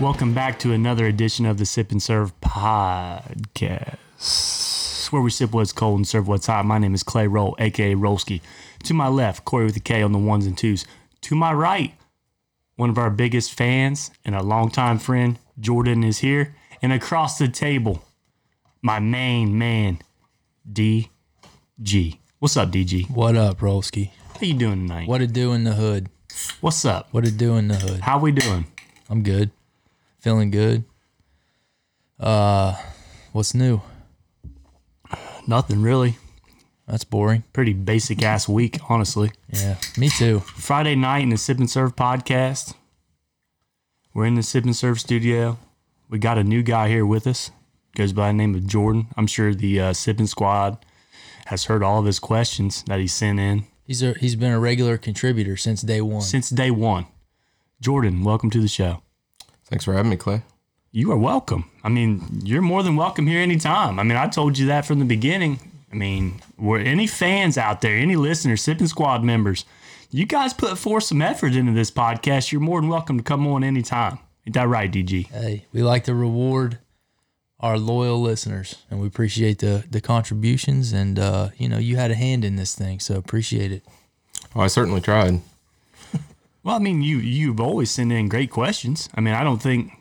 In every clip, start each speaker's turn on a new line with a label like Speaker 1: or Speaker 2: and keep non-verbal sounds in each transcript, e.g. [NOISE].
Speaker 1: Welcome back to another edition of the Sip and Serve podcast, where we sip what's cold and serve what's hot. My name is Clay Roll, aka Rolski. To my left, Corey with the K on the ones and twos. To my right, one of our biggest fans and a longtime friend, Jordan, is here. And across the table, my main man, DG. What's up, DG?
Speaker 2: What up, Rolski?
Speaker 1: How you doing tonight?
Speaker 2: What it do in the hood?
Speaker 1: What's up?
Speaker 2: What it do in the hood?
Speaker 1: How we doing?
Speaker 2: I'm good. Feeling good. Uh, what's new?
Speaker 1: Nothing really.
Speaker 2: That's boring.
Speaker 1: Pretty basic ass week, honestly.
Speaker 2: Yeah, me too.
Speaker 1: Friday night in the Sip and Serve podcast. We're in the Sip and Serve studio. We got a new guy here with us. Goes by the name of Jordan. I'm sure the uh, Sipping Squad has heard all of his questions that he sent in
Speaker 2: He's a, he's been a regular contributor since day one.
Speaker 1: since day one. Jordan, welcome to the show.
Speaker 3: Thanks for having me, Clay.
Speaker 1: You are welcome. I mean, you're more than welcome here anytime. I mean, I told you that from the beginning. I mean, were any fans out there, any listeners, Sipping Squad members, you guys put forth some effort into this podcast. You're more than welcome to come on anytime. Ain't that right, DG?
Speaker 2: hey, we like to reward our loyal listeners, and we appreciate the the contributions. And uh, you know, you had a hand in this thing, so appreciate it.
Speaker 3: Oh, I certainly tried.
Speaker 1: Well, I mean, you you've always sent in great questions. I mean, I don't think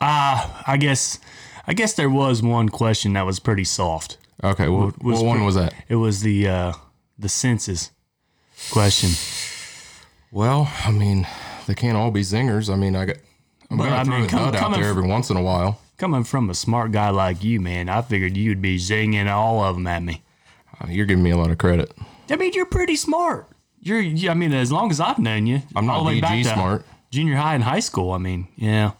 Speaker 1: ah, I guess I guess there was one question that was pretty soft.
Speaker 3: Okay, well, what
Speaker 1: was
Speaker 3: one
Speaker 1: pre-
Speaker 3: was that?
Speaker 1: It was the uh the senses question.
Speaker 3: Well, I mean, they can't all be zingers. I mean, I got. I'm
Speaker 1: But,
Speaker 3: gonna
Speaker 1: I
Speaker 3: throw
Speaker 1: mean,
Speaker 3: a
Speaker 1: come-
Speaker 3: nut out
Speaker 1: coming
Speaker 3: there
Speaker 1: f-
Speaker 3: every once in a while.
Speaker 1: Coming from a smart guy like you, man, I figured you'd be zinging all of them at me.
Speaker 3: Uh, You're giving me a lot of credit.
Speaker 1: I mean, you're pretty smart. You're, you- I mean, as long as I've known you,
Speaker 3: I'm not
Speaker 1: all the way back
Speaker 3: DG
Speaker 1: to
Speaker 3: smart.
Speaker 1: Junior high and high school. I mean, yeah,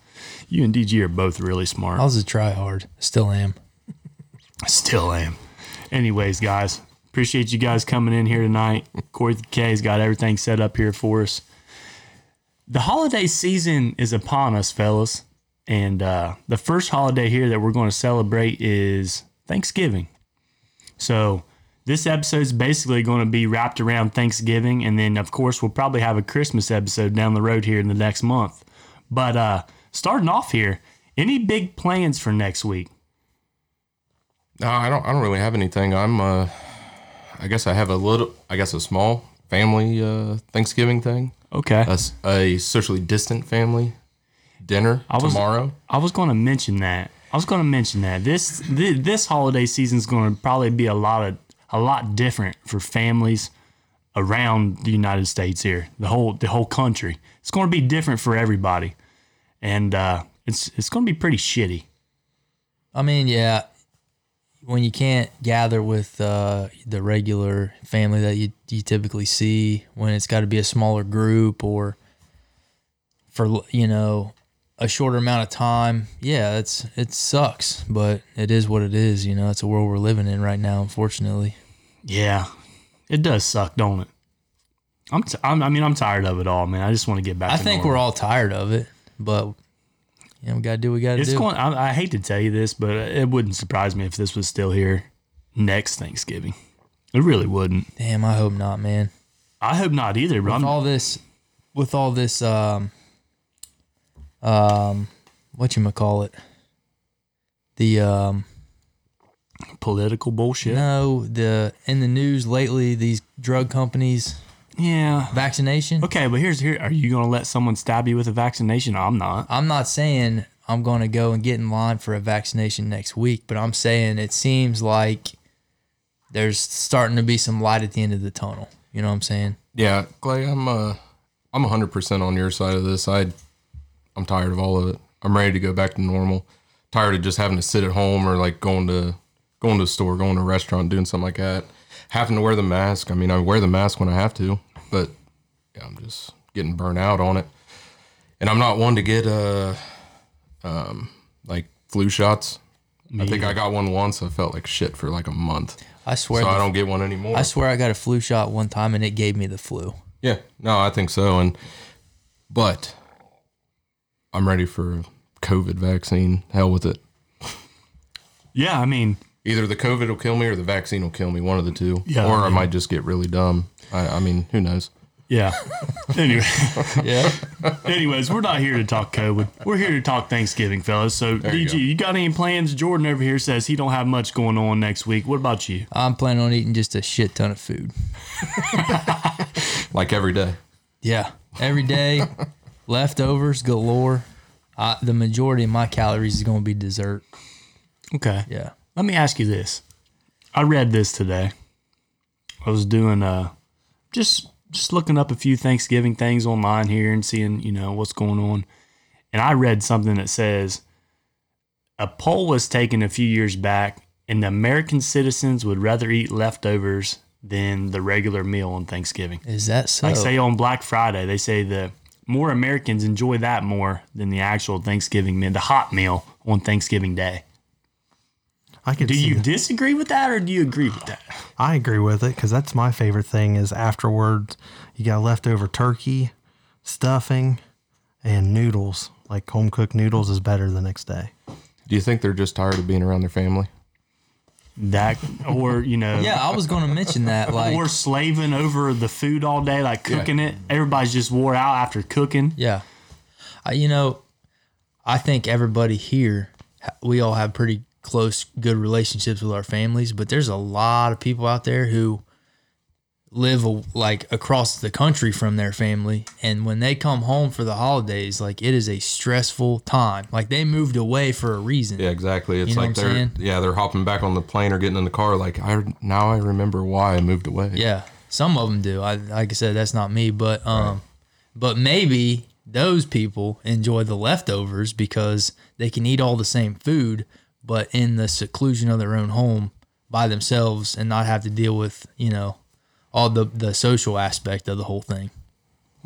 Speaker 1: you and DG are both really smart.
Speaker 2: I was a try hard, still am.
Speaker 1: Still am. Anyways, guys, appreciate you guys coming in here tonight. Corey K's got everything set up here for us. The holiday season is upon us, fellas. And uh, the first holiday here that we're going to celebrate is Thanksgiving. So this episode's basically going to be wrapped around Thanksgiving. And then, of course, we'll probably have a Christmas episode down the road here in the next month. But uh, starting off here, any big plans for next week?
Speaker 3: No, I don't. I don't really have anything. I'm. Uh, I guess I have a little. I guess a small family uh, Thanksgiving thing.
Speaker 1: Okay.
Speaker 3: A, s- a socially distant family dinner
Speaker 1: was-
Speaker 3: tomorrow.
Speaker 1: I was going to mention that. I was going to mention that this this, this holiday season is going to probably be a lot of a lot different for families around the United States here, the whole the whole country. It's going to be different for everybody, and uh, it's it's going to be pretty shitty.
Speaker 2: I mean, yeah, when you can't gather with uh, the regular family that you, you typically see, when it's got to be a smaller group or for you know a shorter amount of time, yeah, it's it sucks, but it is what it is. You know, it's a world we're living in right now, unfortunately.
Speaker 1: Yeah, it does suck, don't it? I'm, t- I'm I mean I'm tired of it all, man. I just want to get back.
Speaker 2: I
Speaker 1: to
Speaker 2: think
Speaker 1: normal.
Speaker 2: we're all tired of it, but you know, we gotta do what we gotta
Speaker 1: It's
Speaker 2: do.
Speaker 1: going. I, I hate to tell you this, but it wouldn't surprise me if this was still here next Thanksgiving. It really wouldn't.
Speaker 2: Damn, I hope not, man.
Speaker 1: I hope not either, but
Speaker 2: with
Speaker 1: I'm,
Speaker 2: all this with all this um um what you call it the um
Speaker 1: political bullshit.
Speaker 2: no the in the news lately these drug companies
Speaker 1: Yeah.
Speaker 2: vaccination
Speaker 1: Okay, but here's here. Are you gonna let someone stab you with a vaccination? I'm not.
Speaker 2: i'm not saying i'm going to go and get in line for a vaccination next week but i'm saying it seems like there's starting to be some light at the end of the tunnel you know what i'm saying
Speaker 3: Yeah, Clay, I'm uh, I'm 100% on your side of this. I, I'm tired of all of it. I'm ready to go back to normal. Tired of just having to sit at home or like going to going to a store, going to a restaurant, doing something like that. Having to wear the mask. I mean, I wear the mask when I have to, but yeah, I'm just getting burnt out on it. And I'm not one to get uh, um, like flu shots. I think I got one once. I felt like shit for like a month,
Speaker 2: i swear
Speaker 3: so I
Speaker 2: the-
Speaker 3: don't get one anymore.
Speaker 2: I swear i got a flu shot one time and it gave me the flu
Speaker 3: Yeah, no, I think so. And but I'm ready for a COVID vaccine. Hell with it.
Speaker 1: Yeah, I mean,
Speaker 3: Either the COVID will kill me or the vaccine will kill me. One of the two.
Speaker 1: Yeah,
Speaker 3: or I
Speaker 1: yeah.
Speaker 3: might just get really dumb. I, I mean, who knows?
Speaker 1: yeah. anyway,
Speaker 2: yeah
Speaker 1: [LAUGHS] Anyways, we're not here to talk COVID. We're here to talk Thanksgiving, fellas. So,
Speaker 3: you
Speaker 1: DG,
Speaker 3: go.
Speaker 1: you, got any plans? Jordan over here says he don't have much going on next week. What about you?
Speaker 2: I'm planning on eating just a shit ton of food.
Speaker 3: like every day.
Speaker 2: Yeah, every day, leftovers galore. I, the majority of my calories is going to be dessert.
Speaker 1: Okay.
Speaker 2: Yeah.
Speaker 1: Let me ask you this. I read this today. I was doing uh just just looking up a few Thanksgiving things online here and seeing, you know, what's going on. And I read something that says a poll was taken a few years back and the American citizens would rather eat leftovers than the regular meal on Thanksgiving.
Speaker 2: Is that so?
Speaker 1: Like say on Black Friday, they say the more Americans enjoy that more than the actual Thanksgiving meal, the hot meal on Thanksgiving Day.
Speaker 4: I could
Speaker 1: Do
Speaker 4: see
Speaker 1: you
Speaker 4: that.
Speaker 1: disagree with that or do you agree with that?
Speaker 4: I agree with it because that's my favorite thing is afterwards you got leftover turkey, stuffing, and noodles. Like home cooked noodles is better the next day.
Speaker 3: Do you think they're just tired of being around their family?
Speaker 1: That or you know
Speaker 2: [LAUGHS] yeah, I was going to mention that. Like,
Speaker 1: or slaving over the food all day, like cooking it. Everybody's just wore out after cooking.
Speaker 2: Yeah. I, you know, I think everybody here, ha- we all have pretty close, good relationships with our families, but there's a lot of people out there who live a, like across the country from their family. And when they come home for the holidays, like it is a stressful time. Like they moved away for a reason.
Speaker 3: Yeah, exactly. It's
Speaker 2: You know
Speaker 3: like
Speaker 2: what I'm
Speaker 3: they're
Speaker 2: saying?
Speaker 3: yeah they're hopping back on the plane or getting in the car. Like I now I remember why I moved away.
Speaker 2: Yeah, some of them do. I like I said, that's not me, but um, but maybe those people enjoy the leftovers because they can eat all the same food, but in the seclusion of their own home by themselves and not have to deal with you know all the the social aspect of the whole thing.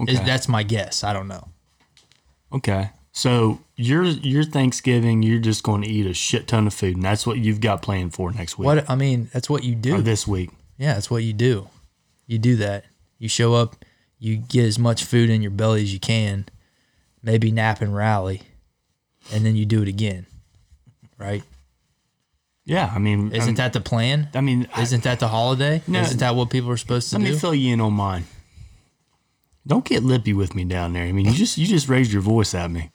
Speaker 2: Is, that's my guess. I don't know.
Speaker 1: Okay. So your your Thanksgiving, you're just going to eat a shit ton of food, and that's what you've got planned for next week
Speaker 2: What I mean, that's what you
Speaker 1: or
Speaker 2: do.
Speaker 1: this week.
Speaker 2: yeah, that's what you do. You do that. You show up. You get as much food in your belly as you can. Maybe nap and rally, and then you do it again. Right?
Speaker 1: Yeah, I mean,
Speaker 2: Isn't that the plan?
Speaker 1: I mean, I-
Speaker 2: Isn't that the holiday?
Speaker 1: Um, No.
Speaker 2: Isn't that what people are supposed to
Speaker 1: let
Speaker 2: do?
Speaker 1: me fill you in on mine. Don't get lippy with me down there. I mean, you just you just raised your voice at me.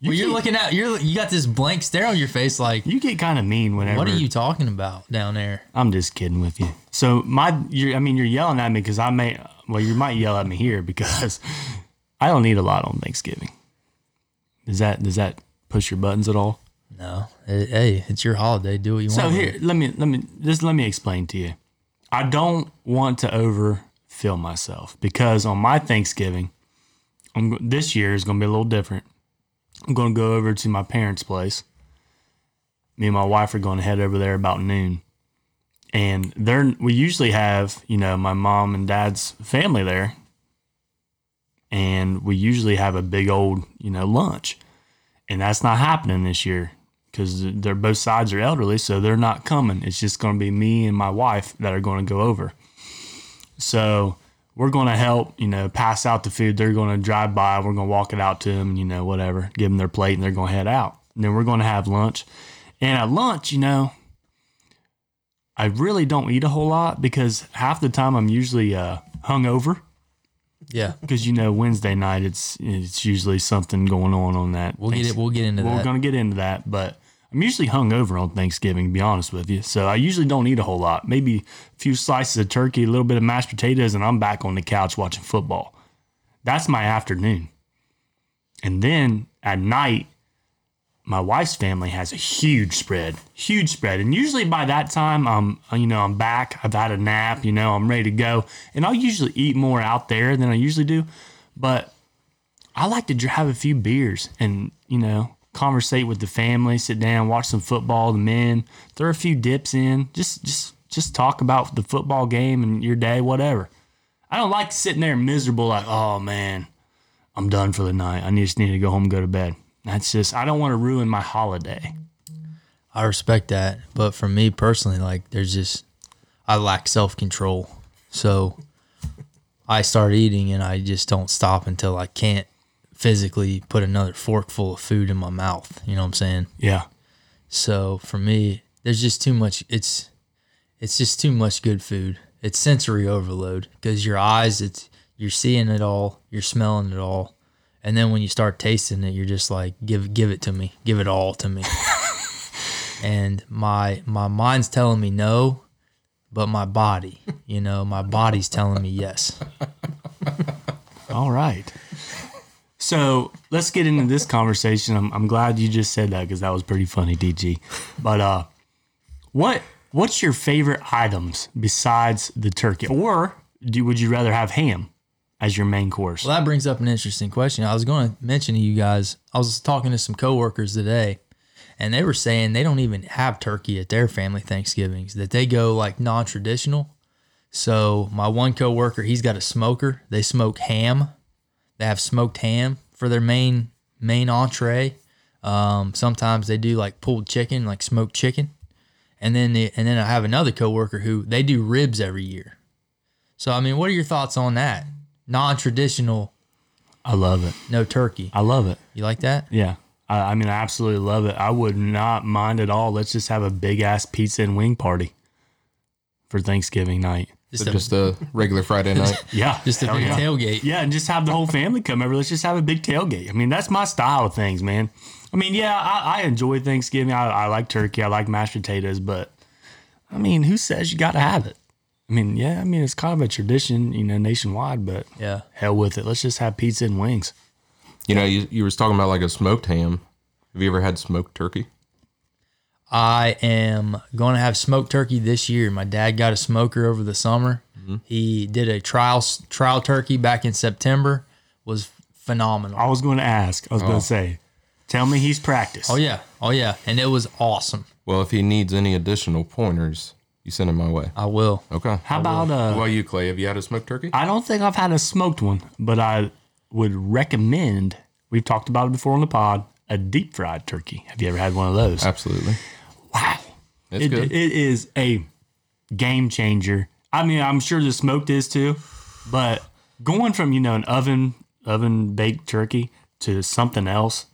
Speaker 1: You
Speaker 2: well, you're
Speaker 1: get-
Speaker 2: looking out. You're you got this blank stare on your face. Like,
Speaker 1: you get kind of mean whenever.
Speaker 2: what are you talking about down there?
Speaker 1: I'm just kidding with you. So my, you're, I mean, you're yelling at me because I may, well, you might yell at me here because [LAUGHS] I don't need a lot on Thanksgiving. Does that does that push your buttons at all?
Speaker 2: No. Hey, Hey, it's your holiday. Do what you
Speaker 1: So
Speaker 2: want.
Speaker 1: here, let me let me just let me explain to you. I don't want to overfill myself because on my Thanksgiving, I'm go- this year is going to be a little different. I'm going to go over to my parents' place. Me and my wife are going to head over there about noon, and they're we usually have you know my mom and dad's family there, and we usually have a big old you know lunch and that's not happening this year because they're both sides are elderly, so they're not coming. It's just going to be me and my wife that are going to go over. So we're going to help, you know, pass out the food. They're going to drive by. We're going to walk it out to them, you know, whatever. Give them their plate, and they're going to head out. And then we're going to have lunch. And at lunch, you know, I really don't eat a whole lot because half the time I'm usually uh, hungover
Speaker 2: Yeah,
Speaker 1: because you know Wednesday night it's it's usually something going on on that.
Speaker 2: we'll get it. We'll get into
Speaker 1: Well,
Speaker 2: that.
Speaker 1: we're gonna get into that, but I'm usually hungover on Thanksgiving, to be honest with you. So I usually don't eat a whole lot. Maybe a few slices of turkey, a little bit of mashed potatoes, and I'm back on the couch watching football. That's my afternoon. And then at night, my wife's family has a huge spread, huge spread. And usually by that time, I'm, you know, I'm back. I've had a nap, you know, I'm ready to go. And I'll usually eat more out there than I usually do. But I like to dr- have a few beers and, you know, conversate with the family, sit down, watch some football, the men, throw a few dips in, just, just, just talk about the football game and your day, whatever. I don't like sitting there miserable, like, oh man, I'm done for the night. I just need to go home and go to bed. That's just, I don't want to ruin my holiday.
Speaker 2: I respect that, but for me personally, like there's just I lack self control, so I start eating and I just don't stop until I can't physically put another forkful of food in my mouth. You know what I'm saying?
Speaker 1: Yeah.
Speaker 2: So for me, there's just too much. It's it's just too much good food. It's sensory overload because your eyes, it's you're seeing it all, you're smelling it all, And then when you start tasting it, you're just like, give give it to me, give it all to me. and my my mind's telling me no, but my body, you know, my body's telling me yes.
Speaker 1: All right. So let's get into this conversation. I'm, I'm glad you just said that because that was pretty funny, DG. But uh, what what's your favorite items besides the turkey, or do would you rather have ham as your main course?
Speaker 2: Well, that brings up an interesting question. I was going to mention to you guys, I was talking to some coworkers today, and they were saying they don't even have turkey at their family Thanksgivings, that they go like non traditional. So, my one coworker, he's got a smoker. They smoke ham. They have smoked ham for their main main entree. Um, sometimes they do like pulled chicken, like smoked chicken. And then the, and then I have another coworker who they do ribs every year. So, I mean, what are your thoughts on that? Non traditional
Speaker 1: I love it.
Speaker 2: no turkey.
Speaker 1: I love it.
Speaker 2: You like that?
Speaker 1: Yeah. I, I mean, I absolutely love it. I would not mind at all. Let's just have a big ass pizza and wing party for Thanksgiving night.
Speaker 2: Just
Speaker 3: So
Speaker 2: a,
Speaker 3: just a
Speaker 2: [LAUGHS]
Speaker 3: regular Friday night.
Speaker 1: Yeah.
Speaker 2: just a
Speaker 1: Hell
Speaker 2: big
Speaker 1: yeah.
Speaker 2: tailgate.
Speaker 1: Yeah, and just have the whole family come over. Let's just have a big tailgate. I mean, that's my style of things, man. I mean, yeah, I, I enjoy Thanksgiving. I, I like turkey. I like mashed potatoes, but I mean, who says you got to have it? I mean, yeah, I mean, it's kind of a tradition, you know, nationwide, but
Speaker 2: Yeah.
Speaker 1: hell with it. Let's just have pizza and wings.
Speaker 3: You know, you, you was talking about like a smoked ham. Have you ever had smoked turkey?
Speaker 2: I am going to have smoked turkey this year. My dad got a smoker over the summer. He did a trial s- trial turkey back in September. Was phenomenal.
Speaker 1: I was going to ask, I was going to say, tell me he's practiced.
Speaker 2: Oh yeah, oh yeah, and it was awesome.
Speaker 3: Well, if he needs any additional pointers, you send him my way.
Speaker 2: I will.
Speaker 3: Okay.
Speaker 1: How about, uh,
Speaker 3: Well, you Clay, have you had a smoked turkey?
Speaker 1: I don't think I've had a smoked one, but I would recommend, we've talked about it before on the pod, a deep fried turkey. Have you ever had one of those?
Speaker 3: Absolutely.
Speaker 1: Wow.
Speaker 3: It's
Speaker 1: it,
Speaker 3: good.
Speaker 1: it is a game changer. I mean, I'm sure the smoked is too, but going from, you know, an oven oven baked turkey to something else,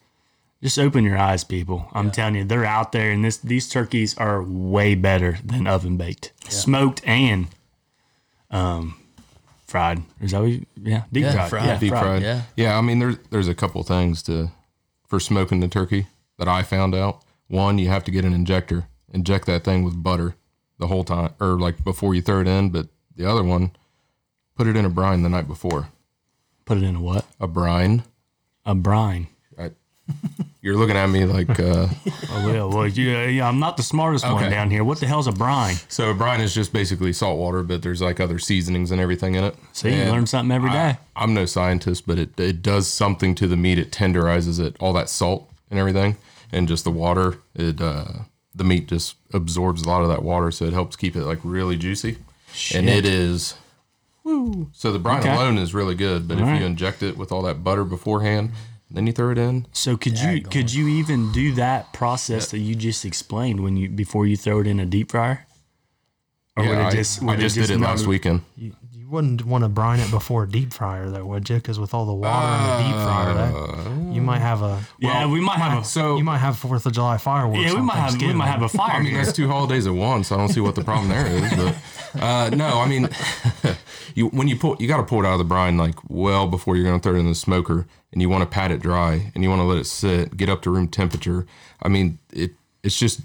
Speaker 1: just open your eyes, people. I'm telling you, they're out there and this these turkeys are way better than oven baked. Smoked and um fried. Is that what you, yeah, deep
Speaker 2: Yeah,
Speaker 1: fried.
Speaker 2: fried.
Speaker 1: Yeah,
Speaker 3: deep
Speaker 1: fried.
Speaker 3: fried.
Speaker 2: yeah.
Speaker 3: I mean, there's there's a couple things to for smoking the turkey that I found out. One, you have to get an injector, inject that thing with butter the whole time, or like before you throw it in. But the other one, put it in a brine the night before.
Speaker 1: Put it in a what?
Speaker 3: A brine.
Speaker 1: A brine.
Speaker 3: I, [LAUGHS] you're looking at me like uh,
Speaker 1: Oh, well, well yeah, yeah, I'm not the smartest one
Speaker 3: Okay.
Speaker 1: down here. What the hell's a brine?
Speaker 3: so. A brine is just basically salt water, but there's like other seasonings and everything in it.
Speaker 1: See, you
Speaker 3: And
Speaker 1: learn something every day.
Speaker 3: I, am no scientist, but it, it does something to the meat. It tenderizes it, all that salt and everything, and just the water. It uh, the meat just absorbs a lot of that water, so it helps keep it like really juicy. And it is. Woo. So the brine
Speaker 1: Okay.
Speaker 3: alone is really good, but if
Speaker 1: All right.
Speaker 3: you inject it with all that butter beforehand, then you throw it in.
Speaker 1: So could you could you even do that process that you just explained when you before you throw it in a deep fryer? Or
Speaker 3: Yeah, I- I,
Speaker 1: would
Speaker 3: just did it
Speaker 1: melt?
Speaker 3: last weekend.
Speaker 4: You, you wouldn't want to brine it before a deep fryer, though, would you? Because with all the water in the deep fryer, that, you might have a
Speaker 1: Yeah, we might [LAUGHS] have a
Speaker 3: So
Speaker 4: you might have Fourth of July fireworks.
Speaker 1: yeah, we
Speaker 4: on
Speaker 1: might have we
Speaker 4: Thanksgiving.
Speaker 1: might have a fire.
Speaker 3: I mean,
Speaker 1: here.
Speaker 3: that's two holidays at once. I don't see what the problem there is, but uh, no, I mean, [LAUGHS] you when you pull, you got to pull it out of the brine like well before you're going to throw it in the smoker, and you want to pat it dry, and you want to let it sit, get up to room temperature. I mean, it it's just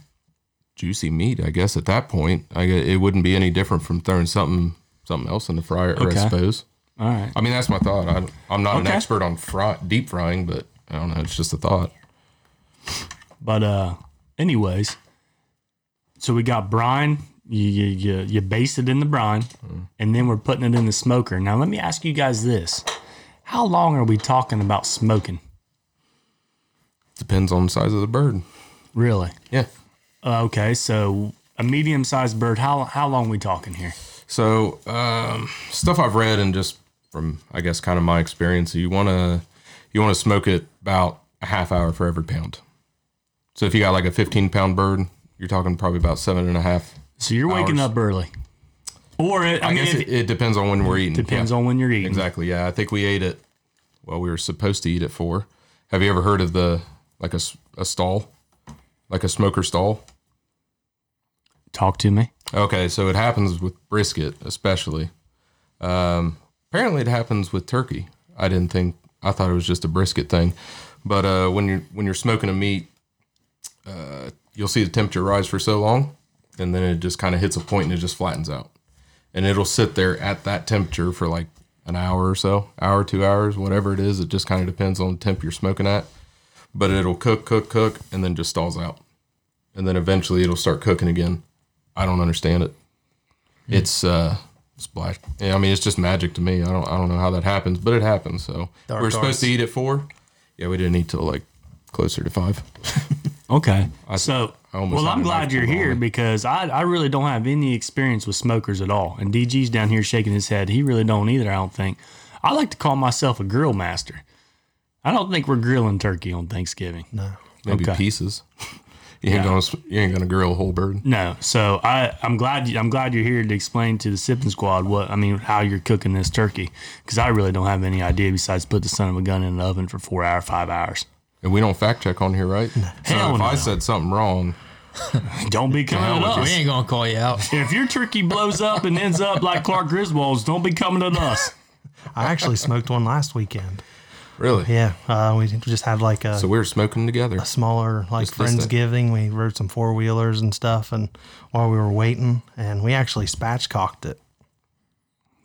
Speaker 3: juicy meat, I guess. At that point, I gue- it wouldn't be any different from throwing something something else in the fryer,
Speaker 1: Okay.
Speaker 3: I suppose.
Speaker 1: All right.
Speaker 3: I mean, that's my thought. I, I'm not an
Speaker 1: Okay.
Speaker 3: expert on fry, deep frying, but I don't know. It's just a thought.
Speaker 1: But uh anyways, so we got brine, you you you, you baste it in the brine, and then we're putting it in the smoker. Now let me ask you guys this. How long are we talking about smoking?
Speaker 3: Depends on the size of the bird.
Speaker 1: Really?
Speaker 3: Yeah.
Speaker 1: Uh, okay, so a medium sized bird, how how long we talking here?
Speaker 3: So um, stuff I've read and just from I guess kind of my experience, you want to you want to smoke it about a half hour for every pound. So if you got like a 15 pound bird, you're talking probably about seven and a half.
Speaker 1: So you're waking
Speaker 3: Hours.
Speaker 1: up early, or it, I,
Speaker 3: I,
Speaker 1: mean,
Speaker 3: guess
Speaker 1: it,
Speaker 3: it, it depends on when we're eating.
Speaker 1: depends
Speaker 3: Yeah.
Speaker 1: on when you're eating.
Speaker 3: exactly. Yeah, I think we ate it. Well, we were supposed to eat it for. Have you ever heard of the like a, s- a stall, like a smoker stall?
Speaker 1: Talk to me.
Speaker 3: Okay, so it happens with brisket, especially. Um, apparently, it happens with turkey. I didn't think I thought it was just a brisket thing. But uh, when you're when you're smoking a meat, uh, you'll see the temperature rise for so long, and then it just kind of hits a point and it just flattens out, and it'll sit there at that temperature for like an hour or so, hour two hours, whatever it is. It just kind of depends on the temp you're smoking at, but it'll cook, cook, cook, and then just stalls out, and then eventually it'll start cooking again. I don't understand it. It's uh, it's black. Yeah, I mean, it's just magic to me. I don't I don't know how that happens, but it happens. So
Speaker 2: Dark
Speaker 3: we we're
Speaker 2: arts.
Speaker 3: supposed to eat at four. Yeah, we didn't eat till like closer to five.
Speaker 1: Okay. so,
Speaker 3: I almost
Speaker 1: well,
Speaker 3: had
Speaker 1: I'm
Speaker 3: a
Speaker 1: glad
Speaker 3: knife
Speaker 1: you're
Speaker 3: pulled on
Speaker 1: here
Speaker 3: me.
Speaker 1: because I, I really don't have any experience with smokers at all. And DG's down here shaking his head. He really don't either, I don't think. I like to call myself a grill master. I don't think we're grilling turkey on Thanksgiving. No.
Speaker 3: Maybe
Speaker 1: Okay.
Speaker 3: pieces. [LAUGHS] You ain't gonna s- you ain't gonna grill a whole bird.
Speaker 1: So I, I'm glad you, I'm glad you're here to explain to the sipping squad what I mean how you're cooking this turkey because I really don't have any idea besides put the son of a gun in an oven for four hour five hours.
Speaker 3: And we don't fact check on here, right? so
Speaker 1: Hell
Speaker 3: if I
Speaker 1: no.
Speaker 3: said something wrong,
Speaker 1: Don't be coming at
Speaker 3: with
Speaker 2: We
Speaker 1: us.
Speaker 2: ain't gonna call you out.
Speaker 1: If your turkey blows up and ends up like Clark Griswold's, don't be coming at us.
Speaker 4: I actually smoked one last weekend.
Speaker 3: really.
Speaker 4: Yeah, uh, we just had like a
Speaker 3: So we were smoking together.
Speaker 4: smaller like
Speaker 3: this thing.
Speaker 4: friendsgiving. We rode some four wheelers and stuff, and while we were waiting, and we actually spatchcocked it.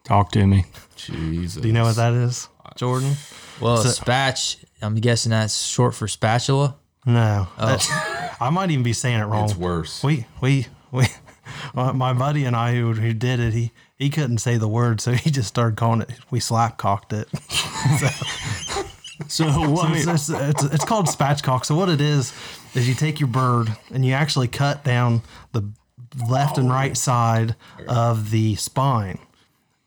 Speaker 1: Talk to [LAUGHS] me.
Speaker 3: Jesus.
Speaker 4: Do you know what that is, Jordan?
Speaker 2: [LAUGHS] Well, spatch. I'm guessing that's short for spatula.
Speaker 4: No, That- I might even be saying it wrong.
Speaker 3: Oh. It's worse.
Speaker 4: We we we. [LAUGHS] my- My buddy and I, who, who did it, he he couldn't say the word, so he just started calling it. We
Speaker 3: [LAUGHS]
Speaker 4: slapcocked it.
Speaker 1: So what?
Speaker 4: It's, it's, it's, it's called spatchcock. So what it is is you take your bird and you actually cut down the left and right side of the spine,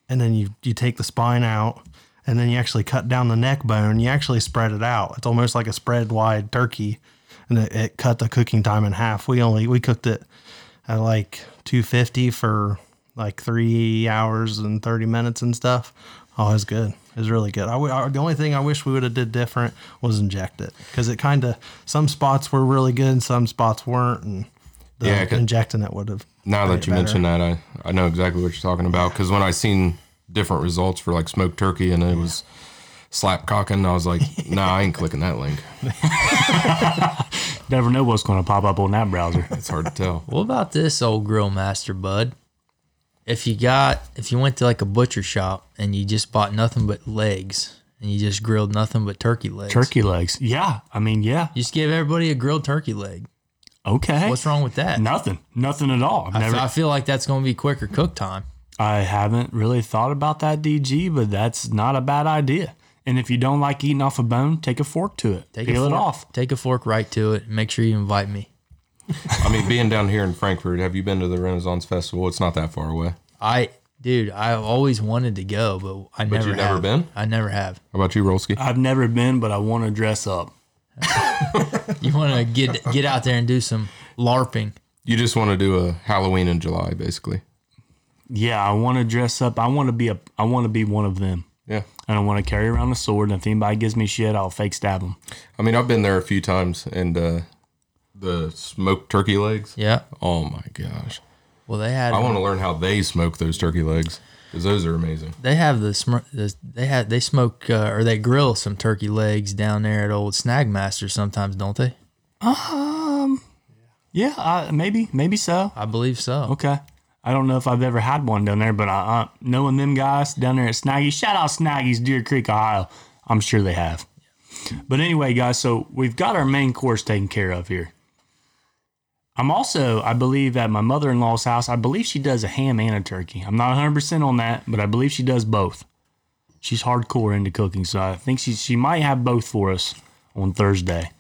Speaker 4: and then you you take the spine out, and then you actually cut down the neck bone. You actually spread it out. It's almost like a spread wide turkey, and it, it cut the cooking time in half. We only we cooked it at like two fifty for like three hours and thirty minutes and stuff. Oh, it was good. It was really good. I w- I, the only thing I wish we would have did different was inject it because it kind of some spots were really good and some spots weren't, and the
Speaker 3: Yeah, 'cause-
Speaker 4: injecting it would have.
Speaker 3: Now
Speaker 4: made
Speaker 3: that
Speaker 4: it
Speaker 3: you
Speaker 4: better.
Speaker 3: mention that, I, I know exactly what you're talking about. Because when I seen different results for like smoked turkey and it was slap cocking, I was like, nah, I ain't clicking that link.
Speaker 1: Never know what's going to pop up on that browser.
Speaker 3: It's hard to tell.
Speaker 2: What about this old grill master, bud? If you got, if you went to like a butcher shop and you just bought nothing but legs and you just grilled nothing but turkey legs,
Speaker 1: Turkey legs. Yeah. I mean, yeah.
Speaker 2: you just give everybody a grilled turkey leg.
Speaker 1: Okay.
Speaker 2: What's wrong with that?
Speaker 1: Nothing. Nothing at all. I've
Speaker 2: I fe-
Speaker 1: never.
Speaker 2: I feel like that's going to be quicker cook time.
Speaker 1: I haven't really thought about that DG, but that's not a bad idea. And if you don't like eating off a bone, take a fork to it.
Speaker 2: Take a
Speaker 1: Peel it
Speaker 2: fork-
Speaker 1: off.
Speaker 2: Take a fork right to it. And make sure you invite me.
Speaker 3: I mean, being down here in Frankfurt, have you been to the Renaissance Festival? It's not that far away.
Speaker 2: I, dude, I've always wanted to go, but I never.
Speaker 3: you've never
Speaker 2: have.
Speaker 3: been?
Speaker 2: I never have.
Speaker 3: How about you, Rolski?
Speaker 1: I've never been, but I want to dress up.
Speaker 2: You want to get get out there and do some larping.
Speaker 3: You just want to do a Halloween in July, basically.
Speaker 1: Yeah, I want to dress up. I want to be a. I want to be one of them.
Speaker 3: Yeah.
Speaker 1: And I want to carry around a sword. And if anybody gives me shit, I'll fake stab them.
Speaker 3: I mean, I've been there a few times and uh, the smoked turkey legs.
Speaker 2: Yeah.
Speaker 3: Oh my gosh.
Speaker 2: Well, they had.
Speaker 3: I want to learn how they smoke those turkey legs because those are amazing.
Speaker 2: They have the, sm- the they had they smoke uh, or they grill some turkey legs down there at old Snagmaster sometimes, don't they?
Speaker 1: Yeah, I, maybe, maybe so.
Speaker 2: I believe so.
Speaker 1: Okay. I don't know if I've ever had one down there, but I, uh, knowing them guys down there at Snaggy, shout out Snaggy's Deer Creek, Ohio. I'm sure they have. But anyway, guys, so we've got our main course taken care of here. I'm also, I believe, at my mother in law's house. I believe she does a ham and a turkey. I'm not 100% on that, but I believe she does both. She's hardcore into cooking, so I think she, she might have both for us on Thursday.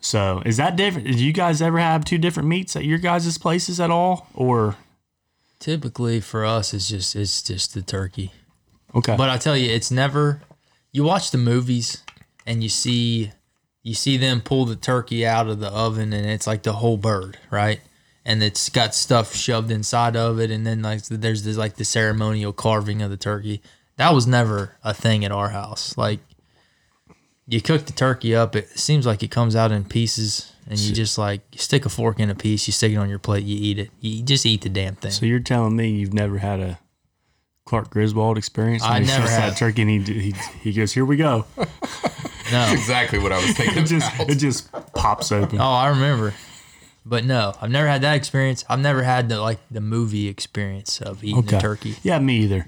Speaker 1: So is that different? Do you guys ever have two different meats at your guys' places at all? Or
Speaker 2: Typically for us, it's just it's just the turkey.
Speaker 1: okay,
Speaker 2: But I tell you, it's never. You watch the movies and you see you see them pull the turkey out of the oven and it's like the whole bird, right? And it's got stuff shoved inside of it, and then like there's this like the ceremonial carving of the turkey. That was never a thing at our house. Like you cook the turkey up, it seems like it comes out in pieces, and you just like you stick a fork in a piece, you stick it on your plate, you eat it, you just eat the damn thing.
Speaker 1: so you're telling me you've never had a Clark Griswold experience. when
Speaker 2: I
Speaker 1: he
Speaker 2: never
Speaker 1: shoots
Speaker 2: have.
Speaker 1: that turkey, and he, he he goes, "Here we go."
Speaker 2: No.
Speaker 3: Exactly what I was thinking.
Speaker 1: It [LAUGHS] just
Speaker 3: about.
Speaker 1: it
Speaker 2: [LAUGHS]
Speaker 1: just pops open.
Speaker 2: Oh, I remember. But no, I've never had that experience. I've never had the like the movie experience of eating the turkey.
Speaker 1: Yeah, me either.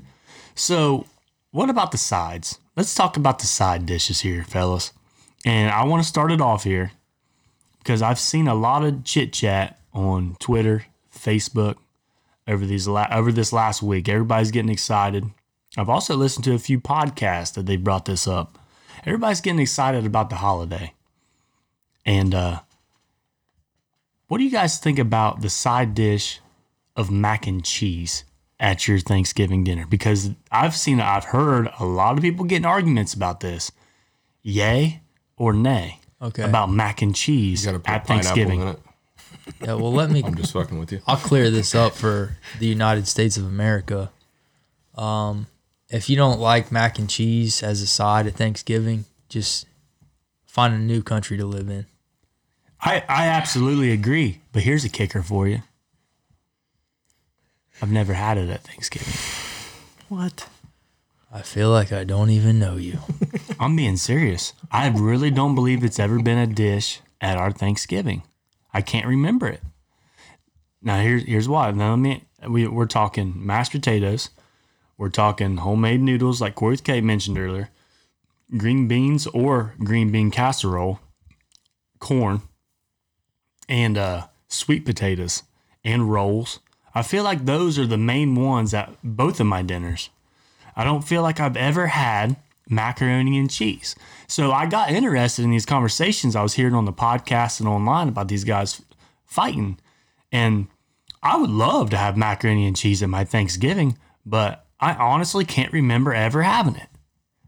Speaker 1: So, what about the sides? Let's talk about the side dishes here, fellas. And I want to start it off here because I've seen a lot of chit chat on Twitter, Facebook over these la- over this last week. Everybody's getting excited. I've also listened to a few podcasts that they brought this up. Everybody's getting excited about the holiday. And uh, what do you guys think about the side dish of mac and cheese at your Thanksgiving dinner? Because I've seen, I've heard a lot of people getting arguments about this, yay or nay,
Speaker 2: Okay.
Speaker 1: about mac and cheese
Speaker 3: You gotta put
Speaker 1: at
Speaker 3: pineapple in
Speaker 1: Thanksgiving.
Speaker 3: it.
Speaker 2: Yeah, well, let me
Speaker 3: I'm just fucking with you.
Speaker 2: I'll clear this up for the United States of America. Um, if you don't like mac and cheese as a side at Thanksgiving, just find a new country to live in.
Speaker 1: I, I absolutely agree, but here's a kicker for you. I've never had it at Thanksgiving.
Speaker 4: What?
Speaker 2: I feel like I don't even know you.
Speaker 1: I'm being serious. I really don't believe it's ever been a dish at our Thanksgiving. I can't remember it. Now here's here's why. Now let me we we're talking mashed potatoes, we're talking homemade noodles like Corey's Kate mentioned earlier, green beans or green bean casserole, corn, and uh, sweet potatoes and rolls. I feel like those are the main ones at both of my dinners. I don't feel like I've ever had macaroni and cheese. So I got interested in these conversations I was hearing on the podcast and online about these guys fighting. And I would love to have macaroni and cheese at my Thanksgiving, but I honestly can't remember ever having it.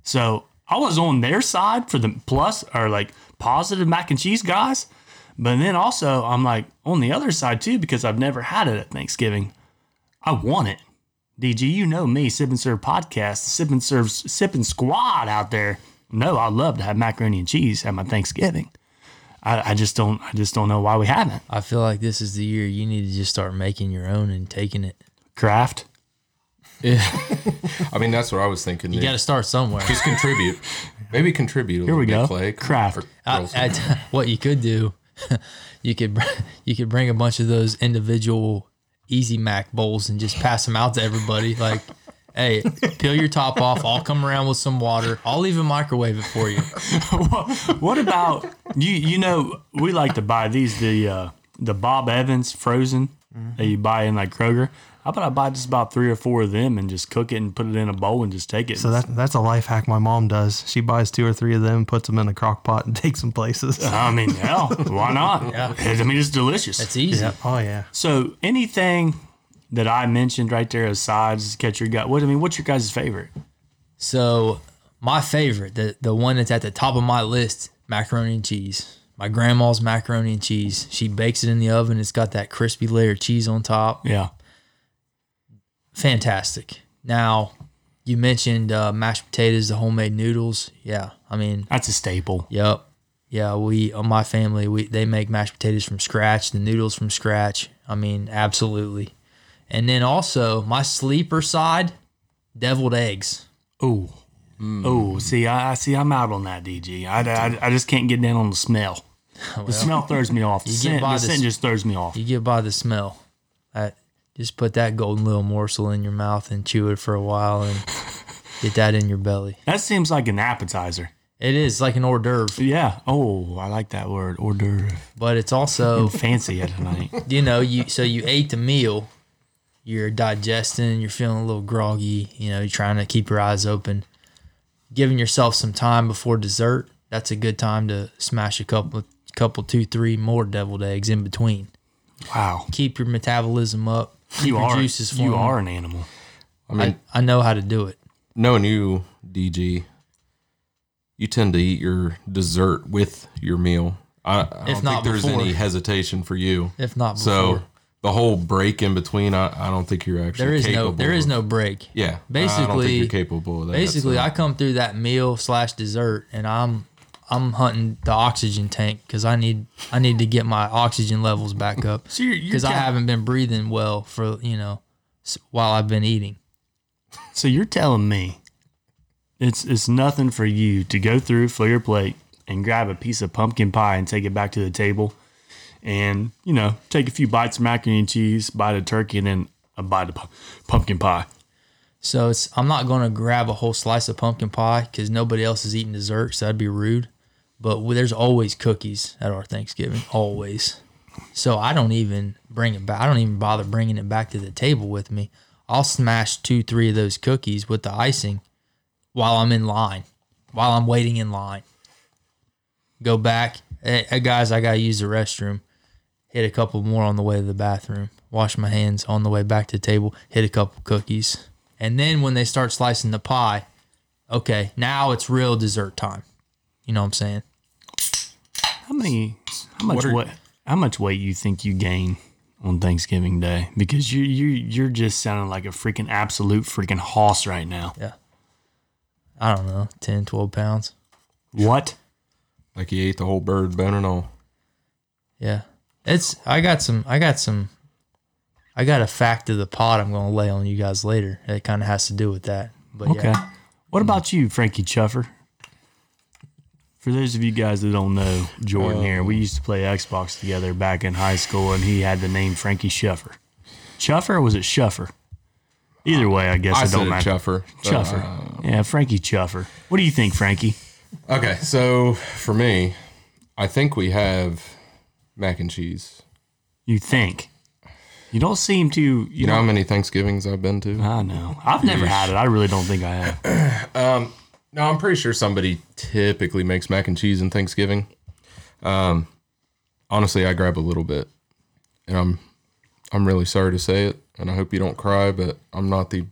Speaker 1: So I was on their side for the plus or like positive mac and cheese guys. But then also, I'm like on the other side too because I've never had it at Thanksgiving. I want it. DG, you know me, Sip and Serve podcast, Sip and Serve, Sip and Squad out there. No, I love to have macaroni and cheese at my Thanksgiving. I, I just don't, I just don't know why we haven't.
Speaker 2: I feel like this is the year you need to just start making your own and taking it.
Speaker 1: Craft.
Speaker 3: I mean, that's what I was thinking.
Speaker 2: You
Speaker 3: Nick.
Speaker 2: got to start somewhere.
Speaker 3: [LAUGHS] just contribute. Maybe contribute a Here little
Speaker 1: we
Speaker 3: bit,
Speaker 1: go.
Speaker 3: Clay.
Speaker 1: Craft.
Speaker 3: Or
Speaker 2: I,
Speaker 3: girls.
Speaker 2: I [LAUGHS] t- what you could do, you could [LAUGHS] br- you could bring a bunch of those individual Easy Mac bowls and just pass them out to everybody. Like, [LAUGHS] hey, peel your top off. I'll come around with some water. I'll even microwave it for you.
Speaker 1: What about you? You know, we like to buy these the uh, the Bob Evans frozen that you buy in like Kroger. How about I buy just about three or four of them and just cook it and put it in a bowl and just take it?
Speaker 4: So that that's a life hack my mom does. She buys two or three of them, puts them in a crock pot, and [LAUGHS] takes them places.
Speaker 1: I mean, hell, why
Speaker 4: [LAUGHS]
Speaker 1: not? I mean, it's delicious.
Speaker 2: It's easy.
Speaker 4: Oh yeah.
Speaker 1: So anything that I mentioned right there asides catch your gut. What I mean, what's your guys' favorite?
Speaker 2: So my favorite, the the one that's at the top of my list, macaroni and cheese. My grandma's macaroni and cheese. She bakes it in the oven. It's got that crispy layer of cheese on top.
Speaker 1: Yeah.
Speaker 2: Fantastic. Now, you mentioned uh, mashed potatoes, the homemade noodles. Yeah, I mean,
Speaker 1: That's a staple.
Speaker 2: yep, yeah. We, uh, my family, we they make mashed potatoes from scratch, the noodles from scratch. I mean, absolutely. And then also my sleeper side, deviled eggs.
Speaker 1: Ooh. Mm. Ooh. See, I, I see I'm out on that, DG. I, I, I just can't get down on the [LAUGHS] smell. The smell throws me [LAUGHS] off. The
Speaker 2: get
Speaker 1: scent,
Speaker 2: by
Speaker 1: the
Speaker 2: the
Speaker 1: scent
Speaker 2: s-
Speaker 1: just throws me off.
Speaker 2: You get by the smell. That just put that golden little morsel in your mouth and chew it for a while and get that in your belly.
Speaker 1: That seems like an appetizer.
Speaker 2: It is like an hors d'oeuvre,
Speaker 1: Yeah. Oh, I like that word. Hors d'oeuvre.
Speaker 2: but it's also
Speaker 1: Fancy it tonight. [LAUGHS]
Speaker 2: you know, you so you ate the meal, you're digesting, you're feeling a little groggy, you know, you're trying to keep your eyes open, giving yourself some time before dessert. That's a good time to smash a couple, couple, two, three more deviled eggs in between.
Speaker 1: Wow.
Speaker 2: Keep your metabolism up. Keep
Speaker 1: You
Speaker 2: your
Speaker 1: are
Speaker 2: juices flowing.
Speaker 1: you are an animal.
Speaker 3: I mean,
Speaker 2: I, I know how to do it.
Speaker 3: knowing you, DG, you tend to eat your dessert with your meal. I, I don't think
Speaker 2: not
Speaker 3: there's
Speaker 2: before.
Speaker 3: any hesitation for you.
Speaker 2: If not before.
Speaker 3: so the whole break in between, I, I don't think you're actually
Speaker 2: there is
Speaker 3: capable.
Speaker 2: no there is
Speaker 3: of-
Speaker 2: no break.
Speaker 3: yeah. I don't think
Speaker 2: Basically-
Speaker 3: you're capable of that.
Speaker 2: Basically,
Speaker 3: so.
Speaker 2: I come through that meal slash dessert, and I'm I'm hunting the oxygen tank because I need I need to get my oxygen levels back
Speaker 1: [LAUGHS]
Speaker 2: up
Speaker 1: So you're, you're
Speaker 2: because I
Speaker 1: ca-
Speaker 2: haven't been breathing well for you know s- while I've been eating.
Speaker 1: So you're telling me it's it's nothing for you to go through for your plate and grab a piece of pumpkin pie and take it back to the table and, you know, take a few bites of macaroni and cheese, bite of turkey, and then a bite of pu- pumpkin pie.
Speaker 2: So it's I'm not going to grab a whole slice of pumpkin pie because nobody else is eating dessert, so that'd be rude. But w- there's always cookies at our Thanksgiving, always. So I don't even bring it back. I don't even bother bringing it back to the table with me. I'll smash two, three of those cookies with the icing while I'm in line, while I'm waiting in line. Go back, hey, hey, guys. I gotta use the restroom. Hit a couple more on the way to the bathroom. Wash my hands on the way back to the table. Hit a couple cookies, and then when they start slicing the pie, okay, now it's real dessert time. You know what I'm saying?
Speaker 1: How many? How much
Speaker 3: What are-
Speaker 1: weight? How much weight you think you gain on Thanksgiving Day? Because you you you're just sounding like a freaking absolute freaking hoss right now.
Speaker 2: I don't know, 10, 12 pounds.
Speaker 1: What?
Speaker 3: Like he ate the whole bird, bone and all.
Speaker 2: Yeah, it's. I got some. I got some. I got a fact of the pot I'm gonna lay on you guys later. It kind of has to do with that. But
Speaker 1: Okay.
Speaker 2: yeah,
Speaker 1: What
Speaker 3: Mm-hmm.
Speaker 1: about you, Frankie Chuffer? For those of you guys that don't know Jordan here,
Speaker 3: Um,
Speaker 1: we used to play Xbox together back in high school, and he had the name Frankie Shuffer. Chuffer or was it Shuffer? Either way, I guess
Speaker 3: I
Speaker 1: it
Speaker 3: said
Speaker 1: don't
Speaker 3: a
Speaker 1: matter.
Speaker 3: chuffer. but,
Speaker 1: Chuffer.
Speaker 3: uh,
Speaker 1: yeah, Frankie Chuffer. What do you think, Frankie?
Speaker 3: okay, so for me, I think we have mac and cheese.
Speaker 1: You think? You don't seem to. You,
Speaker 3: You know
Speaker 1: know.
Speaker 3: how many Thanksgivings I've been to?
Speaker 1: I know. I've never had it. I really don't think I have.
Speaker 3: No, I'm pretty sure somebody typically makes mac and cheese in Thanksgiving. Um, honestly, I grab a little bit, and I'm I'm really sorry to say it, and I hope you don't cry, but I'm not the.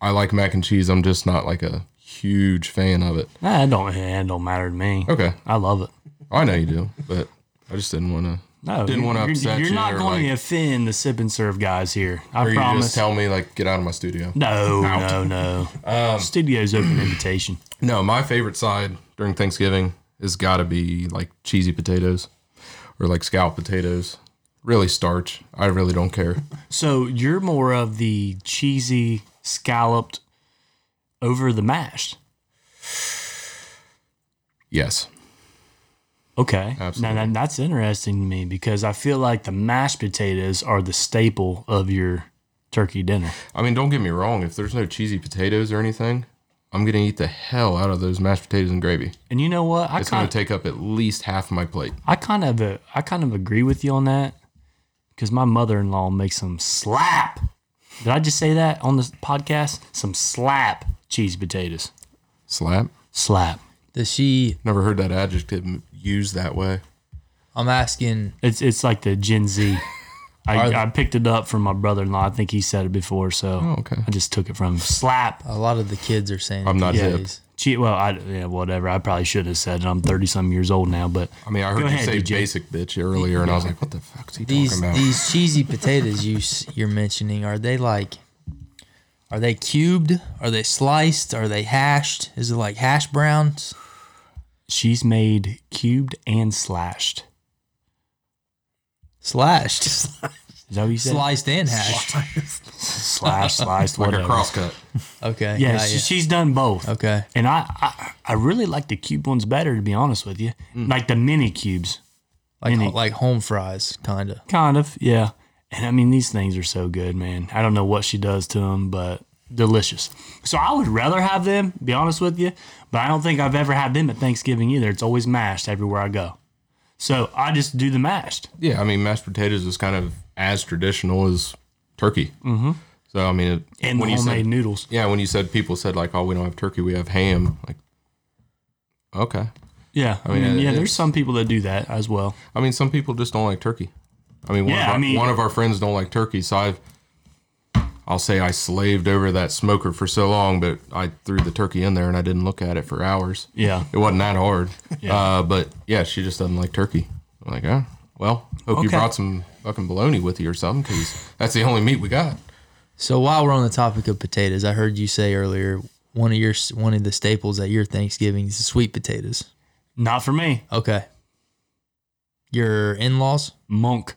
Speaker 3: I like mac and cheese. I'm just not like a huge fan of it.
Speaker 1: Nah, it don't. It don't matter to me.
Speaker 3: Okay,
Speaker 1: I love it.
Speaker 3: I know you do, but I just didn't want to.
Speaker 1: No,
Speaker 3: Didn't
Speaker 1: you-
Speaker 3: wanna
Speaker 1: you're-
Speaker 3: upset
Speaker 1: You're
Speaker 3: you
Speaker 1: not
Speaker 3: or,
Speaker 1: going to
Speaker 3: like-
Speaker 1: offend the sip and serve guys here. I
Speaker 3: Or you
Speaker 1: promise.
Speaker 3: just tell me like get out of my studio.
Speaker 1: no, no,
Speaker 3: [LAUGHS]
Speaker 1: no,
Speaker 3: Um,
Speaker 1: Studio's open invitation.
Speaker 3: No, my favorite side during Thanksgiving has got to be like cheesy potatoes or like scalloped potatoes. Really starch. I really don't care.
Speaker 1: So you're more of the cheesy scalloped over the mashed.
Speaker 3: Yes.
Speaker 1: Okay.
Speaker 3: Absolutely.
Speaker 1: Now, that, that's interesting to me because I feel like the mashed potatoes are the staple of your turkey dinner.
Speaker 3: I mean, don't get me wrong. If there's no cheesy potatoes or anything, I'm gonna eat the hell out of those mashed potatoes and gravy.
Speaker 1: And you know what? I
Speaker 3: It's
Speaker 1: kind
Speaker 3: gonna
Speaker 1: of
Speaker 3: take up at least half my plate.
Speaker 1: I kind of uh, I kind of agree with you on that because my mother in law makes some slap. Did I just say that on this podcast? Some slap cheese potatoes.
Speaker 3: Slap.
Speaker 1: Slap.
Speaker 2: does she?
Speaker 3: Never heard that adjective m- used that way.
Speaker 2: I'm asking.
Speaker 1: It's it's like the Gen Z. I,
Speaker 2: Are-
Speaker 1: I picked it up from my brother in law. I think he said it before, so
Speaker 3: okay.
Speaker 1: I just took it from him. Slap.
Speaker 2: A lot of the kids are saying.
Speaker 3: I'm not
Speaker 2: these
Speaker 3: hip.
Speaker 2: days.
Speaker 1: Che- well, I yeah, whatever. I probably should have said it. I'm thirty some years old now, but
Speaker 3: I mean, I heard
Speaker 1: Go
Speaker 3: you
Speaker 1: ahead,
Speaker 3: say
Speaker 1: DJ.
Speaker 3: basic bitch earlier, and I was like, what the fuck's he
Speaker 2: These
Speaker 3: talking about?
Speaker 2: these cheesy potatoes you s- you're mentioning are they like? Are they cubed? Are they sliced? Are they hashed? Is it like hash browns?
Speaker 1: she's made cubed and slashed.
Speaker 2: Slashed,
Speaker 1: Is that what you said?
Speaker 2: sliced, and hashed.
Speaker 1: Slashed, sliced,
Speaker 3: [LAUGHS] like
Speaker 1: whatever.
Speaker 3: a crosscut.
Speaker 2: Okay.
Speaker 1: Yeah,
Speaker 2: got
Speaker 1: she-
Speaker 2: ya.
Speaker 1: she's done both.
Speaker 2: Okay.
Speaker 1: And I, I, I really like the cube ones better, to be honest with you.
Speaker 3: Mm.
Speaker 1: Like the mini cubes,
Speaker 2: Like
Speaker 1: Mini.
Speaker 2: like home fries, kind of.
Speaker 1: kind of. Yeah. And I mean, these things are so good, man. I don't know what she does to them, but delicious. So I would rather have them, be honest with you. But I don't think I've ever had them at Thanksgiving either. It's always mashed everywhere I go. So I just do the mashed.
Speaker 3: Yeah, I mean, mashed potatoes is kind of as traditional as turkey. Mm-hmm. So I mean, it,
Speaker 1: And the
Speaker 3: you
Speaker 1: homemade
Speaker 3: said,
Speaker 1: noodles.
Speaker 3: yeah, when you said people said like, oh, we don't have turkey, we have ham. Like, okay.
Speaker 1: Yeah. I mean,
Speaker 3: mean, it-
Speaker 1: yeah, there's
Speaker 3: it's-
Speaker 1: some people that do that as well.
Speaker 3: I mean, some people just don't like turkey. I mean, one,
Speaker 1: Yeah,
Speaker 3: of, our,
Speaker 1: I mean-
Speaker 3: one of our friends don't like turkey, so I've, I'll say I slaved over that smoker for so long, but I threw the turkey in there and I didn't look at it for hours.
Speaker 1: Yeah.
Speaker 3: It wasn't that hard. Uh, but yeah, she just doesn't like turkey. I'm like, ah, well, hope
Speaker 1: Okay.
Speaker 3: you brought some fucking bologna with you or something, because that's the only meat we got.
Speaker 2: So while we're on the topic of potatoes, I heard you say earlier one of your s- one of the staples at your Thanksgiving is the sweet potatoes.
Speaker 1: Not for me.
Speaker 2: Okay. Your in-laws?
Speaker 1: Monk.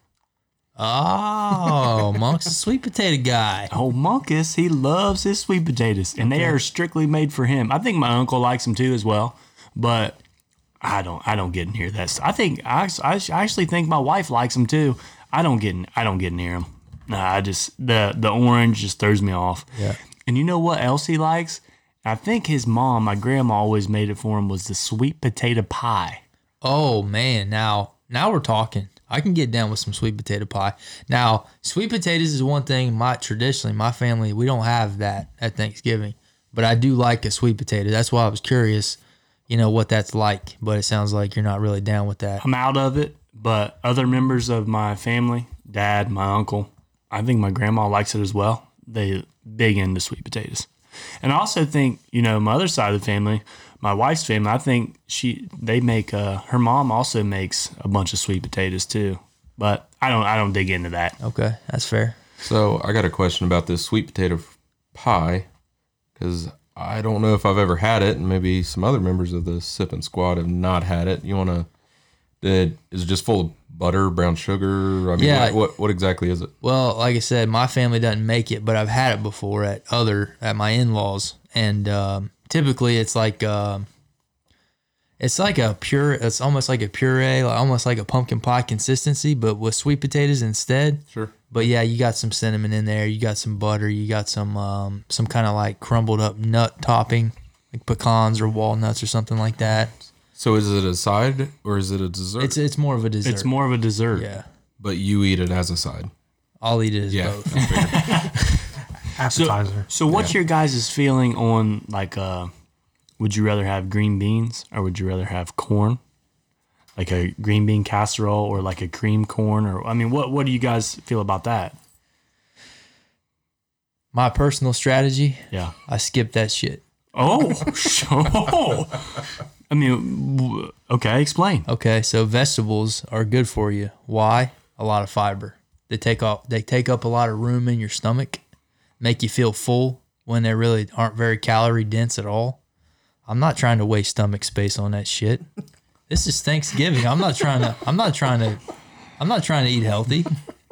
Speaker 2: Oh, Monk's a sweet potato guy.
Speaker 1: Old Monkus, Oh, he loves his sweet potatoes, and they are strictly made for him. I think my uncle likes them too as well, but I don't. I don't get in here. That's. I think I, I actually think my wife likes them too. I don't get. In, I don't get near them. Nah, I just the the orange just throws me off.
Speaker 2: Yeah.
Speaker 1: And you know what else he likes? I think his mom, my grandma, always made it for him was the sweet potato pie.
Speaker 2: Oh man, now now we're talking. I can get down with some sweet potato pie. Now, sweet potatoes is one thing. My traditionally, my family we don't have that at Thanksgiving, but I do like a sweet potato. That's why I was curious, you know, what that's like. But it sounds like you're not really down with that.
Speaker 1: I'm out of it, but other members of my family, dad, my uncle, I think my grandma likes it as well. They big into sweet potatoes. And I also think, you know, my other side of the family, my wife's family, I think she they make uh her mom also makes a bunch of sweet potatoes too. But I don't I don't dig into that.
Speaker 2: Okay, that's fair.
Speaker 3: So I got a question about this sweet potato pie because I don't know if I've ever had it, and maybe some other members of the sipping squad have not had it. You want to? Did is it just full of butter, brown sugar? I mean,
Speaker 2: Yeah.
Speaker 3: what, what what exactly is it?
Speaker 2: Well, like I said, my family doesn't make it, but I've had it before at other at my in laws, and um, typically it's like um, it's like a pure. It's almost like a puree, like, almost like a pumpkin pie consistency, but with sweet potatoes instead.
Speaker 3: Sure.
Speaker 2: But yeah, you got some cinnamon in there. You got some butter. You got some um, some kind of like crumbled up nut topping, like pecans or walnuts or something like that.
Speaker 3: So is it a side or is it a dessert?
Speaker 2: It's it's more of a dessert.
Speaker 1: It's more of a dessert.
Speaker 2: yeah.
Speaker 3: but you eat it as a side.
Speaker 2: I'll eat it as
Speaker 3: Yeah.
Speaker 2: both.
Speaker 4: appetizer.
Speaker 1: So what's your guys' feeling on like uh would you rather have green beans or would you rather have corn? Like a green bean casserole or like a cream corn or I mean what what do you guys feel about that?
Speaker 2: My personal strategy:
Speaker 1: Yeah.
Speaker 2: I skip that shit.
Speaker 1: Oh. [LAUGHS] sure. I mean w- okay, explain.
Speaker 2: Okay, so vegetables are good for you. Why? A lot of fiber. They take off they take up a lot of room in your stomach, make you feel full when they really aren't very calorie dense at all. I'm not trying to waste stomach space on that shit. This is Thanksgiving. I'm not trying to I'm not trying to I'm not trying to eat healthy.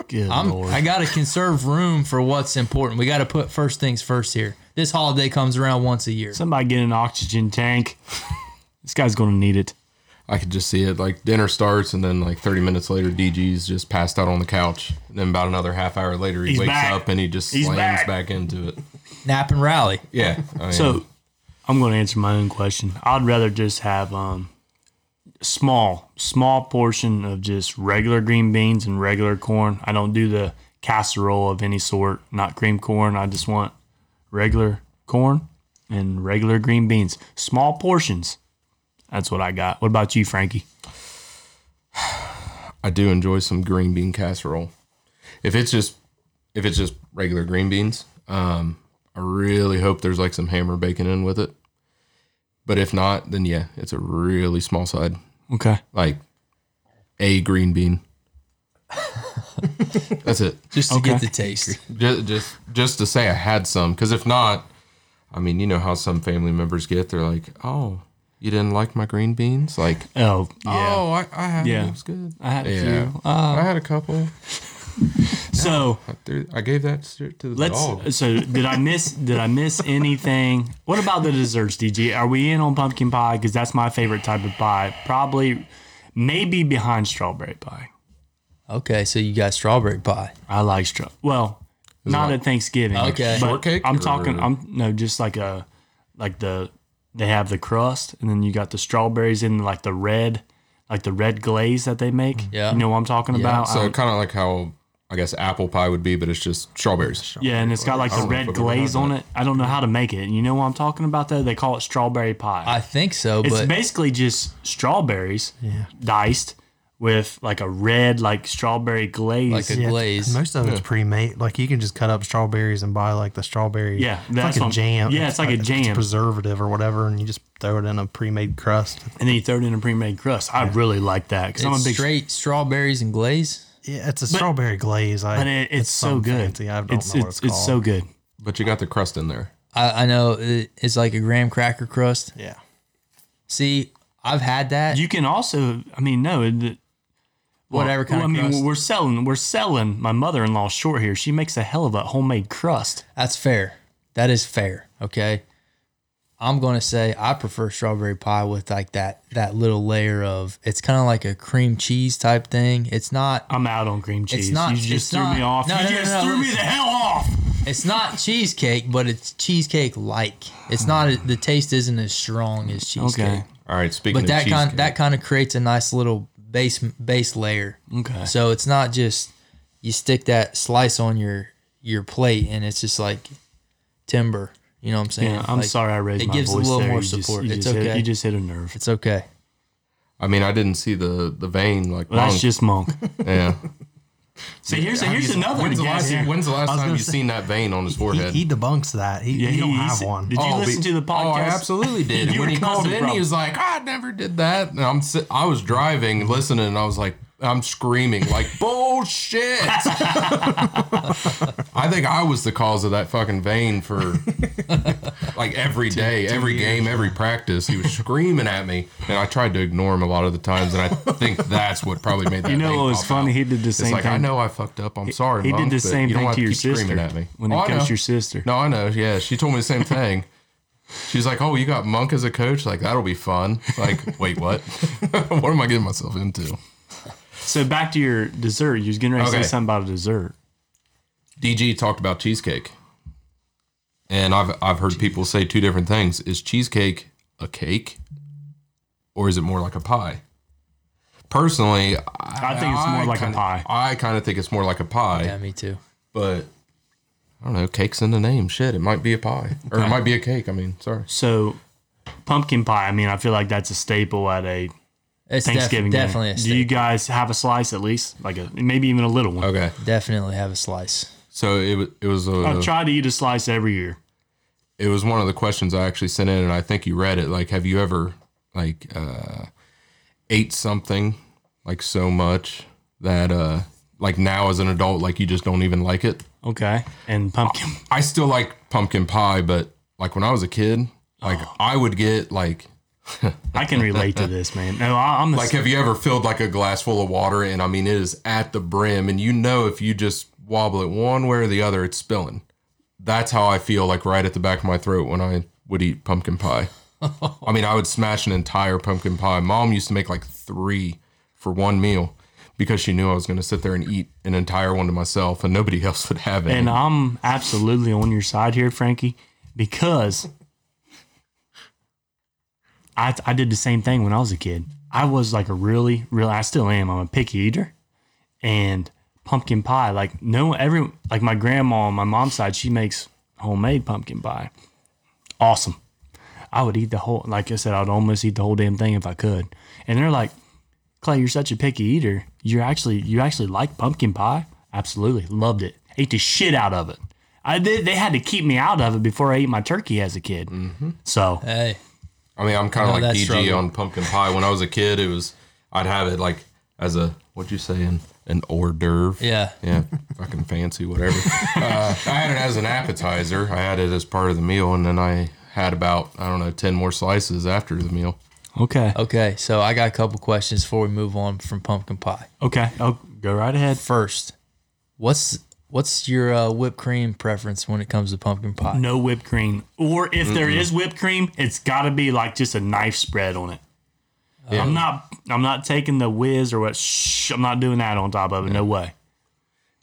Speaker 1: Good
Speaker 2: I'm
Speaker 1: lord.
Speaker 2: I gotta conserve room for what's important. We gotta put first things first here. This holiday comes around once a year.
Speaker 1: Somebody get an oxygen tank. [LAUGHS] this guy's going to need it.
Speaker 3: I could just see it. Like dinner starts, and then like 30 minutes later, DG's just passed out on the couch. And then about another half hour later, he
Speaker 1: He's
Speaker 3: wakes
Speaker 1: back.
Speaker 3: up and he just
Speaker 1: He's
Speaker 3: slams
Speaker 1: back.
Speaker 3: back. into it.
Speaker 2: Nap and rally.
Speaker 1: [LAUGHS]
Speaker 3: Yeah. I mean,
Speaker 1: So I'm going to answer my own question. I'd rather just have um, small, small portion of just regular green beans and regular corn. I don't do the casserole of any sort, not cream corn. I just want regular corn and regular green beans, small portions. That's what I got. What about you, Frankie?
Speaker 3: I do enjoy some green bean casserole. If it's just if it's just regular green beans, um, I really hope there's like some ham or bacon in with it. But if not, then yeah, it's a really small side,
Speaker 1: Okay.
Speaker 3: like a green bean. That's it.
Speaker 2: Just to get
Speaker 1: Okay.
Speaker 2: the taste.
Speaker 3: just just just to say I had some because if not, I mean you know how some family members get they're like oh you didn't like my green beans like
Speaker 1: Oh, yeah.
Speaker 3: oh I, I had
Speaker 1: Yeah.
Speaker 3: it was good
Speaker 1: I had a
Speaker 3: yeah
Speaker 1: few. Um,
Speaker 3: I had a couple
Speaker 1: So.
Speaker 3: I, threw, I gave that shit to the
Speaker 1: Let's.
Speaker 3: dog
Speaker 1: So, did I miss? did I
Speaker 3: [LAUGHS]
Speaker 1: miss anything? What about the desserts, DG? Are we in on pumpkin pie? Because that's my favorite type of pie. Probably, maybe behind strawberry pie.
Speaker 2: Okay, so you got strawberry pie.
Speaker 1: I like straw. Well, not at Thanksgiving.
Speaker 2: Okay.
Speaker 1: but
Speaker 3: Shortcake
Speaker 1: I'm
Speaker 3: or-
Speaker 1: talking. I'm no, just like a, like the they have the crust, and then you got the strawberries in like the red, like the red glaze that they make.
Speaker 2: Yeah.
Speaker 1: you know what I'm talking about.
Speaker 3: Mm-hmm. so
Speaker 1: Um,
Speaker 3: kind of like how I guess apple pie would be but it's just strawberries
Speaker 1: Yeah, and it's got like
Speaker 3: I
Speaker 1: the
Speaker 3: don't know
Speaker 1: red
Speaker 3: if I've ever had
Speaker 1: glaze on
Speaker 3: that.
Speaker 1: it. I don't know how to make it. You know what I'm talking about though? They call it strawberry pie.
Speaker 2: I think so,
Speaker 1: It's
Speaker 2: but
Speaker 1: basically just strawberries diced with like a red like strawberry glaze.
Speaker 2: like a
Speaker 4: Yeah,
Speaker 2: glaze.
Speaker 4: Most of it's pre-made. Like you can just cut up strawberries and buy like the strawberry.
Speaker 1: Yeah,
Speaker 4: it's
Speaker 1: that's
Speaker 4: like
Speaker 1: what
Speaker 4: a
Speaker 1: I'm-
Speaker 4: jam.
Speaker 1: yeah, it's like a jam.
Speaker 4: preservative or whatever, and you just throw it in a pre-made crust.
Speaker 1: and then you throw it in a pre-made crust. I really like that because I'm a
Speaker 2: It's
Speaker 1: big
Speaker 2: straight strawberries and glaze.
Speaker 4: Yeah, it's a strawberry glaze. I,
Speaker 1: But it, it's, so
Speaker 4: something
Speaker 1: good.
Speaker 4: fancy. I don't
Speaker 1: it's,
Speaker 4: know what
Speaker 1: it's,
Speaker 4: it's
Speaker 1: it's so good.
Speaker 3: but you got the crust in there
Speaker 2: I, I know it, it's like a graham cracker crust.
Speaker 4: yeah.
Speaker 2: See, I've had that.
Speaker 1: You can also, I mean, no, it-
Speaker 2: whatever
Speaker 1: Well,
Speaker 2: kind
Speaker 1: I
Speaker 2: of
Speaker 1: mean,
Speaker 2: crust.
Speaker 1: we're selling we're selling my mother in law short here. She makes a hell of a homemade crust.
Speaker 2: That's fair. That is fair. Okay. I'm gonna say I prefer strawberry pie with like that that little layer of it's kind of like a cream cheese type thing. It's not
Speaker 1: I'm out on cream cheese.
Speaker 2: not-
Speaker 1: you
Speaker 2: it's
Speaker 1: just threw
Speaker 2: not-
Speaker 1: me off.
Speaker 2: no,
Speaker 1: you
Speaker 2: no, no,
Speaker 1: just
Speaker 2: no,
Speaker 1: threw me
Speaker 2: listen.
Speaker 1: the hell off.
Speaker 2: it's not cheesecake, but it's cheesecake like. It's not the taste isn't as strong as cheesecake.
Speaker 1: Okay.
Speaker 3: All right, speaking
Speaker 2: But
Speaker 3: of
Speaker 2: that kind
Speaker 3: cheesecake,
Speaker 2: that kind of creates a nice little base base layer.
Speaker 1: Okay.
Speaker 2: So it's not just you stick that slice on your your plate and it's just like timber. You know what I'm saying?
Speaker 1: Yeah, I'm
Speaker 2: Like,
Speaker 1: sorry I raised
Speaker 2: it
Speaker 1: my
Speaker 2: gives
Speaker 1: voice
Speaker 2: a little
Speaker 1: there.
Speaker 2: more
Speaker 1: You just-
Speaker 2: support.
Speaker 1: you
Speaker 2: it's
Speaker 1: just
Speaker 2: okay.
Speaker 1: Hit, you just hit a nerve.
Speaker 2: it's okay.
Speaker 3: I mean, I didn't see the the vein like
Speaker 1: That's
Speaker 3: Monk.
Speaker 1: just monk. [LAUGHS]
Speaker 3: yeah.
Speaker 1: So here's here's another
Speaker 3: When's the
Speaker 1: guess
Speaker 3: last,
Speaker 1: here.
Speaker 3: when's the last
Speaker 4: was
Speaker 3: time
Speaker 4: gonna
Speaker 3: you
Speaker 4: say-
Speaker 3: seen that vein on his
Speaker 4: He,
Speaker 3: forehead?
Speaker 4: he debunks that. He,
Speaker 1: Yeah,
Speaker 4: he, don't
Speaker 1: he-
Speaker 4: have
Speaker 1: he-
Speaker 4: one.
Speaker 1: did you
Speaker 3: Oh,
Speaker 1: listen
Speaker 3: be-
Speaker 1: to the
Speaker 3: Oh, I
Speaker 1: podcast? [LAUGHS]
Speaker 3: absolutely did.
Speaker 1: You
Speaker 3: when
Speaker 1: were
Speaker 3: he called
Speaker 1: causing
Speaker 3: in, he was like, "I never did that." And I'm, si- I was driving, and listening, and I was like, I'm screaming like [LAUGHS] bullshit. [LAUGHS] I think I was the cause of that fucking vein for [LAUGHS] like every day, every game, every practice. He was screaming at me, and I tried to ignore him a lot of the times. And
Speaker 1: [LAUGHS]
Speaker 3: I think that's what probably made that.
Speaker 1: You know
Speaker 3: vein
Speaker 1: what was
Speaker 3: pop
Speaker 1: funny?
Speaker 3: out.
Speaker 1: He did the
Speaker 3: It's
Speaker 1: same
Speaker 3: like,
Speaker 1: thing.
Speaker 3: I know I fucked up. I'm sorry.
Speaker 1: He
Speaker 3: Mom,
Speaker 1: did the
Speaker 3: but
Speaker 1: same
Speaker 3: you don't
Speaker 1: thing
Speaker 3: have
Speaker 1: to your
Speaker 3: keep screaming
Speaker 1: sister
Speaker 3: At me.
Speaker 1: when it
Speaker 3: Oh, I
Speaker 1: comes
Speaker 3: know.
Speaker 1: to your sister.
Speaker 3: No, I know. Yeah, she told me the same thing. She's like, "Oh, you got Monk as a coach? Like that'll be fun." Like, wait, what? [LAUGHS] what am I getting myself into?
Speaker 1: So back to your dessert. You was getting ready to
Speaker 3: Okay.
Speaker 1: say something about a dessert.
Speaker 3: DG talked about cheesecake, and I've I've heard people say two different things: is cheesecake a cake, or is it more like a pie? Personally, I,
Speaker 1: I think it's more like a
Speaker 3: kinda-
Speaker 1: pie.
Speaker 3: I kind of think it's more like a pie,
Speaker 2: Yeah, me too.
Speaker 3: but. I don't know. Cake's in the name. Shit, it might be a pie, or it might be a cake. I mean, sorry.
Speaker 1: So pumpkin pie. I mean, I feel like that's a staple at a
Speaker 2: It's def-
Speaker 1: Thanksgiving dinner.
Speaker 2: definitely a
Speaker 1: Do you
Speaker 2: steak.
Speaker 1: guys have a slice at least, like a maybe even a little one?
Speaker 3: Okay,
Speaker 2: definitely have a slice.
Speaker 3: so it was it was a.
Speaker 1: I try to eat a slice every year.
Speaker 3: it was one of the questions I actually sent in, and I think you read it. Like, have you ever like uh, ate something like so much that uh, like now as an adult, like you just don't even like it?
Speaker 1: Okay, and pumpkin.
Speaker 3: I still like pumpkin pie, but like when I was a kid, like I would get like
Speaker 1: I can relate to this, man. No, I, I'm the
Speaker 3: like have you ever filled like a glass full of water and I mean it is at the brim, and you know if you just wobble it one way or the other, it's spilling. That's how I feel like right at the back of my throat when I would eat pumpkin pie. I mean, I would smash an entire pumpkin pie. Mom used to make like three for one meal because she knew I was going to sit there and eat an entire one to myself and nobody [LAUGHS] else would have it.
Speaker 1: And I'm absolutely on your side here, Frankie, because I, I did the same thing when I was a kid. I was like a really, really, I still am. I'm a picky eater. And pumpkin pie, like, no, every, like my grandma on my mom's side, she makes homemade pumpkin pie. Awesome. I would eat the whole, like I said, I'd almost eat the whole damn thing if I could. And they're like, Clay, you're such a picky eater. You're actually you actually like pumpkin pie. Absolutely loved it. Ate the shit out of it. I they, they had to keep me out of it before I ate my turkey as a kid.
Speaker 3: Mm-hmm.
Speaker 1: So
Speaker 2: Hey,
Speaker 3: I mean, I'm kind
Speaker 2: know
Speaker 3: of
Speaker 2: that
Speaker 3: like DG
Speaker 2: struggle.
Speaker 3: on pumpkin pie. When I was a kid, it was, I'd have it like as a, what'd you say, an, an hors d'oeuvre?
Speaker 2: yeah,
Speaker 3: Yeah, fucking fancy, [LAUGHS] whatever. uh, I had it as an appetizer. I had it as part of the meal, and then I had about I don't know ten more slices after the meal.
Speaker 1: okay,
Speaker 3: Oh.
Speaker 2: okay. So I got a couple questions before we move on from pumpkin pie.
Speaker 1: okay, oh, go right ahead.
Speaker 2: First, what's what's your uh, whipped cream preference when it comes to pumpkin pie?
Speaker 1: No whipped cream, or if there is whipped cream, it's got to be like just a knife spread on it.
Speaker 3: Yeah.
Speaker 1: I'm not I'm not taking the whiz or what. Shh, I'm not doing that on top of it. No way.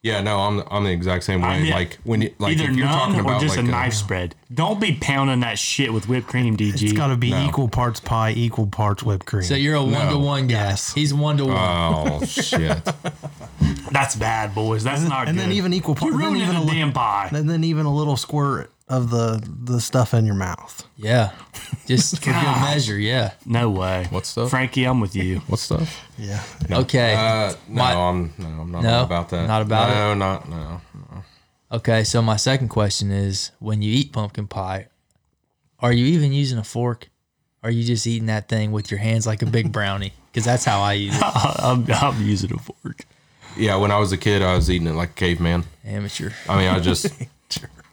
Speaker 3: Yeah, no, I'm I'm the exact same way.
Speaker 1: I'm the-
Speaker 3: like when you like
Speaker 1: Either
Speaker 3: if you're talking
Speaker 1: none or
Speaker 3: about
Speaker 1: just
Speaker 3: like
Speaker 1: a knife spread. Don't be pounding that shit with whipped cream, DG.
Speaker 4: It's got to be equal parts pie, equal parts whipped cream.
Speaker 2: So you're a one to one guy.
Speaker 4: Yes.
Speaker 2: He's one to one.
Speaker 3: [LAUGHS] Oh shit!
Speaker 1: That's bad, boys. That's not
Speaker 4: and
Speaker 1: good.
Speaker 4: then even equal
Speaker 1: You're
Speaker 4: part- then
Speaker 1: ruining
Speaker 4: even
Speaker 1: the
Speaker 4: a li-
Speaker 1: damn pie.
Speaker 4: and then even a little squirt of the the stuff in your mouth.
Speaker 2: Yeah, just for good measure. Yeah.
Speaker 1: No way.
Speaker 3: What's up?
Speaker 1: Frankie? I'm with
Speaker 4: [LAUGHS]
Speaker 1: you.
Speaker 3: What's stuff?
Speaker 4: Yeah,
Speaker 2: Okay.
Speaker 3: Uh, no,
Speaker 2: My-
Speaker 3: I'm no, I'm not
Speaker 2: No?
Speaker 3: all about that.
Speaker 2: Not about
Speaker 3: no, No, not no.
Speaker 2: Okay, so my second question is when you eat pumpkin pie, are you even using a fork? Are you just eating that thing with your hands like a big brownie? Because that's how I use
Speaker 3: [LAUGHS]
Speaker 2: it.
Speaker 1: I'm, I'm using a fork.
Speaker 3: Yeah, when I was a kid, I was eating it like a caveman.
Speaker 2: Amateur.
Speaker 3: I mean,
Speaker 1: [LAUGHS]
Speaker 3: I just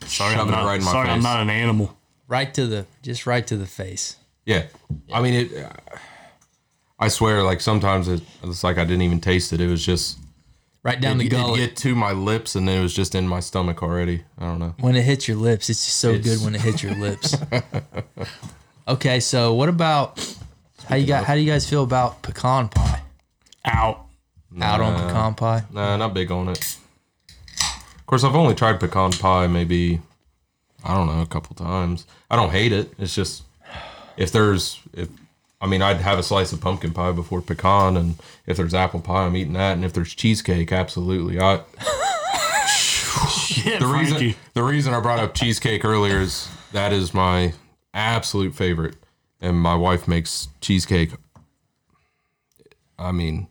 Speaker 1: Sorry,
Speaker 3: Shoving
Speaker 1: I'm
Speaker 3: it
Speaker 1: not.
Speaker 3: right in my
Speaker 1: sorry, I'm
Speaker 3: face.
Speaker 1: not an animal.
Speaker 2: Right to the just right to the face.
Speaker 3: Yeah. I mean, it. I swear, like sometimes it, it's like I didn't even taste it. It was just
Speaker 2: right down
Speaker 3: it,
Speaker 2: the
Speaker 3: it
Speaker 2: gullet.
Speaker 3: get to my lips, and then it was just in my stomach already. I don't know.
Speaker 2: when it hits your lips, it's just so
Speaker 3: It's-
Speaker 2: good when it hits your
Speaker 3: [LAUGHS]
Speaker 2: lips. okay, so what about how you got? How do you guys feel about pecan pie?
Speaker 1: Out. [LAUGHS]
Speaker 2: Out on pecan pie?
Speaker 3: Nah, not big on it. Of course, I've only tried pecan pie maybe, I don't know, a couple times. I don't hate it. It's just if there's if I mean I'd have a slice of pumpkin pie before pecan, and if there's apple pie, I'm eating that, and if there's cheesecake, absolutely. I
Speaker 1: Shit,
Speaker 3: the reason
Speaker 1: Frankie.
Speaker 3: the reason I brought up cheesecake earlier is that is my absolute favorite, and my wife makes cheesecake. I mean,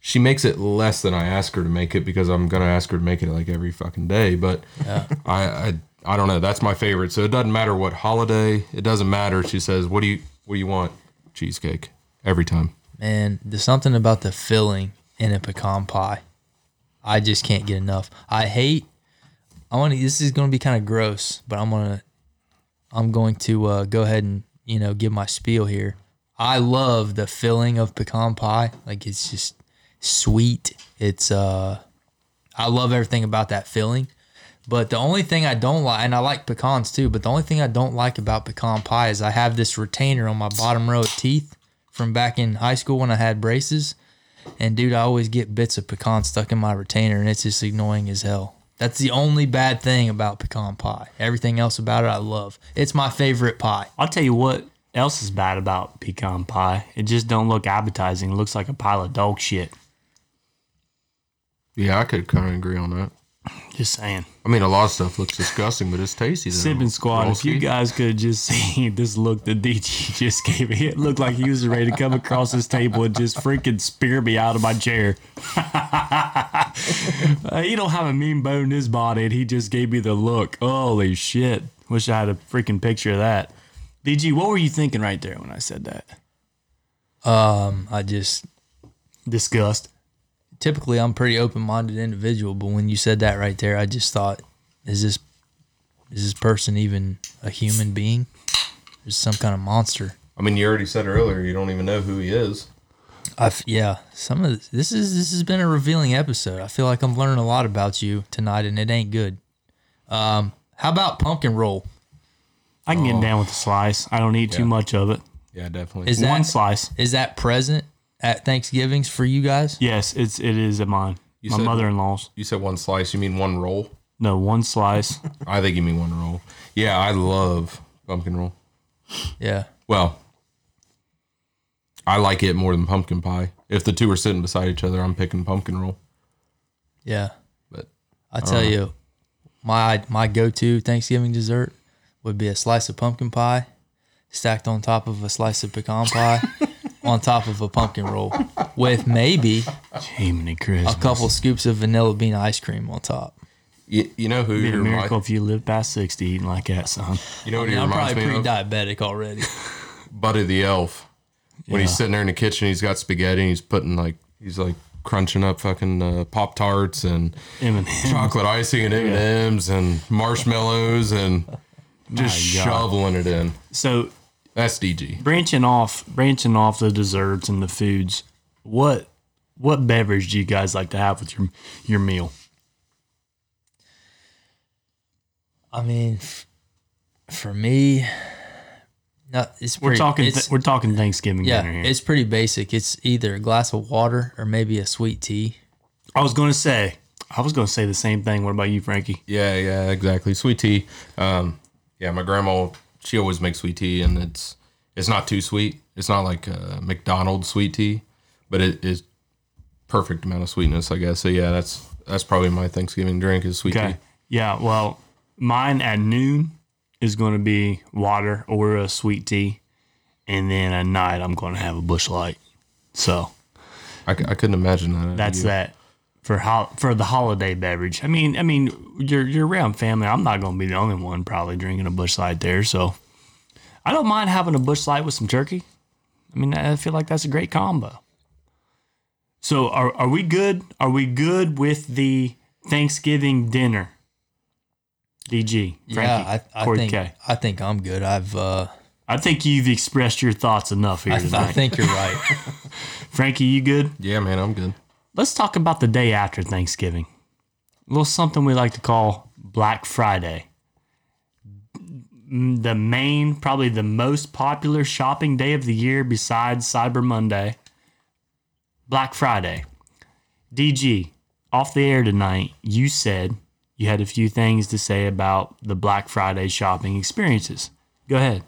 Speaker 3: she makes it less than I ask her to make it because I'm gonna ask her to make it like every fucking day. But I, I I don't know. That's my favorite. So it doesn't matter what holiday. It doesn't matter. She says, "What do you what do you want? Cheesecake every time."
Speaker 2: Man, there's something about the filling in a pecan pie. I just can't get enough. I hate. I want to. This is going to be kind of gross, but I'm gonna. I'm going to uh, go ahead and you know give my spiel here. I love the filling of pecan pie. Like it's just sweet. It's uh, I love everything about that filling. But the only thing I don't like, and I like pecans too, but the only thing I don't like about pecan pie is I have this retainer on my bottom row of teeth from back in high school when I had braces. And dude, I always get bits of pecan stuck in my retainer, and it's just annoying as hell. That's the only bad thing about pecan pie. Everything else about it, I love. It's my favorite pie.
Speaker 1: I'll tell you what else is bad about pecan pie. It just don't look appetizing. It looks like a pile of dog shit.
Speaker 3: Yeah, I could kind of agree on that.
Speaker 1: Just saying.
Speaker 3: I mean, a lot of stuff looks disgusting, but it's tasty. though.
Speaker 1: Sipping squad. If you
Speaker 3: Rolski.
Speaker 1: guys could have just [LAUGHS] seen this look that DG [LAUGHS] just gave me, it looked like he was ready to come across this table and just freaking spear me out of my chair. [LAUGHS] Uh, he don't have a mean bone in his body, and he just gave me the look. Holy shit! Wish I had a freaking picture of that. DG, what were you thinking right there when I said that?
Speaker 2: Um, I just
Speaker 1: Disgust.
Speaker 2: typically I'm a pretty open minded individual, but when you said that right there, I just thought, is this is this person even a human being? Is some kind of monster?
Speaker 3: I mean, you already said earlier you don't even know who he is.
Speaker 2: I've yeah. Some of this, this is this has been a revealing episode. I feel like I'm learning a lot about you tonight, and it ain't good. Um, how about pumpkin roll?
Speaker 1: I can get down with a slice. I don't eat too much of it.
Speaker 3: Yeah, definitely.
Speaker 2: Is that is
Speaker 1: One slice.
Speaker 2: that present at Thanksgivings for you guys?
Speaker 1: Yes, it's it is at mine. my
Speaker 3: said-
Speaker 1: mother-in-law's.
Speaker 3: You said one slice. You mean one roll?
Speaker 1: No, one slice.
Speaker 3: I think you mean one roll. Yeah, I love pumpkin roll.
Speaker 2: Yeah.
Speaker 3: Well, I like it more than pumpkin pie. If the two are sitting beside each other, I'm picking pumpkin roll.
Speaker 2: Yeah.
Speaker 3: But
Speaker 2: I tell you, my my go to Thanksgiving dessert would be a slice of pumpkin pie stacked on top of a slice of
Speaker 1: [LAUGHS]
Speaker 2: pecan pie on top of a pumpkin roll with maybe
Speaker 1: Jiminy Christmas.
Speaker 2: a couple scoops of vanilla bean ice cream on top.
Speaker 3: you, you know who
Speaker 1: Be a
Speaker 3: you're
Speaker 1: miracle if you live past sixty eating like that, son.
Speaker 3: you know what he
Speaker 2: I'm
Speaker 3: reminds
Speaker 2: probably
Speaker 3: me
Speaker 2: pretty
Speaker 3: of?
Speaker 2: diabetic already.
Speaker 3: Buddy the Elf. When he's sitting there in the kitchen, he's got spaghetti. and He's putting like he's like crunching up fucking uh, pop tarts and
Speaker 1: M and M.
Speaker 3: chocolate icing and M and M's and marshmallows [LAUGHS] and just
Speaker 1: My God.
Speaker 3: shoveling it in.
Speaker 1: So
Speaker 3: That's DG.
Speaker 1: branching off, branching off the desserts and the foods. What what beverage do you guys like to have with your your meal?
Speaker 2: I mean, f- for me, no, it's
Speaker 1: We're
Speaker 2: pretty,
Speaker 1: talking
Speaker 2: it's-
Speaker 1: we're talking Thanksgiving
Speaker 2: yeah,
Speaker 1: dinner here.
Speaker 2: it's pretty basic. It's either a glass of water or maybe a sweet tea.
Speaker 1: I was going to say I was going to say the same thing. What about you, Frankie?
Speaker 3: Yeah, yeah, exactly. Sweet tea. Um, yeah, my grandma she always makes sweet tea, and it's it's not too sweet. It's not like uh, McDonald's sweet tea, but it is perfect amount of sweetness, I guess. So yeah, that's that's probably my Thanksgiving drink is sweet
Speaker 1: Okay.
Speaker 3: tea.
Speaker 1: Yeah. Well, mine at noon is going to be water or a sweet tea, and then at night I'm going to have a bush light. So
Speaker 3: I, c- I couldn't imagine that.
Speaker 1: that's
Speaker 3: You-
Speaker 1: that for ho- for the holiday beverage. I mean, I mean, you're you're around family. I'm not going to be the only one probably drinking a bush light there. So I don't mind having a bush light with some turkey. I mean, I feel like that's a great combo. So are are we good? Are we good with the Thanksgiving dinner? DG, Frankie,
Speaker 2: yeah, I, I
Speaker 1: Corey
Speaker 2: think
Speaker 1: K.
Speaker 2: I think I'm good. I've uh,
Speaker 1: I think you've expressed your thoughts enough here
Speaker 2: I, th-
Speaker 1: tonight.
Speaker 2: I think you're right.
Speaker 1: Frankie, you good?
Speaker 3: Yeah, man, I'm good.
Speaker 1: Let's talk about the day after Thanksgiving. A little something we like to call Black Friday. M- The main, probably the most popular shopping day of the year besides Cyber Monday, Black Friday. DG, off the air tonight, you said you had a few things to say about the Black Friday shopping experiences. Go ahead.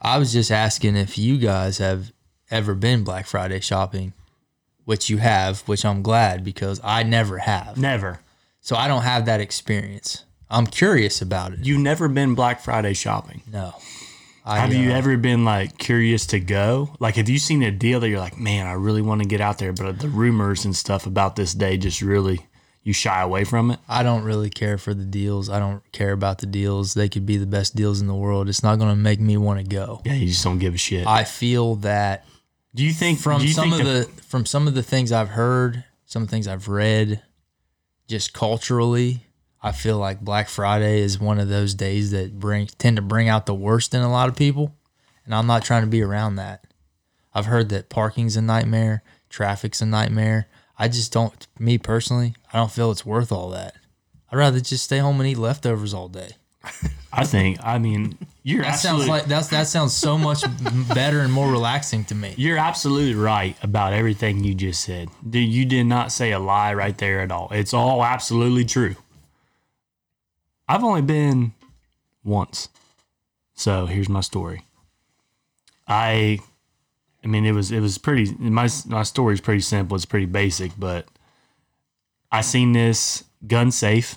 Speaker 2: I was just asking if you guys have ever been Black Friday shopping, which you have, which I'm glad because I never have.
Speaker 1: Never.
Speaker 2: So I don't have that experience. I'm curious about it.
Speaker 1: You've never been Black Friday shopping.
Speaker 2: No. I,
Speaker 1: Have you
Speaker 2: uh,
Speaker 1: ever been like curious to go? Like, have you seen a deal that you're like, man, I really want to get out there, but the rumors and stuff about this day just really you shy away from it?
Speaker 2: I don't really care for the deals. I don't care about the deals. They could be the best deals in the world. It's not going to make me want to go.
Speaker 1: Yeah, you just don't give a shit.
Speaker 2: I feel that
Speaker 1: do you think
Speaker 2: from
Speaker 1: do you
Speaker 2: some
Speaker 1: think
Speaker 2: of the, from some of the things I've heard, some things I've read, just culturally, I feel like Black Friday is one of those days that bring tend to bring out the worst in a lot of people, and I'm not trying to be around that. I've heard that parking's a nightmare, traffic's a nightmare. I just don't, me personally, I don't feel it's worth all that. I'd rather just stay home and eat leftovers all day.
Speaker 1: I think I mean you're
Speaker 2: That sounds
Speaker 1: absolutely
Speaker 2: like that's that sounds so much [LAUGHS] better and more relaxing to me.
Speaker 1: you're absolutely right about everything you just said. Dude, you did not say a lie right there at all. It's all absolutely true. I've only been once. So here's my story. I I mean it was it was pretty my my story is pretty simple, it's pretty basic, but I seen this gun safe.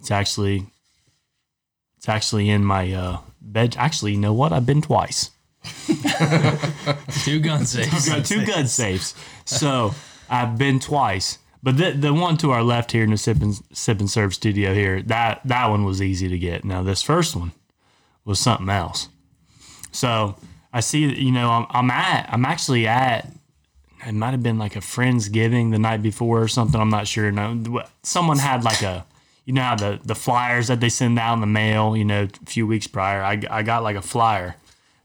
Speaker 1: It's actually it's actually in my uh bed actually, you know what? I've been twice.
Speaker 2: Two gun safes.
Speaker 1: Got two gun safes. So I've been twice. But the, the one to our left here in the sip and, sip and serve studio here, that, that one was easy to get. Now, this first one was something else. So I see that, you know, I'm, I'm at, I'm actually at, it might have been like a friend's giving the night before or something. I'm not sure. No, someone had like a, you know, how the, the flyers that they send out in the mail, you know, a few weeks prior. I, I got like a flyer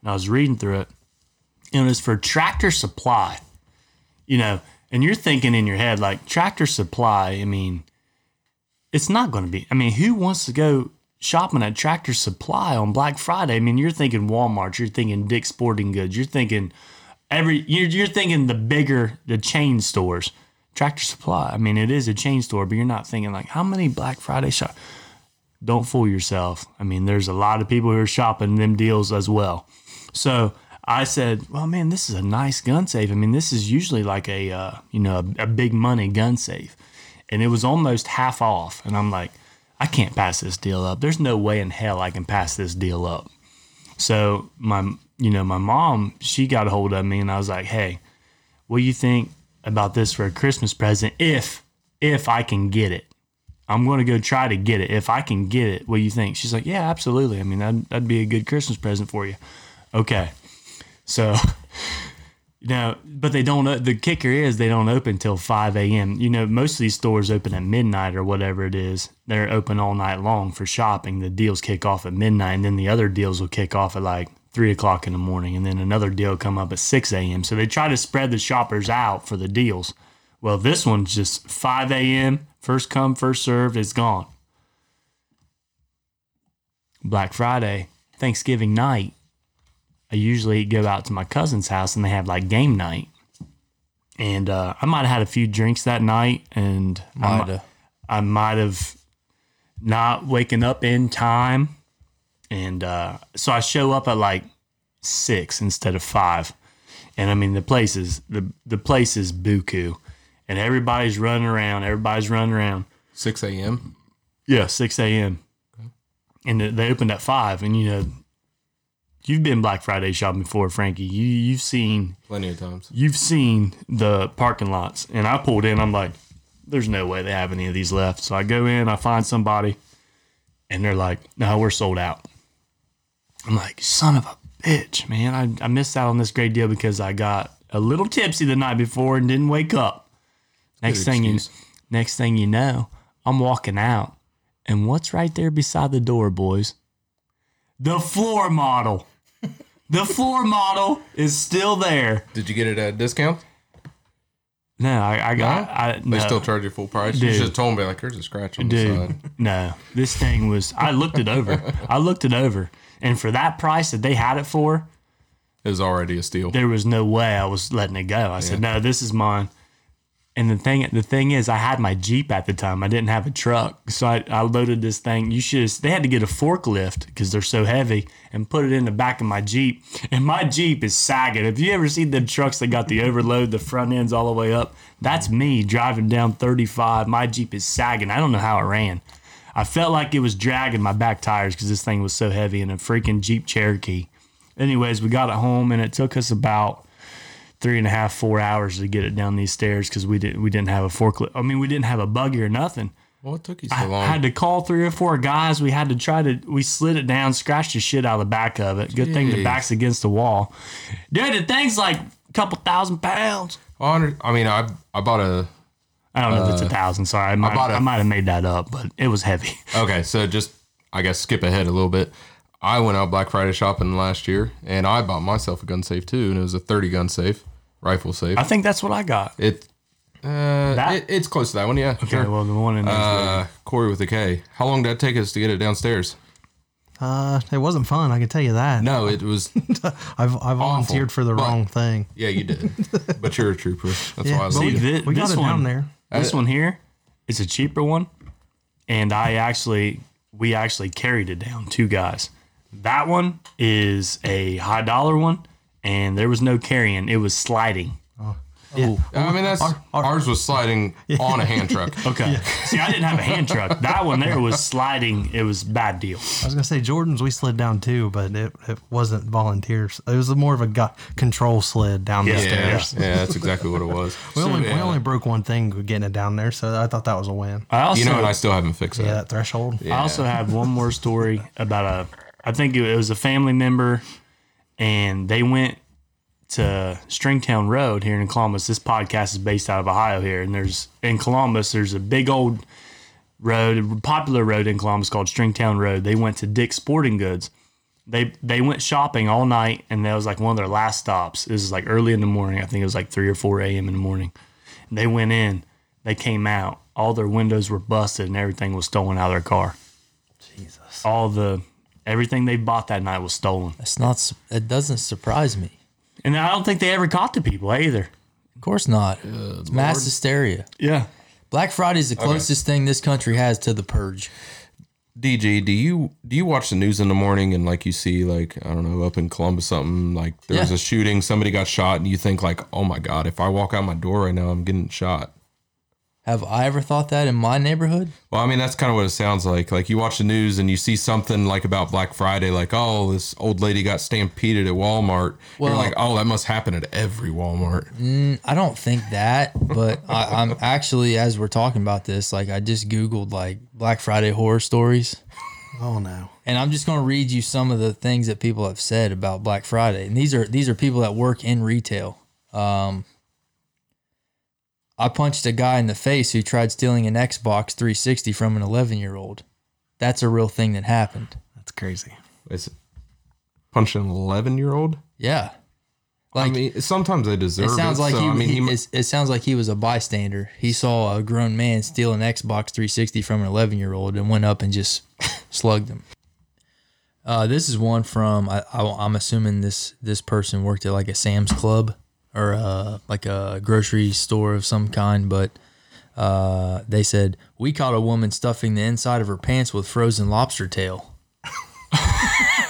Speaker 1: and I was reading through it and it was for tractor supply you know and you're thinking in your head like tractor supply i mean it's not going to be i mean who wants to go shopping at tractor supply on black friday i mean you're thinking walmart you're thinking dick's sporting goods you're thinking every you're, you're thinking the bigger the chain stores tractor supply i mean it is a chain store but you're not thinking like how many black friday shop don't fool yourself i mean there's a lot of people who are shopping them deals as well so I said, "Well, man, this is a nice gun safe. I mean, this is usually like a uh, you know a, a big money gun safe, and it was almost half off." And I'm like, "I can't pass this deal up. There's no way in hell I can pass this deal up." So my you know my mom she got a hold of me and I was like, "Hey, what do you think about this for a Christmas present? If if I can get it." I'm going to go try to get it. If I can get it, what do you think? She's like, Yeah, absolutely. I mean, that'd, that'd be a good Christmas present for you. Okay. So, [LAUGHS] you know, but they don't, o- the kicker is they don't open till 5 a.m. You know, most of these stores open at midnight or whatever it is. They're open all night long for shopping. The deals kick off at midnight, and then the other deals will kick off at like three o'clock in the morning, and then another deal will come up at 6 a.m. So they try to spread the shoppers out for the deals. Well, this one's just 5 a.m., first come, first served, it's gone. Black Friday, Thanksgiving night, I usually go out to my cousin's house and they have like game night. And uh, I might have had a few drinks that night and I mi-
Speaker 2: Might've.
Speaker 1: I might have not waken up in time. And uh, so I show up at like six instead of five. And I mean the place is the, the place is buku. And everybody's running around, everybody's running around.
Speaker 3: 6 a.m.
Speaker 1: Yeah, six a.m. And th- they opened at five. And you know, you've been Black Friday shopping before, Frankie. You you've seen
Speaker 3: Plenty of times.
Speaker 1: you've seen the parking lots. And I pulled in. I'm like, there's no way they have any of these left. So I go in. I find somebody, and they're like, no, we're sold out. I'm like, son of a bitch, man. I I missed out on this great deal because I got a little tipsy the night before and didn't wake up. Next thing you
Speaker 3: excuse.
Speaker 1: next thing you know, I'm walking out and what's right there beside the door, boys? The floor model. The floor model is still there.
Speaker 3: Did you get it at a discount?
Speaker 1: No, I, I got. I,
Speaker 3: They
Speaker 1: no,
Speaker 3: still charge you full price. You
Speaker 1: Dude.
Speaker 3: should have told me like there's a scratch on the
Speaker 1: dude.
Speaker 3: side.
Speaker 1: No, this thing was. I looked it over. I looked it over, and for that price that they had it for,
Speaker 3: It was already a steal.
Speaker 1: there was no way I was letting it go. I said, "No, this is mine." And the thing, the thing is, I had my Jeep at the time. I didn't have a truck, so I, I loaded this thing. You should. They had to get a forklift because they're so heavy, and put it in the back of my Jeep. And my Jeep is sagging. Have you ever seen the trucks that got the overload, the front ends all the way up? That's me driving down 35. My Jeep is sagging. I don't know how it ran. I felt like it was dragging my back tires because this thing was so heavy in a freaking Jeep Cherokee anyways, we got it home and it took us about three and a half, four hours to get it down these stairs because we didn't we didn't have a forklift. I mean, we didn't have a buggy or nothing.
Speaker 3: Well, it took you so
Speaker 1: I
Speaker 3: long.
Speaker 1: had to call three or four guys. We had to try to we slid it down, scratched the shit out of the back of it. Good thing the
Speaker 3: Jeez.
Speaker 1: back's against the wall. Dude, the thing's like a couple thousand pounds.
Speaker 3: Honor- I mean, I I bought a
Speaker 1: I don't know if it's a thousand. Sorry, I might,
Speaker 3: Uh, bought a-
Speaker 1: I might have made that up, but it was heavy. [LAUGHS]
Speaker 3: Okay, so just I guess skip ahead a little bit. I went out Black Friday shopping last year, and I bought myself a gun safe too, and it was a thirty gun safe, rifle safe.
Speaker 1: I think that's what I got.
Speaker 3: It, uh, it it's close to that one, yeah.
Speaker 1: Okay, well, the one in there.
Speaker 3: Uh, Corey with a K. How long did it take us to get it downstairs?
Speaker 4: Uh, it wasn't fun. I can tell you that.
Speaker 3: No,
Speaker 1: [LAUGHS]
Speaker 3: it was.
Speaker 4: I've I volunteered for the
Speaker 3: but-
Speaker 4: wrong thing.
Speaker 3: Yeah, you did. But you're a trooper. That's
Speaker 4: Yeah,
Speaker 3: why I was.
Speaker 4: but
Speaker 1: See,
Speaker 3: like,
Speaker 1: thi-
Speaker 4: we got
Speaker 1: Oh, this
Speaker 4: it
Speaker 1: one,
Speaker 4: down there.
Speaker 3: Uh,
Speaker 1: This one here is a cheaper one, and I actually we actually carried it down two guys. That one is a high dollar one, and there was no carrying; it was sliding.
Speaker 4: Yeah.
Speaker 3: I mean, that's ours was
Speaker 1: [LAUGHS]
Speaker 3: sliding on a hand truck.
Speaker 1: Okay, [LAUGHS] see, I didn't have a hand truck. That one there was sliding. It was bad deal.
Speaker 4: I was gonna say Jordan's. We slid down too, but it, it wasn't volunteers. It was more of a gu control slid down the
Speaker 3: Yeah,
Speaker 4: stairs.
Speaker 3: yeah, that's exactly what it [LAUGHS] was.
Speaker 4: We only, we
Speaker 3: yeah.
Speaker 4: only broke one thing getting it down there, so I thought that was a win.
Speaker 1: I also
Speaker 3: you know, and I still haven't fixed that.
Speaker 4: Yeah, that threshold.
Speaker 1: I also have one more story about a. I think it was a family member, and they went to Stringtown Road here in Columbus. This podcast is based out of Ohio here, and there's in Columbus there's a big old road, a popular road in Columbus called Stringtown Road. They went to Dick's Sporting Goods. They they went shopping all night, and that was like one of their last stops. This is like early in the morning. I think it was like three or four a.m. in the morning. And they went in. They came out. All their windows were busted, and everything was stolen out of their car all the everything they bought that night was stolen.
Speaker 2: That's not. su- That doesn't surprise me.
Speaker 1: And I don't think they ever caught the people either.
Speaker 2: Of course not. it's mass hysteria.
Speaker 1: Yeah.
Speaker 2: Black Friday is the closest thing this country has to the purge.
Speaker 3: DG, do you do you watch the news in the morning and like you see like I don't know up in Columbus something like there was
Speaker 2: Yeah.
Speaker 3: a shooting, somebody got shot, and you think like, oh my god, if I walk out my door right now, I'm getting shot.
Speaker 2: Have I ever thought that in my neighborhood?
Speaker 3: Well, I mean that's kind of what it sounds like. Like you watch the news and you see something like about Black Friday, like oh this old lady got stampeded at Walmart.
Speaker 2: Well-
Speaker 3: You're like oh that must happen at every Walmart.
Speaker 2: I don't think that, but I, I'm actually as we're talking about this, like I just googled like Black Friday horror stories.
Speaker 4: Oh no.
Speaker 2: and I'm just going to read you some of the things that people have said about Black Friday. And these are these are people that work in retail. Um, I punched a guy in the face who tried stealing an Xbox 360 from an 11 year old. That's a real thing that happened.
Speaker 4: That's crazy.
Speaker 3: It's punch an eleven year old.
Speaker 2: Yeah,
Speaker 3: I
Speaker 2: like
Speaker 3: mean sometimes they deserve
Speaker 2: it
Speaker 3: it.
Speaker 2: sounds like
Speaker 3: so,
Speaker 2: he,
Speaker 3: I mean,
Speaker 2: he-
Speaker 3: he, mu-
Speaker 2: it's- it sounds like he was a bystander. He saw a grown man steal an Xbox 360 from an 11 year old and went up and just [LAUGHS] slugged him. Uh, this is one from I, I, am assuming this this person worked at like a Sam's Club or uh, like a grocery store of some kind, but uh, they said we caught a woman stuffing the inside of her pants with frozen lobster tail. [LAUGHS]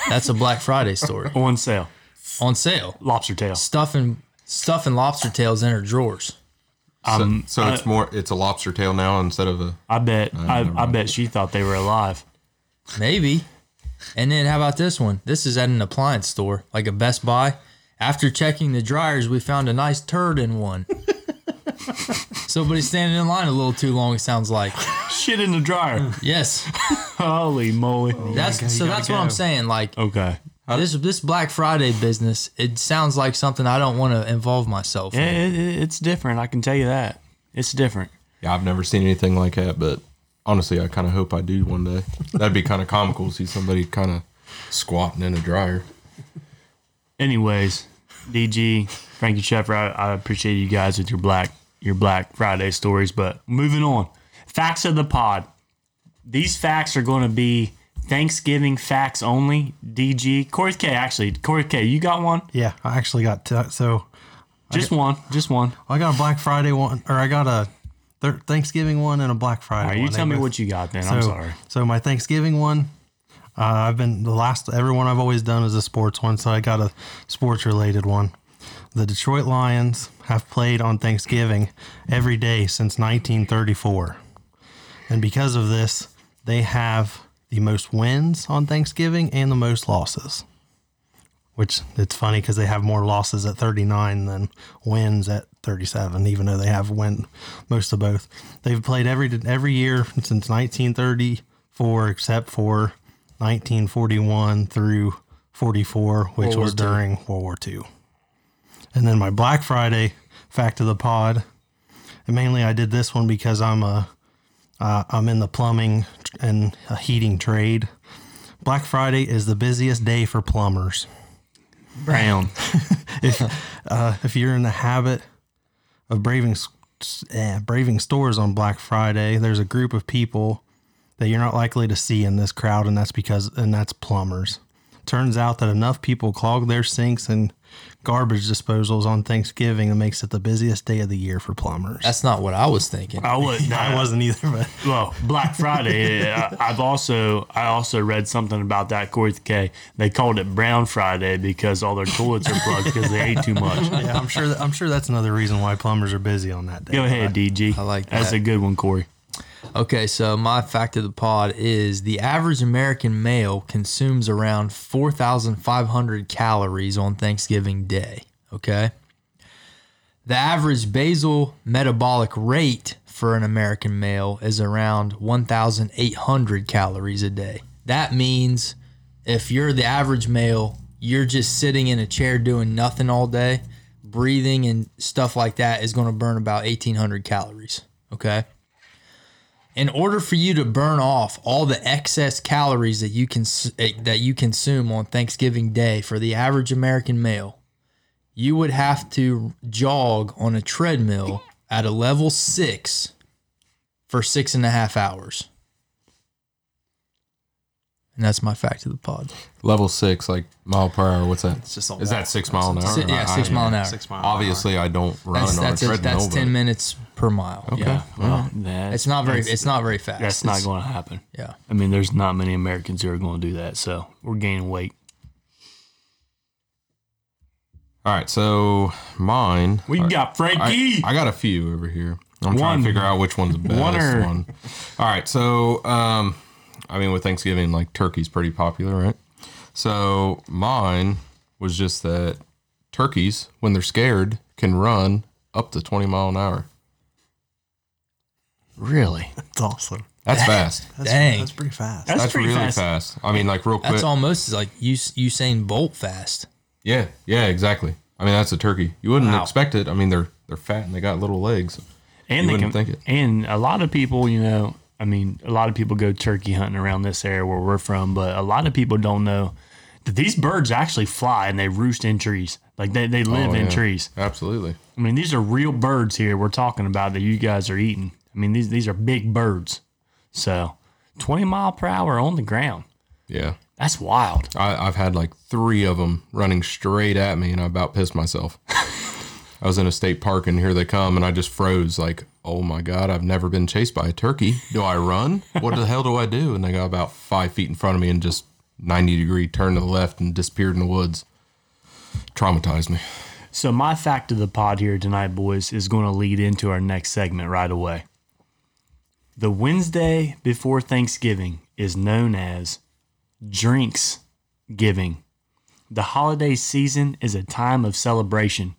Speaker 2: That's a Black Friday story
Speaker 1: On sale.
Speaker 2: on sale
Speaker 1: Lobster tail.
Speaker 2: stuffing stuffing lobster tails in her drawers.
Speaker 3: so,
Speaker 2: um,
Speaker 3: so
Speaker 2: uh,
Speaker 3: it's more it's a lobster tail now instead of a
Speaker 1: I bet I, I bet she thought they were alive.
Speaker 2: Maybe. And then how about this one? This is at an appliance store, like a Best Buy. After checking the dryers, we found a nice turd in
Speaker 4: [LAUGHS]
Speaker 2: one. Somebody's standing in line a little too long. It sounds like
Speaker 1: Shit in the dryer.
Speaker 2: yes.
Speaker 1: Holy moly.
Speaker 2: That's so.
Speaker 4: gotta
Speaker 2: That's what I'm
Speaker 4: go.
Speaker 2: saying. Like
Speaker 1: Okay.
Speaker 2: this this Black Friday business. It sounds like something I don't want to involve myself.
Speaker 1: Yeah,
Speaker 2: in.
Speaker 1: it, it, it's different. I can tell you that. It's different.
Speaker 3: Yeah, I've never seen anything like that, but honestly, I kind of hope I do one day. That'd be kind of comical, see somebody kind of squatting in a dryer.
Speaker 1: Anyways, DG, Frankie Sheffer, I, I appreciate you guys with your black your Black Friday stories. But moving on, facts of the pod. These facts are going to be Thanksgiving facts only. DG, Corey K, actually, Corey K, you got one?
Speaker 4: Yeah, I actually got t- so
Speaker 1: Just one, just one.
Speaker 4: I got a Black Friday one, or I got a th- Thanksgiving one and a Black Friday.
Speaker 1: All right, you
Speaker 4: one.
Speaker 1: tell
Speaker 4: They
Speaker 1: me
Speaker 4: both-
Speaker 1: what you got then.
Speaker 4: So,
Speaker 1: I'm sorry.
Speaker 4: So my Thanksgiving one, uh, I've been the last everyone I've always done is a sports one, so I got a sports related one. The Detroit Lions have played on Thanksgiving every day since 1934, and because of this, they have the most wins on Thanksgiving and the most losses. Which it's funny because they have more losses at 39 than wins at 37, even though they have win most of both. They've played every every year since 1934, except for 1941 through 44,
Speaker 2: World
Speaker 4: which
Speaker 2: War
Speaker 4: was
Speaker 2: II.
Speaker 4: during World War II. And then my Black Friday fact of the pod, and mainly I did this one because I'm a uh, I'm in the plumbing and heating trade. Black Friday is the busiest day for plumbers. [LAUGHS]
Speaker 1: Brown.
Speaker 4: Uh, if you're in the habit of braving s- eh, braving stores on Black Friday, there's a group of people that you're not likely to see in this crowd, and that's because and that's plumbers. Turns out that enough people clog their sinks and garbage disposals on Thanksgiving and makes it the busiest day of the year for plumbers. [LAUGHS]
Speaker 2: That's not what I was thinking.
Speaker 1: I was.
Speaker 4: I wasn't either, but
Speaker 1: Well, Black Friday. I, I've also I also read something about that. Corey K. They called it Brown Friday because all their toilets are plugged because they ate too much.
Speaker 4: yeah, I'm sure that, I'm sure that's another reason why plumbers are busy on that day.
Speaker 1: Go ahead, DG. I
Speaker 2: like
Speaker 1: That's
Speaker 2: that.
Speaker 1: a good one, Corey.
Speaker 2: Okay, so my fact of the pod is the average American male consumes around 4,500 calories on Thanksgiving Day. Okay. The average basal metabolic rate for an American male is around 1,800 calories a day. That means if you're the average male, you're just sitting in a chair doing nothing all day, breathing and stuff like that is going to burn about 1,800 calories. Okay in order for you to burn off all the excess calories that you can that you consume on Thanksgiving Day for the average American male, you would have to jog on a treadmill at a level six for six and a half hours. And that's my fact of the pod.
Speaker 3: Level six, like mile per hour. What's that? Is
Speaker 4: just a
Speaker 3: that
Speaker 4: walk.
Speaker 3: six mile an hour?
Speaker 2: Si- yeah,
Speaker 3: I-
Speaker 2: six
Speaker 3: I-
Speaker 2: mile an hour.
Speaker 4: Six miles.
Speaker 3: Obviously, I don't run
Speaker 2: That's
Speaker 3: on
Speaker 2: that's,
Speaker 3: a
Speaker 2: a,
Speaker 3: treadmill.
Speaker 2: that's
Speaker 3: but-
Speaker 2: ten minutes per mile. Yeah,
Speaker 1: Well, that's,
Speaker 2: it's not very it's not very fast.
Speaker 1: That's not
Speaker 2: It's-
Speaker 1: going to happen.
Speaker 2: Yeah.
Speaker 1: I mean, there's not many Americans who are going to do that. So we're gaining weight.
Speaker 3: All right, so mine.
Speaker 1: We
Speaker 3: all right,
Speaker 1: got
Speaker 3: I,
Speaker 1: Frankie.
Speaker 3: I got a few over here. I'm trying
Speaker 1: E. One.
Speaker 3: to figure out which one's the best
Speaker 1: One
Speaker 3: one.
Speaker 1: or-
Speaker 3: All right, so um, I mean, with Thanksgiving, like turkey's pretty popular, right? So mine was just that turkeys, when they're scared, can run up to 20 mile an hour.
Speaker 1: really?
Speaker 4: That's awesome.
Speaker 3: That's fast.
Speaker 4: That's,
Speaker 2: Dang.
Speaker 4: that's pretty fast.
Speaker 1: That's,
Speaker 3: That's
Speaker 1: pretty
Speaker 3: really
Speaker 1: fast.
Speaker 3: fast. I mean, like real quick.
Speaker 2: That's almost like Us- Usain Bolt fast.
Speaker 3: Yeah, yeah, exactly. I mean, that's a turkey. You wouldn't
Speaker 1: Wow.
Speaker 3: expect it. I mean, they're they're fat and they got little legs.
Speaker 1: And
Speaker 3: You
Speaker 1: they can,
Speaker 3: wouldn't think it.
Speaker 1: And a lot of people, you know, I mean, a lot of people go turkey hunting around this area where we're from, but a lot of people don't know that these birds actually fly and they roost in trees. Like they, they live
Speaker 3: Oh,
Speaker 1: in
Speaker 3: yeah.
Speaker 1: trees.
Speaker 3: Absolutely.
Speaker 1: I mean, these are real birds here we're talking about that you guys are eating. I mean, these these are big birds. So, 20 mile per hour on the ground.
Speaker 3: Yeah,
Speaker 1: That's wild.
Speaker 3: I, I've had like three of them running straight at me, and I about pissed myself. [LAUGHS] I was in a state park, and here they come, and I just froze. Like, oh my god, I've never been chased by a turkey. Do I run? What the hell do I do? And they got about five feet in front of me, and just ninety degree turned to the left and disappeared in the woods. Traumatized me.
Speaker 1: So, my fact of the pod here tonight, boys, is going to lead into our next segment right away. The Wednesday before Thanksgiving is known as Drinks Giving. The holiday season is a time of celebration,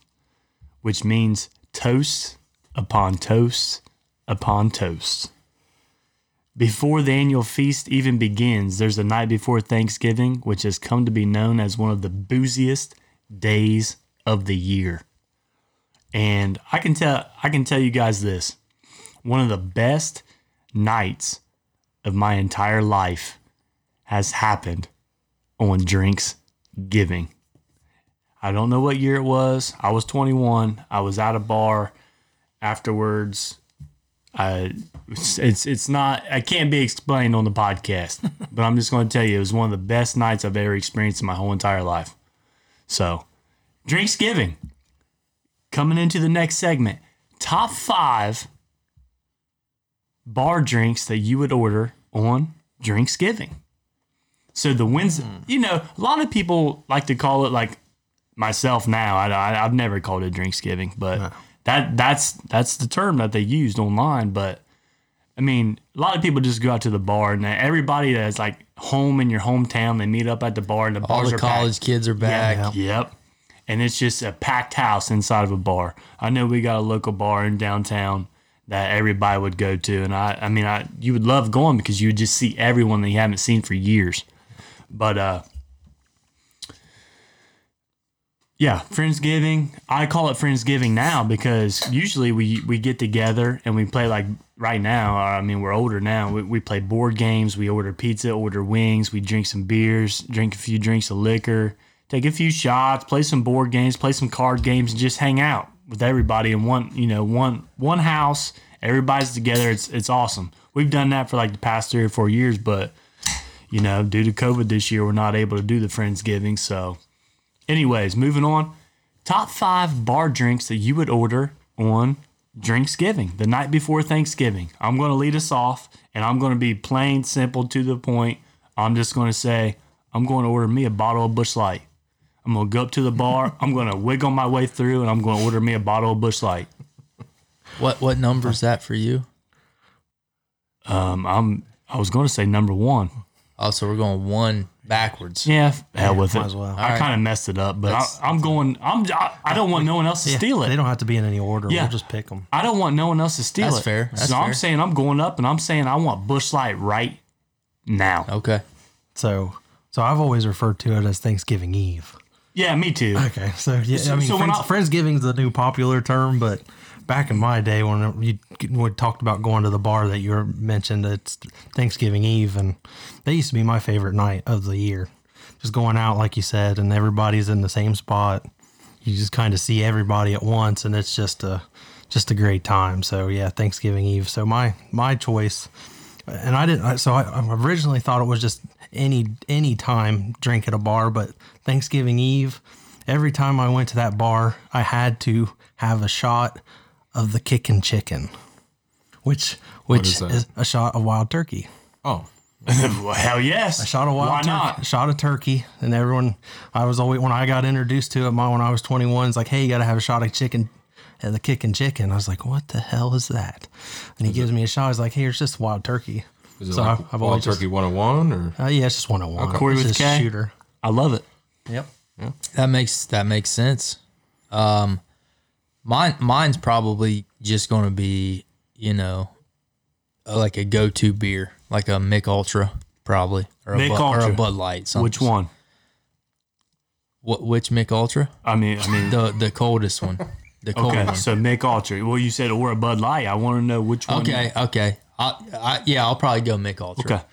Speaker 1: which means toasts upon toasts upon toasts. Before the annual feast even begins, there's the night before Thanksgiving, which has come to be known as one of the booziest days of the year. And I can tell I can tell you guys this. One of the best nights of my entire life has happened on drinks giving. I don't know what year it was. I was 21. I was at a bar. Afterwards, I it's it's, it's not I can't be explained on the podcast, [LAUGHS] but I'm just going to tell you it was one of the best nights I've ever experienced in my whole entire life. So, Drinksgiving. Coming into the next segment, top five bar drinks that you would order on Drinksgiving. So the Wednesday, you know, a lot of people like to call it like myself now. I, I I've never called it Drinksgiving, but that that's that's the term that they used online. But I mean, a lot of people just go out to the bar, and everybody that's like home in your hometown, they meet up at the bar, and the
Speaker 2: All
Speaker 1: bars
Speaker 2: the
Speaker 1: are packed.
Speaker 2: college kids are back.
Speaker 1: Yep. And it's just a packed house inside of a bar. I know we got a local bar in downtown that everybody would go to, and I, I mean, I you would love going because you would just see everyone that you haven't seen for years. But uh, yeah, friendsgiving. I call it friendsgiving now because usually we we get together and we play like right now. I mean, we're older now. We, we play board games. We order pizza, order wings. We drink some beers, drink a few drinks of liquor, take a few shots, play some board games, play some card games, and just hang out with everybody in one you know one one house. Everybody's together. It's it's awesome. We've done that for like the past three or four years, but you know, due to COVID this year, we're not able to do the friendsgiving. So. Anyways, moving on. Top five bar drinks that you would order on Drinksgiving, the night before Thanksgiving. I'm going to lead us off and I'm going to be plain, simple, to the point. I'm just going to say, I'm going to order me a bottle of Bush Light. I'm going to go up to the
Speaker 4: [LAUGHS]
Speaker 1: bar. I'm going to wiggle my way through and I'm going to order me a bottle of Bush Light.
Speaker 2: What what number is that for you?
Speaker 1: Um, I'm, I was going to say number one.
Speaker 2: Also, Oh, we're going one backwards.
Speaker 1: Yeah, f- hell with
Speaker 4: might
Speaker 1: it.
Speaker 4: as well.
Speaker 1: I kind of messed it up, but I,
Speaker 2: That's-
Speaker 1: I'm going, I'm, I, I don't want no one else to
Speaker 4: Yeah,
Speaker 1: steal it.
Speaker 4: They don't have to be in any order.
Speaker 1: Yeah.
Speaker 4: We'll just pick them.
Speaker 1: I don't want no one else to steal
Speaker 2: That's
Speaker 1: it.
Speaker 2: fair. That's
Speaker 1: so I'm
Speaker 2: fair.
Speaker 1: saying I'm going up and I'm saying I want Bush Light right now.
Speaker 2: Okay.
Speaker 4: So, so I've always referred to it as Thanksgiving Eve.
Speaker 1: Yeah, me too.
Speaker 4: Okay, so yeah,
Speaker 1: So-
Speaker 4: I mean,
Speaker 1: so we're
Speaker 4: friends,
Speaker 1: not-
Speaker 4: Friendsgiving's the new popular term, but back in my day when you we talked about going to the bar that you mentioned, it's Thanksgiving Eve, and that used to be my favorite night of the year. Just going out, like you said, and everybody's in the same spot. You just kind of see everybody at once, and it's just a just a great time. So yeah, Thanksgiving Eve. So my my choice, and I didn't. I- So I, I originally thought it was just any any time drink at a bar, but Thanksgiving Eve every time I went to that bar, I had to have a shot of the kickin' chicken, which which
Speaker 3: is
Speaker 4: is,
Speaker 3: that?
Speaker 4: a shot of wild turkey.
Speaker 3: Oh,
Speaker 1: [LAUGHS] Well, hell yes.
Speaker 4: A shot of wild
Speaker 1: Why
Speaker 4: turkey,
Speaker 1: not?
Speaker 4: shot of turkey, and everyone. I was always when I got introduced to it. My when I was twenty one, it's like, hey, you got to have a shot of chicken. And the kickin' chicken. I was like, what the hell is that? And he gives me a shot. He's like, hey, it's just wild turkey.
Speaker 3: is it
Speaker 4: So
Speaker 3: like
Speaker 4: I- I've
Speaker 3: Wild
Speaker 4: always just-
Speaker 3: Turkey 101 or
Speaker 4: Uh, yeah, it's just one on one.
Speaker 1: Corey with K?
Speaker 4: shooter.
Speaker 1: I love it.
Speaker 4: Yep.
Speaker 2: That makes that makes sense. Um, mine mine's probably just going to be you know uh, like a go to beer, like a Mick Ultra probably or a,
Speaker 1: Mick
Speaker 2: Bud, or
Speaker 1: Ultra.
Speaker 2: a Bud Light. something.
Speaker 1: Which one?
Speaker 2: What which Mick Ultra?
Speaker 1: I mean, I mean.
Speaker 2: The the coldest one. The
Speaker 1: [LAUGHS]
Speaker 2: cold
Speaker 1: okay,
Speaker 2: one.
Speaker 1: so Mick Ultra. Well, you said or a Bud Light. I want to know which one.
Speaker 2: Okay, okay. I, I yeah, I'll probably go Mick Ultra.
Speaker 1: Okay.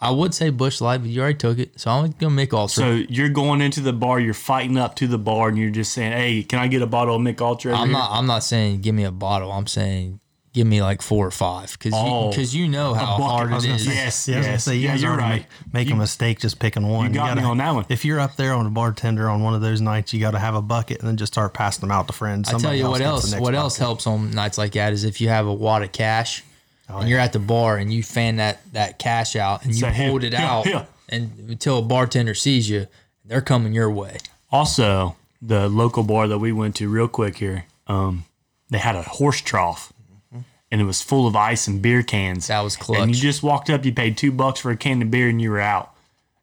Speaker 2: I would say Bush Light, but you already took it, so I'm gonna go Mick Ultra.
Speaker 1: So you're going into the bar. You're fighting up to the bar, and you're just saying, "Hey, can I get a bottle of Mick Ultra?" over
Speaker 2: I'm
Speaker 1: here?"
Speaker 2: not. I'm not saying give me a bottle. I'm saying give me like four or five because
Speaker 1: Oh.
Speaker 2: because you, know how
Speaker 1: bucket.
Speaker 2: hard
Speaker 1: I
Speaker 2: it
Speaker 1: was gonna
Speaker 2: is.
Speaker 1: say, Yes,
Speaker 4: Yeah, I was gonna
Speaker 1: yes.
Speaker 4: say, you
Speaker 1: Yeah,
Speaker 4: guys
Speaker 1: you're
Speaker 4: already
Speaker 1: right.
Speaker 4: Make, make a mistake just picking one. You,
Speaker 1: got me on that one.
Speaker 4: If you're up there on a bartender on one of those nights, you got to have a bucket and then just start passing them out to friends.
Speaker 2: I tell
Speaker 4: Somebody
Speaker 2: you what
Speaker 4: gets the
Speaker 2: else.
Speaker 4: next
Speaker 2: What else
Speaker 4: bucket.
Speaker 2: helps on nights like that is if you have a wad of cash and you're at the bar and you fan that that cash out and you
Speaker 1: Say, "Here,
Speaker 2: hold it
Speaker 1: here,
Speaker 2: out
Speaker 1: here."
Speaker 2: and until a bartender sees you, they're coming your way.
Speaker 1: Also, the local bar that we went to, real quick here, um, they had a horse trough, and it was full of ice and beer cans.
Speaker 2: That was
Speaker 1: And you
Speaker 2: clutch.
Speaker 1: just walked up, you paid two bucks for a can of beer, and you were out.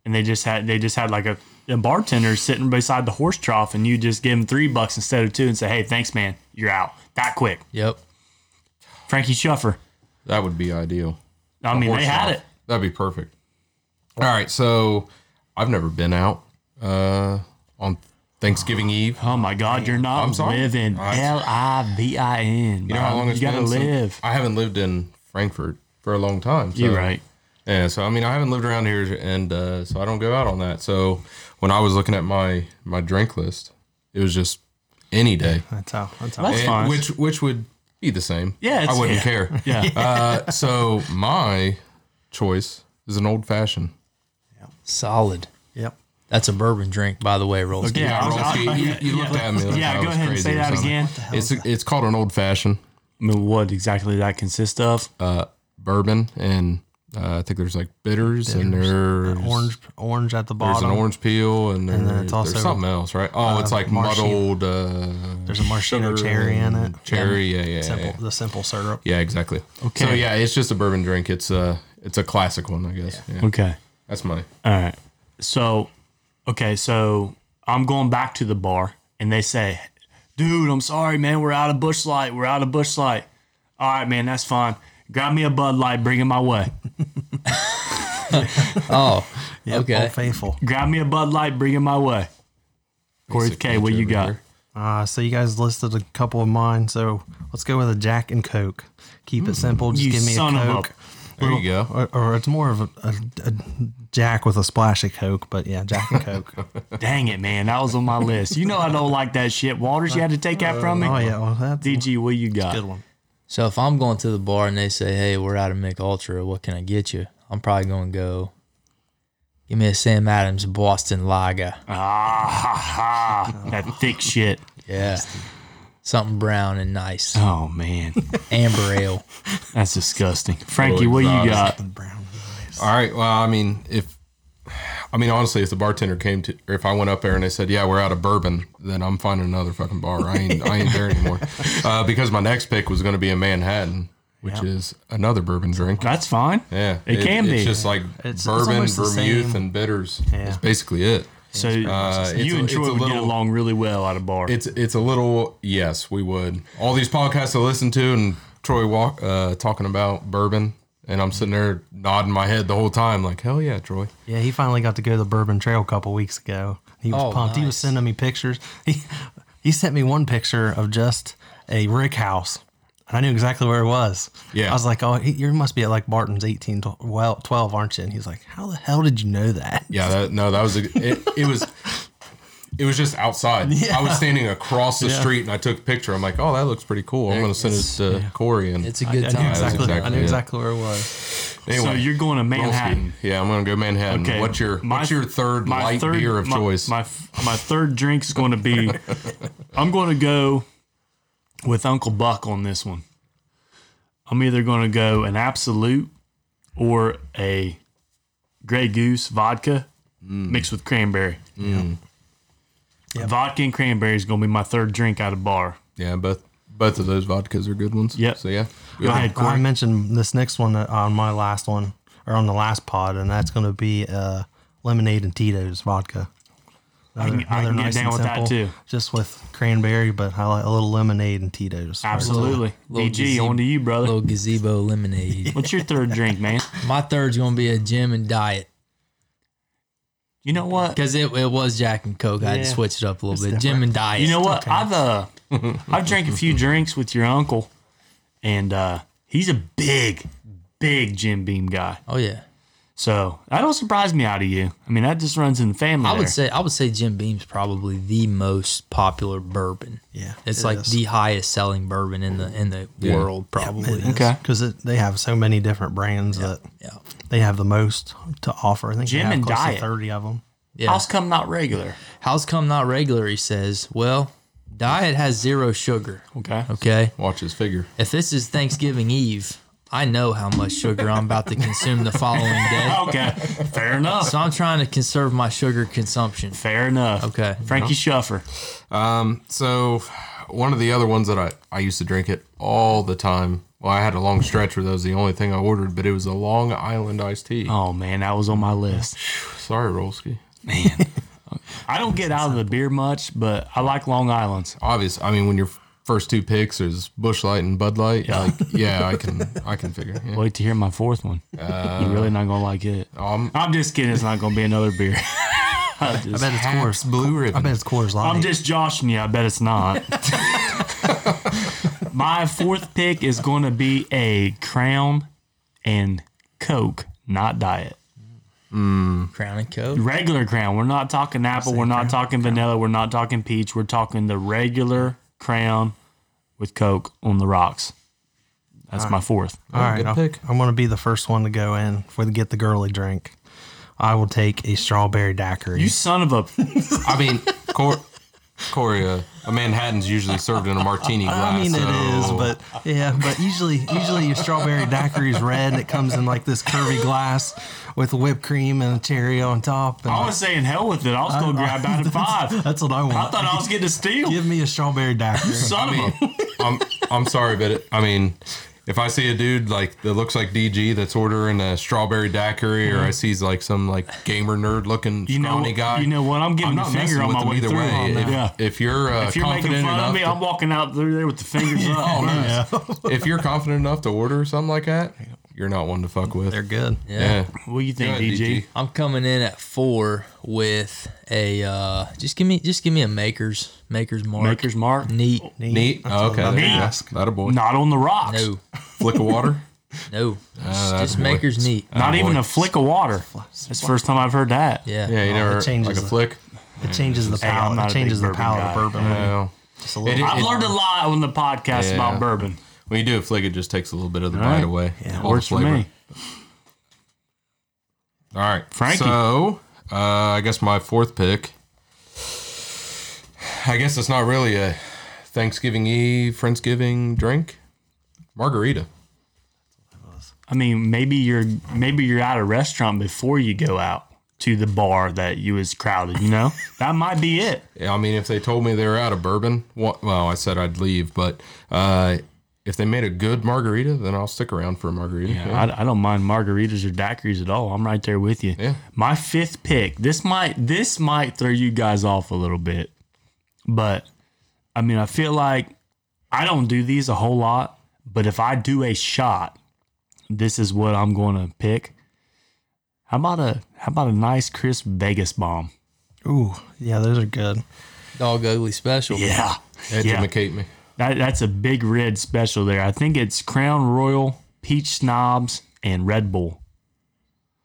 Speaker 1: And they just had they just had like a, a bartender sitting beside the horse trough, and you just give him three bucks instead of two, and say, "Hey, thanks, man, you're out." That quick,
Speaker 2: Yep.
Speaker 1: Frankie Shuffer.
Speaker 3: that would be ideal.
Speaker 1: I mean,
Speaker 3: Horse
Speaker 1: they had
Speaker 3: trough.
Speaker 1: it.
Speaker 3: That'd be perfect. All right, so I've never been out uh, on Thanksgiving Eve.
Speaker 1: Oh my God, you're not
Speaker 3: I'm sorry.
Speaker 1: living.
Speaker 3: I-
Speaker 1: L I V I N.
Speaker 3: You know how long it's
Speaker 1: Um, gotta
Speaker 3: been since-
Speaker 1: live.
Speaker 3: I haven't lived in Frankfurt for a long time. So,
Speaker 1: You're right.
Speaker 3: Yeah, so I mean, I haven't lived around here, and uh, so I don't go out on that. So when I was looking at my my drink list, It was just any day,
Speaker 4: That's how. That's how.
Speaker 1: That's
Speaker 3: And-
Speaker 1: fine.
Speaker 3: which which would be the same.
Speaker 1: Yeah,
Speaker 3: I
Speaker 1: it's-
Speaker 3: wouldn't
Speaker 1: yeah.
Speaker 3: care.
Speaker 1: [LAUGHS] yeah.
Speaker 3: Uh, so my choice is an old fashioned.
Speaker 2: Solid.
Speaker 4: Yep.
Speaker 2: That's a bourbon drink, by the way, Rolls.
Speaker 1: Okay. Yeah, I was-
Speaker 3: Rolski,
Speaker 1: I-
Speaker 3: you,
Speaker 1: yeah,
Speaker 3: you looked
Speaker 1: yeah.
Speaker 3: at me. Like
Speaker 1: Yeah,
Speaker 3: I
Speaker 1: go
Speaker 3: was
Speaker 1: ahead and
Speaker 3: crazy
Speaker 1: say
Speaker 3: or
Speaker 1: that
Speaker 3: something.
Speaker 1: again.
Speaker 3: It's it's called an old fashioned
Speaker 1: I mean, what exactly that consist of?
Speaker 3: uh, bourbon, and uh, I think there's like bitters, and there's
Speaker 4: Orange. Orange at the
Speaker 3: There's
Speaker 4: bottom.
Speaker 3: an orange peel, and,
Speaker 4: then
Speaker 3: there-
Speaker 4: it's also,
Speaker 3: there's something else, right? Oh, it's like
Speaker 4: maraschino.
Speaker 3: muddled. Uh,
Speaker 4: There's a maraschino
Speaker 3: sugar
Speaker 4: cherry in
Speaker 3: and
Speaker 4: it.
Speaker 3: Cherry, yeah, yeah, yeah,
Speaker 4: Simple. The simple syrup.
Speaker 3: Yeah, exactly. Okay. So
Speaker 1: Okay.
Speaker 3: yeah, it's just a bourbon drink. It's a it's a classic one, I guess. Yeah.
Speaker 1: Okay.
Speaker 3: That's my
Speaker 1: All right. So, okay. So I'm going back to the bar and they say, dude, I'm sorry, man. We're out of Bush Light. We're out of Bush Light. All right, man. That's fine. Grab me a Bud Light. Bring it my way.
Speaker 2: Oh,
Speaker 4: Yep,
Speaker 2: okay.
Speaker 4: Old Faithful.
Speaker 1: Grab me a Bud Light. Bring it my way. Corey
Speaker 3: Basic
Speaker 1: K, what
Speaker 3: nature
Speaker 1: you
Speaker 3: over
Speaker 1: got?
Speaker 3: here. [LAUGHS]
Speaker 4: Uh, so you guys listed a couple of mine. So let's go with a Jack and Coke. Keep it simple. Just
Speaker 1: You
Speaker 4: give me
Speaker 1: son
Speaker 4: a
Speaker 1: of a-
Speaker 4: Coke.
Speaker 3: There you go.
Speaker 4: Or, or it's more of a, a, a Jack with a splash of Coke, but yeah, Jack and Coke.
Speaker 1: Dang it, man. That was on my list. You know I don't like that shit. Waters, you had to take that from me.
Speaker 4: oh yeah, well that's a
Speaker 1: DG, what you got?
Speaker 4: good one.
Speaker 2: So if I'm going to the bar and they say, "Hey, we're out of Mick Ultra. What can I get you?" I'm probably going to go. Give me a Sam Adams Boston Lager.
Speaker 1: Ah, ha, ha. That thick shit.
Speaker 2: Yeah. Something brown and nice.
Speaker 1: Oh, man.
Speaker 2: Amber ale.
Speaker 1: That's disgusting. Frankie, what you
Speaker 3: exotic.
Speaker 1: got?
Speaker 4: Brown.
Speaker 3: All right. Well, I mean, if I mean honestly, if the bartender came to, or if I went up there and they said, "Yeah, we're out of bourbon," then I'm finding another fucking bar. I ain't I ain't there
Speaker 4: [LAUGHS]
Speaker 3: anymore. Uh, because my next pick was going to be a Manhattan, which is another bourbon drink.
Speaker 1: That's fine.
Speaker 3: Yeah,
Speaker 1: It can
Speaker 3: It's
Speaker 1: be.
Speaker 3: just like
Speaker 4: It's- it's
Speaker 3: bourbon,
Speaker 4: almost the
Speaker 3: vermouth,
Speaker 4: same.
Speaker 3: and bitters.
Speaker 4: Yeah.
Speaker 3: It's basically it.
Speaker 1: So
Speaker 3: Uh, it's
Speaker 1: you
Speaker 3: a-
Speaker 1: and
Speaker 3: it's
Speaker 1: Troy
Speaker 3: a
Speaker 1: would get
Speaker 3: little-
Speaker 1: along really well at a bar.
Speaker 3: It's it's a little yes, we would. All these podcasts I listen to, and Troy walk uh, talking about bourbon, and I'm sitting there nodding my head the whole time, like hell yeah, Troy.
Speaker 4: Yeah, he finally got to go to the Bourbon Trail a couple weeks ago. He was
Speaker 2: Oh,
Speaker 4: pumped. He was
Speaker 2: nice.
Speaker 4: sending me pictures. He he sent me one picture of just a rick house. And I knew exactly where it was.
Speaker 3: Yeah.
Speaker 4: I was like, oh, he- you must be at like Barton's 18, tw- well, 12, aren't you? And he's like, how the hell did you know that?
Speaker 3: Yeah, that, no, that was a, it. It was. It was just
Speaker 4: [LAUGHS]
Speaker 3: outside. I was standing across the street and I took a picture. I'm like, oh, that looks pretty cool. I'm going to send it to Corey. And
Speaker 2: It's a
Speaker 4: I knew
Speaker 2: good time.
Speaker 4: exactly, I
Speaker 3: exactly
Speaker 4: knew
Speaker 3: it.
Speaker 4: exactly where it was.
Speaker 1: so
Speaker 3: anyway,
Speaker 1: you're going to Manhattan.
Speaker 3: Yeah, I'm going to go Manhattan.
Speaker 1: Okay.
Speaker 3: What's your
Speaker 1: My-
Speaker 3: What's your third light beer of
Speaker 1: my,
Speaker 3: choice?
Speaker 1: My f- my third drink is going to
Speaker 3: [LAUGHS]
Speaker 1: be. I'm going to go with Uncle Buck on this one. I'm either going to go an absolute or a Grey Goose vodka
Speaker 3: Mm.
Speaker 1: mixed with cranberry. Vodka and cranberry is going to be my third drink out of bar.
Speaker 3: yeah, both both of those vodkas are good ones.
Speaker 1: Yep.
Speaker 3: So yeah,
Speaker 1: Go ahead,
Speaker 4: I
Speaker 1: Corey.
Speaker 4: mentioned this next one uh, on my last one, or on the last pod, and that's going to be uh, lemonade and Tito's vodka.
Speaker 1: I can, I
Speaker 4: Another
Speaker 1: can get
Speaker 4: nice
Speaker 1: down
Speaker 4: and
Speaker 1: with that
Speaker 4: simple,
Speaker 1: too.
Speaker 4: Just with cranberry, but I like a little lemonade and Tito's.
Speaker 1: Absolutely.
Speaker 2: Little
Speaker 1: DG,
Speaker 2: gazebo-
Speaker 1: on to you, brother.
Speaker 2: Little gazebo
Speaker 1: [LAUGHS]
Speaker 2: lemonade.
Speaker 1: What's your third drink, man?
Speaker 2: My third's gonna be a gym and diet
Speaker 1: You know what?
Speaker 2: because it, it was Jack and Coke. I had to
Speaker 4: Yeah.
Speaker 2: switch it up a little bit. Gym and diet.
Speaker 1: You know what? I've uh, I've drank a few
Speaker 2: [LAUGHS]
Speaker 1: drinks with your uncle, and uh, he's a big, big Jim Beam guy.
Speaker 2: Oh yeah.
Speaker 1: So that don't surprise me out of you. I mean, that just runs in the family.
Speaker 2: I
Speaker 1: there.
Speaker 2: would say I would say Jim Beam's probably the most popular bourbon.
Speaker 4: Yeah,
Speaker 2: It's
Speaker 4: it
Speaker 2: like
Speaker 4: is.
Speaker 2: the highest selling bourbon in the in the
Speaker 3: Yeah.
Speaker 2: world probably.
Speaker 1: Okay.
Speaker 4: because they have so many different brands that
Speaker 2: Yeah.
Speaker 4: they have the most to offer. I think
Speaker 1: Gym
Speaker 4: they have
Speaker 1: and
Speaker 4: close to
Speaker 1: diet.
Speaker 4: thirty of them.
Speaker 2: Yeah.
Speaker 1: How's come not regular?
Speaker 2: How's come not regular? He says, Well, diet has zero sugar.
Speaker 1: Okay.
Speaker 2: Okay.
Speaker 3: watch his figure.
Speaker 2: If this is Thanksgiving Eve, I know how much sugar I'm about to consume the following day.
Speaker 1: Okay. Fair enough.
Speaker 2: [LAUGHS] So I'm trying to conserve my sugar consumption.
Speaker 1: Fair enough.
Speaker 2: Okay. Uh-huh.
Speaker 1: Frankie Shuffer.
Speaker 3: So, one of the other ones that I, I used to drink it all the time. Well, I had a long stretch where that was the only thing I ordered, but it was a Long Island iced tea.
Speaker 1: Oh man, that was on my list.
Speaker 3: Sorry, Rolski.
Speaker 1: I don't get out of the beer much, but I like Long Island's.
Speaker 3: Obvious. I mean, when your first two picks is Bush Light and Bud Light,
Speaker 4: [LAUGHS]
Speaker 3: yeah. like yeah, I can I can figure. Yeah.
Speaker 1: Wait to hear my fourth one. You're really not gonna like it.
Speaker 3: Um,
Speaker 1: I'm just kidding. It's not gonna be another beer. I just-
Speaker 4: I bet it's
Speaker 3: Coors
Speaker 4: Coors.
Speaker 3: Blue
Speaker 4: I
Speaker 3: Ribbon.
Speaker 4: bet it's Coors Light.
Speaker 1: I'm just joshing you. I bet it's [LAUGHS] not. My fourth pick is going to be a Crown and Coke, not diet.
Speaker 2: Crown and Cove.
Speaker 1: Regular crown. We're not talking apple. We're not talking vanilla. We're not talking peach. We're talking the regular crown with Coke on the rocks. That's my fourth.
Speaker 4: All right,
Speaker 3: good
Speaker 4: I'll-
Speaker 3: pick.
Speaker 4: I'm going to be the first one to go in for the get the girly drink. I will take a strawberry daiquiri.
Speaker 1: You son of a.
Speaker 3: I mean, Cor- Corey, uh, a Manhattan's usually served in a martini glass.
Speaker 4: I mean, it is,
Speaker 3: so-
Speaker 4: but yeah, but usually, usually your strawberry daiquiri is red and it comes in like this curvy glass with whipped cream and a cherry on top. And
Speaker 1: I was saying hell with it. I was going to grab out of five. [LAUGHS] I
Speaker 4: that's what I want.
Speaker 1: thought I was getting a steal.
Speaker 4: Give me a strawberry daiquiri.
Speaker 1: Son of a.
Speaker 3: I'm I'm sorry, but it, I mean, if I see a dude like that looks like DG that's ordering a strawberry daiquiri, or I see like some like gamer nerd looking
Speaker 1: You know,
Speaker 3: scrawny guy,
Speaker 1: you know what? I'm
Speaker 3: I'm
Speaker 1: giving
Speaker 3: not
Speaker 1: the
Speaker 3: messing
Speaker 1: finger on
Speaker 3: with
Speaker 1: my
Speaker 3: him
Speaker 1: way
Speaker 3: either
Speaker 1: through.
Speaker 3: way. If,
Speaker 1: yeah.
Speaker 3: if you're uh,
Speaker 1: If you're making
Speaker 3: confident
Speaker 1: fun
Speaker 3: enough, Oh,
Speaker 1: of me,
Speaker 3: to-
Speaker 1: I'm walking out through there with the fingers
Speaker 3: [LAUGHS]
Speaker 1: up.
Speaker 3: if you're confident enough to order something like that, you're not one to fuck with.
Speaker 4: They're good.
Speaker 3: yeah.
Speaker 1: What do you think,
Speaker 3: Go ahead,
Speaker 1: DG?
Speaker 3: DG.
Speaker 2: I'm coming in at four with a uh, just give me just give me a makers makers mark
Speaker 1: Maker's Mark.
Speaker 2: neat
Speaker 3: Neat. Oh, okay. There you go.
Speaker 1: Neat.
Speaker 3: That a boy.
Speaker 1: Not on the rocks.
Speaker 2: no
Speaker 3: Flick of water.
Speaker 2: no just,
Speaker 3: that's
Speaker 2: just
Speaker 3: boy.
Speaker 2: makers neat
Speaker 1: Not
Speaker 3: Attaboy.
Speaker 1: even a flick of water. That's the first time I've heard that.
Speaker 2: yeah
Speaker 3: [LAUGHS] Yeah, you never
Speaker 4: changes
Speaker 3: like a
Speaker 4: it.
Speaker 3: flick.
Speaker 4: It changes the
Speaker 1: Hey, I'm
Speaker 4: palate.
Speaker 1: not
Speaker 4: it
Speaker 1: a
Speaker 4: changes
Speaker 1: big
Speaker 4: the
Speaker 1: bourbon
Speaker 4: palate
Speaker 1: guy.
Speaker 4: of bourbon.
Speaker 3: No.
Speaker 4: Just a little.
Speaker 3: It-
Speaker 1: I've learned a lot on the podcast
Speaker 3: Yeah.
Speaker 1: about bourbon.
Speaker 3: When you do a flick, it just takes a little bit of the
Speaker 1: All right.
Speaker 3: bite away.
Speaker 1: Yeah, it
Speaker 3: all the
Speaker 1: works for
Speaker 3: flavor.
Speaker 1: me.
Speaker 3: All right,
Speaker 1: Frankie.
Speaker 3: So uh, I guess my fourth pick. I guess it's not really a Thanksgiving Eve, Friendsgiving drink. Margarita.
Speaker 1: I mean, maybe you're maybe you're at a restaurant before you go out to the bar that you was crowded. You know, that might be it.
Speaker 3: Yeah, I mean, if they told me they were out of bourbon, wha- well, I said I'd leave, but uh, if they made a good margarita, then I'll stick around for a margarita. Yeah.
Speaker 1: I, I don't mind margaritas or daiquiris at all. I'm right there with you.
Speaker 3: Yeah.
Speaker 1: My fifth pick. This might this might throw you guys off a little bit, but I mean, I feel like I don't do these a whole lot. But if I do a shot, this is what I'm going to pick. How about a how about a nice crisp Vegas bomb?
Speaker 4: Ooh, yeah, those are good. dog
Speaker 2: ugly special
Speaker 1: Yeah. Yeah.
Speaker 3: Educate me.
Speaker 1: That, that's a big red special there. I think it's Crown Royal, Peach Snobs, and Red Bull.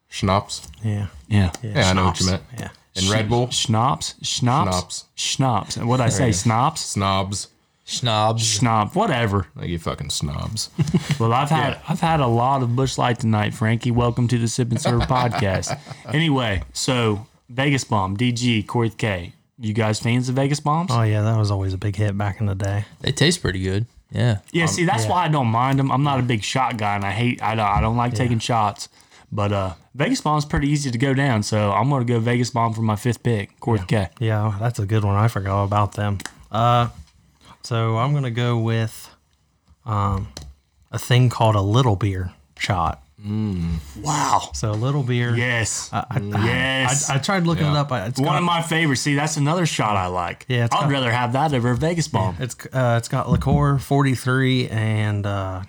Speaker 3: Schnapps.
Speaker 4: Yeah,
Speaker 1: Yeah.
Speaker 3: Yeah, I know what you
Speaker 1: Schnapps.
Speaker 3: meant.
Speaker 4: yeah.
Speaker 3: And Red Bull.
Speaker 1: Schnapps, schnapps,
Speaker 3: Schnapps.
Speaker 1: schnapps. And What'd I say? Schnapps?
Speaker 3: Snobs.
Speaker 2: snobs
Speaker 1: Schnapps, whatever.
Speaker 3: Like you fucking snobs. [LAUGHS]
Speaker 1: Well, I've had I've had a lot of Bush Light tonight, Frankie. Welcome to the Sip and
Speaker 3: [LAUGHS]
Speaker 1: Serve podcast. Anyway, so Vegas Bomb, DG, Corey K. You guys fans of Vegas Bombs?
Speaker 4: Oh yeah, that was always a big hit back in the day.
Speaker 2: they taste pretty good yeah
Speaker 1: Yeah, see, that's why I don't mind them. I'm not a big shot guy, and I hate I don't I don't like taking shots. But uh, Vegas bomb's pretty easy to go down, so I'm gonna go Vegas bomb for my fifth pick. Corey K.
Speaker 4: Yeah, that's a good one. I forgot about them. Uh, so I'm gonna go with um, a thing called a little beer shot.
Speaker 1: Wow.
Speaker 4: So a little beer.
Speaker 1: Yes.
Speaker 4: Uh, I,
Speaker 1: yes.
Speaker 4: I, I tried looking it
Speaker 3: Yeah.
Speaker 4: up. I- It's
Speaker 1: One
Speaker 4: got,
Speaker 1: of my favorites. See, that's another shot I like.
Speaker 4: Yeah, it's
Speaker 1: I'd
Speaker 4: got-
Speaker 1: rather have that over a Vegas bomb.
Speaker 4: it's uh, it's got liqueur 43 and uh,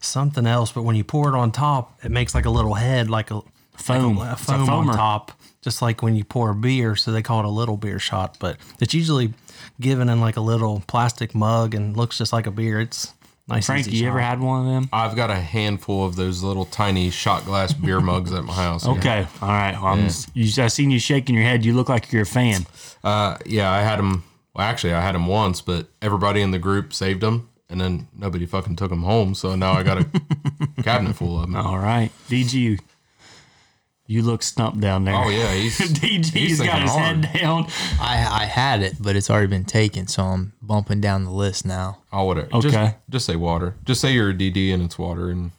Speaker 4: something else. But when you pour it on top, it makes like a little head, like a
Speaker 1: Foam.
Speaker 4: a
Speaker 1: It's a
Speaker 4: foam on
Speaker 1: foamer.
Speaker 4: top, just like when you pour a beer. So they call it a little beer shot, but it's usually given in like a little plastic mug and looks just like a beer. It's nice.
Speaker 1: Frankie,
Speaker 4: easy
Speaker 1: you
Speaker 4: shot.
Speaker 1: ever had one of them?
Speaker 3: I've got a handful of those little tiny shot glass beer [LAUGHS] mugs at my house.
Speaker 1: Okay. All right. Well, I'm just, you, I seen you shaking your head. You look like you're a fan.
Speaker 3: Uh, yeah, I had them. Well, actually, I had them once, but everybody in the group saved them, and then nobody fucking took them home. So now I got
Speaker 1: [LAUGHS]
Speaker 3: a cabinet full of them.
Speaker 1: All right. DG, you look stumped down there. [LAUGHS]
Speaker 3: Oh yeah, he's he's
Speaker 1: DG's got
Speaker 3: thinking
Speaker 1: his
Speaker 3: hard.
Speaker 1: head down.
Speaker 2: I I had it but it's already been taken so I'm bumping down the list now
Speaker 3: Oh whatever.
Speaker 1: Okay.
Speaker 3: Just, just say water. Just say you're a DD and it's water. And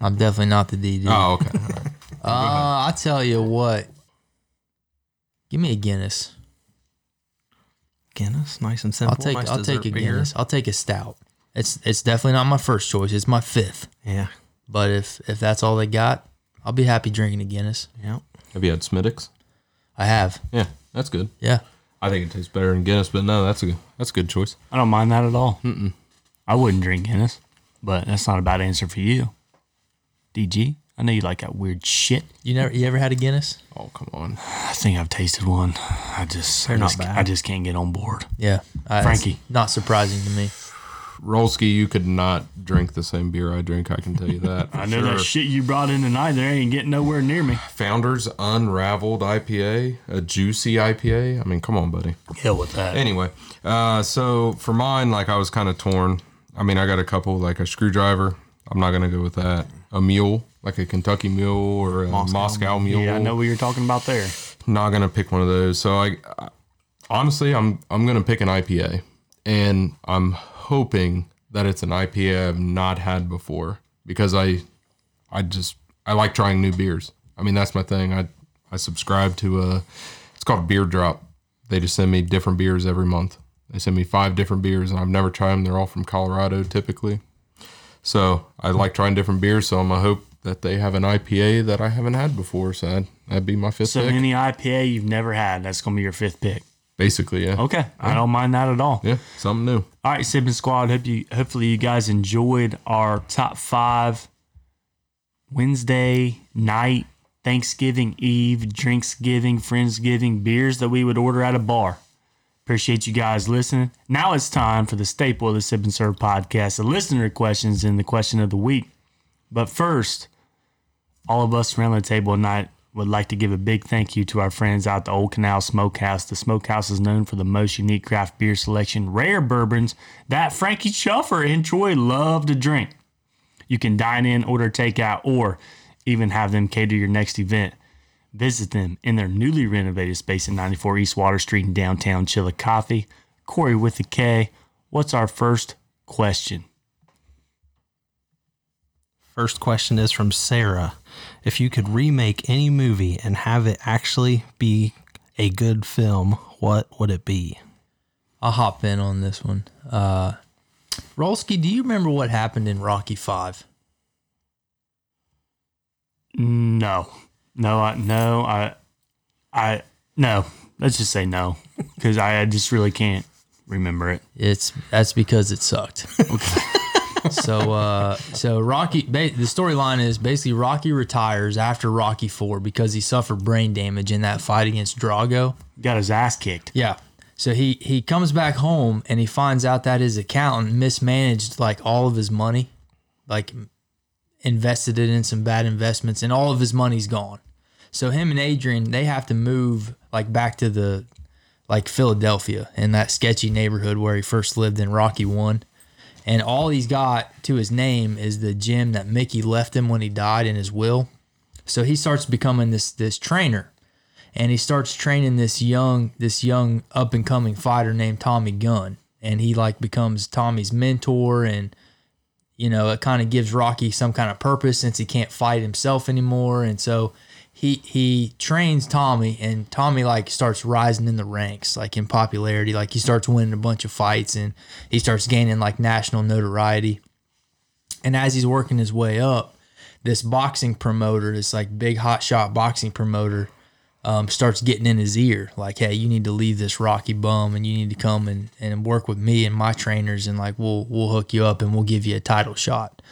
Speaker 2: I'm definitely not the DD
Speaker 3: oh okay.
Speaker 1: [LAUGHS]
Speaker 3: All right.
Speaker 2: uh, I tell you what give me a Guinness
Speaker 4: Guinness? Nice and simple.
Speaker 2: I'll take
Speaker 4: nice
Speaker 2: I'll take a
Speaker 4: dessert beer.
Speaker 2: Guinness I'll take a stout it's it's definitely not my first choice it's my fifth
Speaker 4: Yeah.
Speaker 2: But if if that's all they got, I'll be happy drinking a Guinness.
Speaker 4: Yeah.
Speaker 3: Have you had Smittix?
Speaker 2: I have.
Speaker 3: Yeah, that's good.
Speaker 2: Yeah.
Speaker 3: I think it tastes better than Guinness, but no, that's a that's a good choice.
Speaker 1: I don't mind that at all. I wouldn't drink Guinness, but that's not a bad answer for you. DG, I know you like that weird shit.
Speaker 2: You never you ever had a Guinness?
Speaker 3: Oh come on.
Speaker 1: I think I've tasted one. I just, I
Speaker 4: They're not
Speaker 1: just,
Speaker 4: bad.
Speaker 1: I just can't get on board.
Speaker 2: Yeah. Uh, I,
Speaker 1: Frankie.
Speaker 2: it's Not surprising to me.
Speaker 3: Rolski, you could not drink the same beer I drink. I can tell you that. for
Speaker 1: [LAUGHS] I know that
Speaker 3: sure.
Speaker 1: shit you brought in tonight there ain't getting nowhere near me.
Speaker 3: Founders Unraveled IPA, a juicy IPA. I mean, come on, buddy.
Speaker 1: Hell with that.
Speaker 3: Anyway, uh, so for mine, like I was kind of torn. I mean, I got a couple, like a screwdriver. I'm not gonna go with that. A mule, like a Kentucky mule or a Moscow, mule.
Speaker 1: Yeah, I know what you're talking about there.
Speaker 3: Not gonna pick one of those. So I, I honestly, I'm I'm gonna pick an IPA, and I'm hoping that it's an IPA I've not had before because I, I just I like trying new beers. I mean, that's my thing. I I subscribe to a, it's called Beer Drop. They just send me different beers every month. They send me five different beers, and I've never tried them. They're all from Colorado typically. So I like trying different beers. So I'm gonna hope that they have an IPA that I haven't had before. So that'd, that'd be my fifth
Speaker 1: So
Speaker 3: pick,
Speaker 1: any IPA you've never had, that's gonna be your fifth pick.
Speaker 3: basically. Yeah.
Speaker 1: Okay, I don't mind that at all.
Speaker 3: Yeah, something new.
Speaker 1: All right, Sipping Squad. Hope you, hopefully, you guys enjoyed our top five Wednesday night, Thanksgiving Eve, Drinksgiving, Friendsgiving beers that we would order at a bar. Appreciate you guys listening. Now it's time for the staple of the Sip and Serve podcast the listener questions and the question of the week. But first, all of us around the table tonight would like to give a big thank you to our friends out the Old Canal Smokehouse. The Smokehouse is known for the most unique craft beer selection, rare bourbons that Frankie Chuffer and Troy love to drink. You can dine in, order takeout, or even have them cater your next event. Visit them in their newly renovated space at 94 East Water Street in downtown Chillicothe. Corey with a K, what's our first question?
Speaker 4: First question is from Sarah. If you could remake any movie and have it actually be a good film, what would it be?
Speaker 2: I'll hop in on this one. Uh, Rolski, do you remember what happened in Rocky Five?
Speaker 1: No, no, I, no, I, I, no. Let's just say no, because I, I just really can't remember it.
Speaker 2: It's that's because it sucked. [LAUGHS] so uh, so Rocky. Ba- the storyline is basically Rocky retires after Rocky Four because he suffered brain damage in that fight against Drago.
Speaker 1: Got his ass kicked.
Speaker 2: Yeah. So he he comes back home and he finds out that his accountant mismanaged like all of his money, like invested it in some bad investments, and all of his money's gone. So him and Adrian they have to move like back to the like Philadelphia in that sketchy neighborhood where he first lived in Rocky One. And all he's got to his name is the gym that Mickey left him when he died in his will. So he starts becoming this this trainer and he starts training this young this young up and coming fighter named Tommy Gunn and he like becomes Tommy's mentor and you know it kind of gives Rocky some kind of purpose since he can't fight himself anymore and so he he trains Tommy and Tommy like starts rising in the ranks like in popularity like he starts winning a bunch of fights and he starts gaining like national notoriety and as he's working his way up this boxing promoter this like big hot shot boxing promoter um, starts getting in his ear like hey you need to leave this rocky bum and you need to come and, and work with me and my trainers and like we'll we'll hook you up and we'll give you a title shot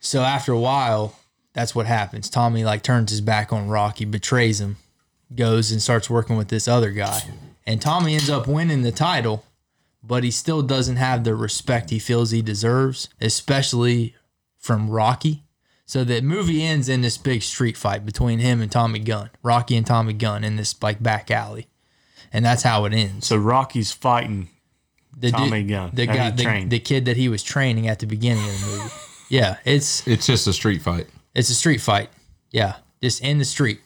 Speaker 2: so after a while that's what happens tommy like turns his back on rocky betrays him goes and starts working with this other guy and tommy ends up winning the title but he still doesn't have the respect he feels he deserves especially from rocky so the movie ends in this big street fight between him and Tommy Gunn, Rocky and Tommy Gunn, in this like back alley, and that's how it ends.
Speaker 1: So Rocky's fighting.
Speaker 2: The dude-
Speaker 1: Tommy Gunn,
Speaker 2: the
Speaker 1: that he
Speaker 2: guy, the,
Speaker 1: trained.
Speaker 2: the kid that he was training at the beginning of the
Speaker 1: [LAUGHS]
Speaker 2: movie. yeah, it's
Speaker 3: It's just a street fight.
Speaker 2: it's a street fight. Yeah, just in the street,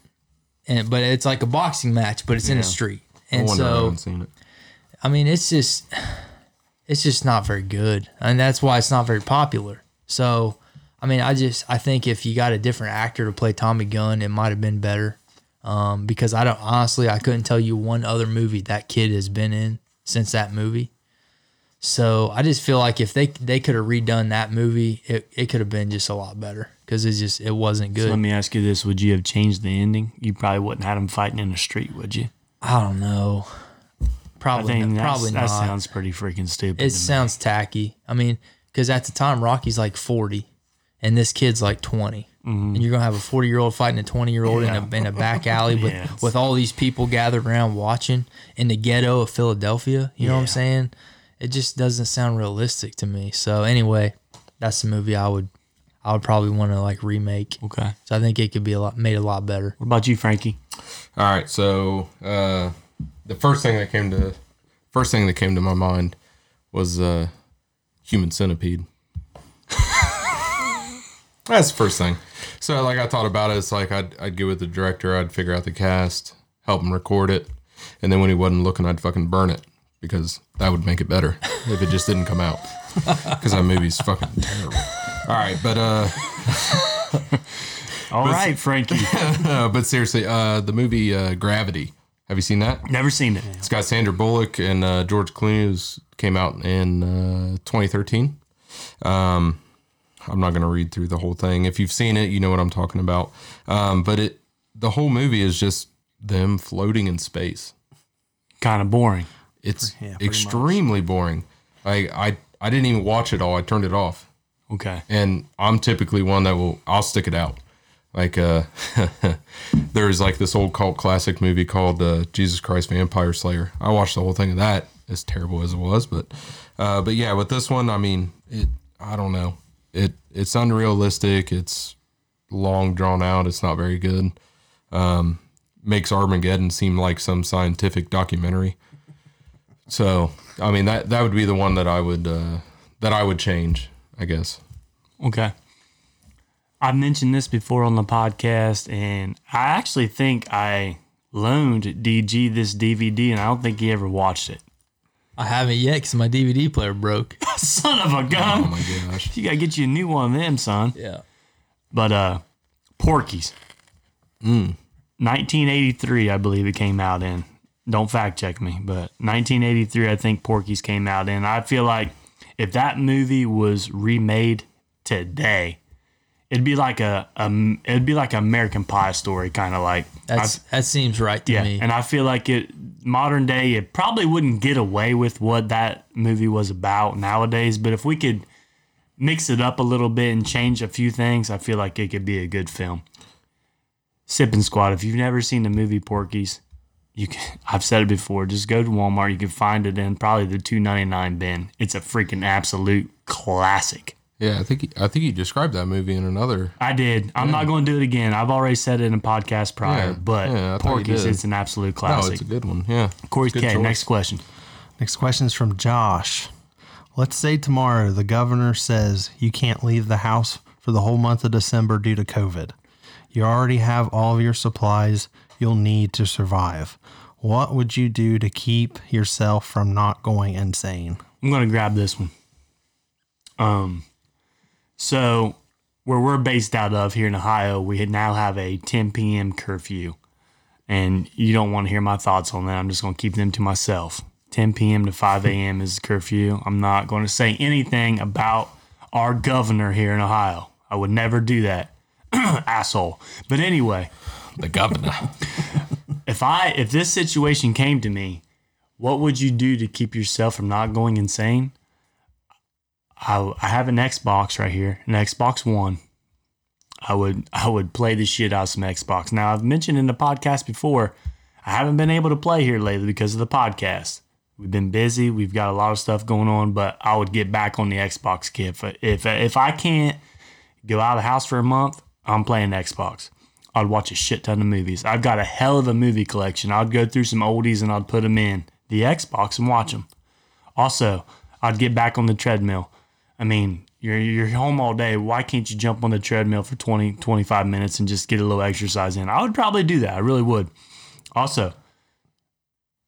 Speaker 2: and but it's like a boxing match, but it's in a street,
Speaker 3: I
Speaker 2: and
Speaker 3: wonder I
Speaker 2: so
Speaker 3: haven't seen it.
Speaker 2: I mean, it's just it's just not very good, and that's why it's not very popular. So, I mean, I just I think if you got a different actor to play Tommy Gunn, it might have been better. Um, because I don't honestly, I couldn't tell you one other movie that kid has been in since that movie. So I just feel like if they they could have redone that movie, it, it could have been just a lot better because it just it wasn't good.
Speaker 1: Let me ask you this: Would you have changed the ending? You probably wouldn't have had him fighting in the street, would you?
Speaker 2: I don't know.
Speaker 1: I
Speaker 2: Probably
Speaker 1: think
Speaker 2: not,
Speaker 1: that's-
Speaker 2: probably
Speaker 1: that
Speaker 2: not.
Speaker 1: sounds pretty freaking stupid.
Speaker 2: It
Speaker 1: to me.
Speaker 2: sounds tacky. I mean, because at the time Rocky's like forty, and this kid's like 20
Speaker 1: Mm-hmm.
Speaker 2: and you're gonna have a forty year old fighting a twenty year old in a in a back alley
Speaker 1: [LAUGHS]
Speaker 2: with
Speaker 1: Yeah.
Speaker 2: with all these people gathered around watching in the ghetto of Philadelphia. You know what I'm
Speaker 1: Yeah.
Speaker 2: saying? It just doesn't sound realistic to me. So anyway, that's the movie I would I would probably want to like remake.
Speaker 1: Okay.
Speaker 2: So I think it could be a lot made a lot better.
Speaker 1: What about you, Frankie?
Speaker 3: All right, so uh, the first thing that came to first thing that came to my mind was uh, human centipede. [LAUGHS] That's the first thing. So like I thought about it, it's like I'd I'd get with the director, I'd figure out the cast, help him record it, and then when he wasn't looking, I'd fucking burn it because that would make it better if it just didn't come out [LAUGHS] because that movie's fucking terrible. All right, but uh.
Speaker 1: All right,
Speaker 2: [LAUGHS]
Speaker 1: Frankie.
Speaker 3: Uh, but seriously, uh, the movie uh, Gravity. Have you seen
Speaker 1: [LAUGHS]
Speaker 3: that?
Speaker 1: Never seen it.
Speaker 3: It's got Sandra Bullock and uh, George Clooney. who's came out in uh, 2013. Um, I'm not going to read through the whole thing. If you've seen it, you know what I'm talking about. Um, but it, the whole movie is just them floating in space.
Speaker 1: Kind of boring.
Speaker 3: It's extremely boring. Like I, I didn't even watch it all. I turned it off
Speaker 1: Okay.
Speaker 3: and I'm typically one that will I'll stick it out. Like uh [LAUGHS] there's like this old cult classic movie called uh, Jesus Christ Vampire Slayer. I watched the whole thing of that as terrible as it was, but uh but yeah, with this one, I mean, it I don't know. It it's unrealistic, it's long drawn out, it's not very good. Um makes Armageddon seem like some scientific documentary. So, I mean, that that would be the one that I would uh that I would change, I guess.
Speaker 1: Okay. I've mentioned this before on the podcast, and I actually think I loaned DG this DVD, and I don't think he ever watched it. [LAUGHS]
Speaker 2: I haven't yet because my DVD player broke.
Speaker 1: Son of a
Speaker 3: Oh
Speaker 1: gun!
Speaker 3: my gosh.
Speaker 1: You gotta get you a new one of them, son.
Speaker 2: Yeah.
Speaker 1: But uh, Porky's, 1983, I believe it came out in. Don't fact check me, but 1983, I think Porky's came out in. I feel like if that movie was remade today, it'd be like a, a it'd be like an American Pie story, kind of like
Speaker 2: That's that seems right to
Speaker 1: yeah,
Speaker 2: me.
Speaker 1: and I feel like it modern day it probably wouldn't get away with what that movie was about nowadays, but if we could mix it up a little bit and change a few things, I feel like it could be a good film. Sipping Squad, if you've never seen the movie Porky's, you can [LAUGHS] I've said it before, just go to Walmart, you can find it in probably the 2.99 bin. It's a freaking absolute classic.
Speaker 3: Yeah, I think he, I think you described that movie in another.
Speaker 1: I did. I'm not going to do it again. I've already said it in a podcast prior,
Speaker 3: Yeah,
Speaker 1: but
Speaker 3: yeah, I thought you
Speaker 1: Porky's,
Speaker 3: did.
Speaker 1: it's an absolute
Speaker 3: No,
Speaker 1: classic.
Speaker 3: it's a good one. Yeah,
Speaker 1: Corey
Speaker 3: It's a
Speaker 1: K.
Speaker 3: good choice.
Speaker 1: Next question.
Speaker 4: Next question is from Josh. Let's say tomorrow the governor says you can't leave the house for the whole month of December due to COVID. You already have all of your supplies you'll need to survive. What would you do to keep yourself from not going insane?
Speaker 1: I'm gonna grab this one. Um, so where we're based out of here in Ohio, we now have a 10 p.m. curfew, and you don't want to hear my thoughts on that. I'm just gonna keep them to myself. 10 p.m. to 5 a.m. is the curfew. I'm not going to say anything about our governor here in Ohio. I would never do that, [CLEARS THROAT] asshole. But anyway,
Speaker 3: The governor. [LAUGHS]
Speaker 1: if I if this situation came to me, what would you do to keep yourself from not going insane? I I have an Xbox right here, an Xbox One. I would I would play the shit out of some Xbox. Now I've mentioned in the podcast before, I haven't been able to play here lately because of the podcast. We've been busy. We've got a lot of stuff going on, but I would get back on the Xbox kid. If if, if I can't go out of the house for a month, I'm playing Xbox. I'd watch a shit ton of movies. I've got a hell of a movie collection. I'd go through some oldies and I'd put them in the Xbox and watch them. Also, I'd get back on the treadmill. I mean, you're, you're home all day. Why can't you jump on the treadmill for 20, 25 minutes and just get a little exercise in? I would probably do that. I really would. Also,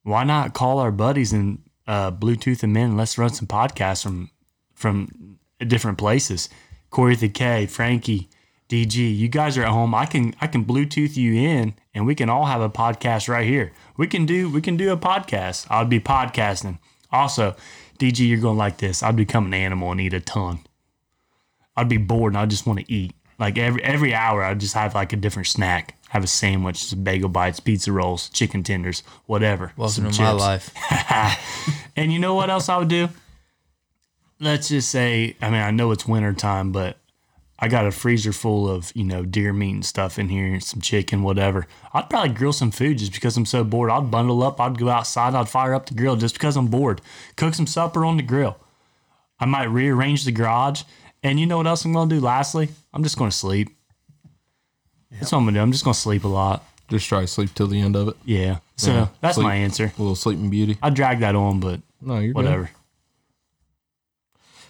Speaker 1: why not call our buddies in uh, Bluetooth and Men and let's run some podcasts from from different places. Corey the K, Frankie, DG, you guys are at home. I can I can Bluetooth you in, and we can all have a podcast right here. We can do we can do a podcast. I'd be podcasting. Also, DG, you're going to like this. I'd become an animal and eat a ton. I'd be bored and I just want to eat. Like every every hour, I'd just have like a different snack. Have a sandwich, some bagel bites, pizza rolls, chicken tenders, whatever. some
Speaker 2: Welcome to my
Speaker 1: chips.
Speaker 2: life.
Speaker 1: And you know what else I would do? Let's just say, I mean, I know it's winter time, but I got a freezer full of, you know, deer meat and stuff in here, some chicken, whatever. I'd probably grill some food just because I'm so bored. I'd bundle up, I'd go outside, I'd fire up the grill just because I'm bored. Cook some supper on the grill. I might rearrange the garage And you know what else I'm going to do? Lastly, I'm just going to sleep. That's what I'm going to do. I'm just going to sleep a lot.
Speaker 3: Just try to sleep till the end of it.
Speaker 1: Yeah. So
Speaker 3: Yeah.
Speaker 1: that's
Speaker 3: Sleep.
Speaker 1: my answer.
Speaker 3: A little sleeping beauty.
Speaker 1: I drag that on, but
Speaker 3: No, you're good.
Speaker 1: whatever.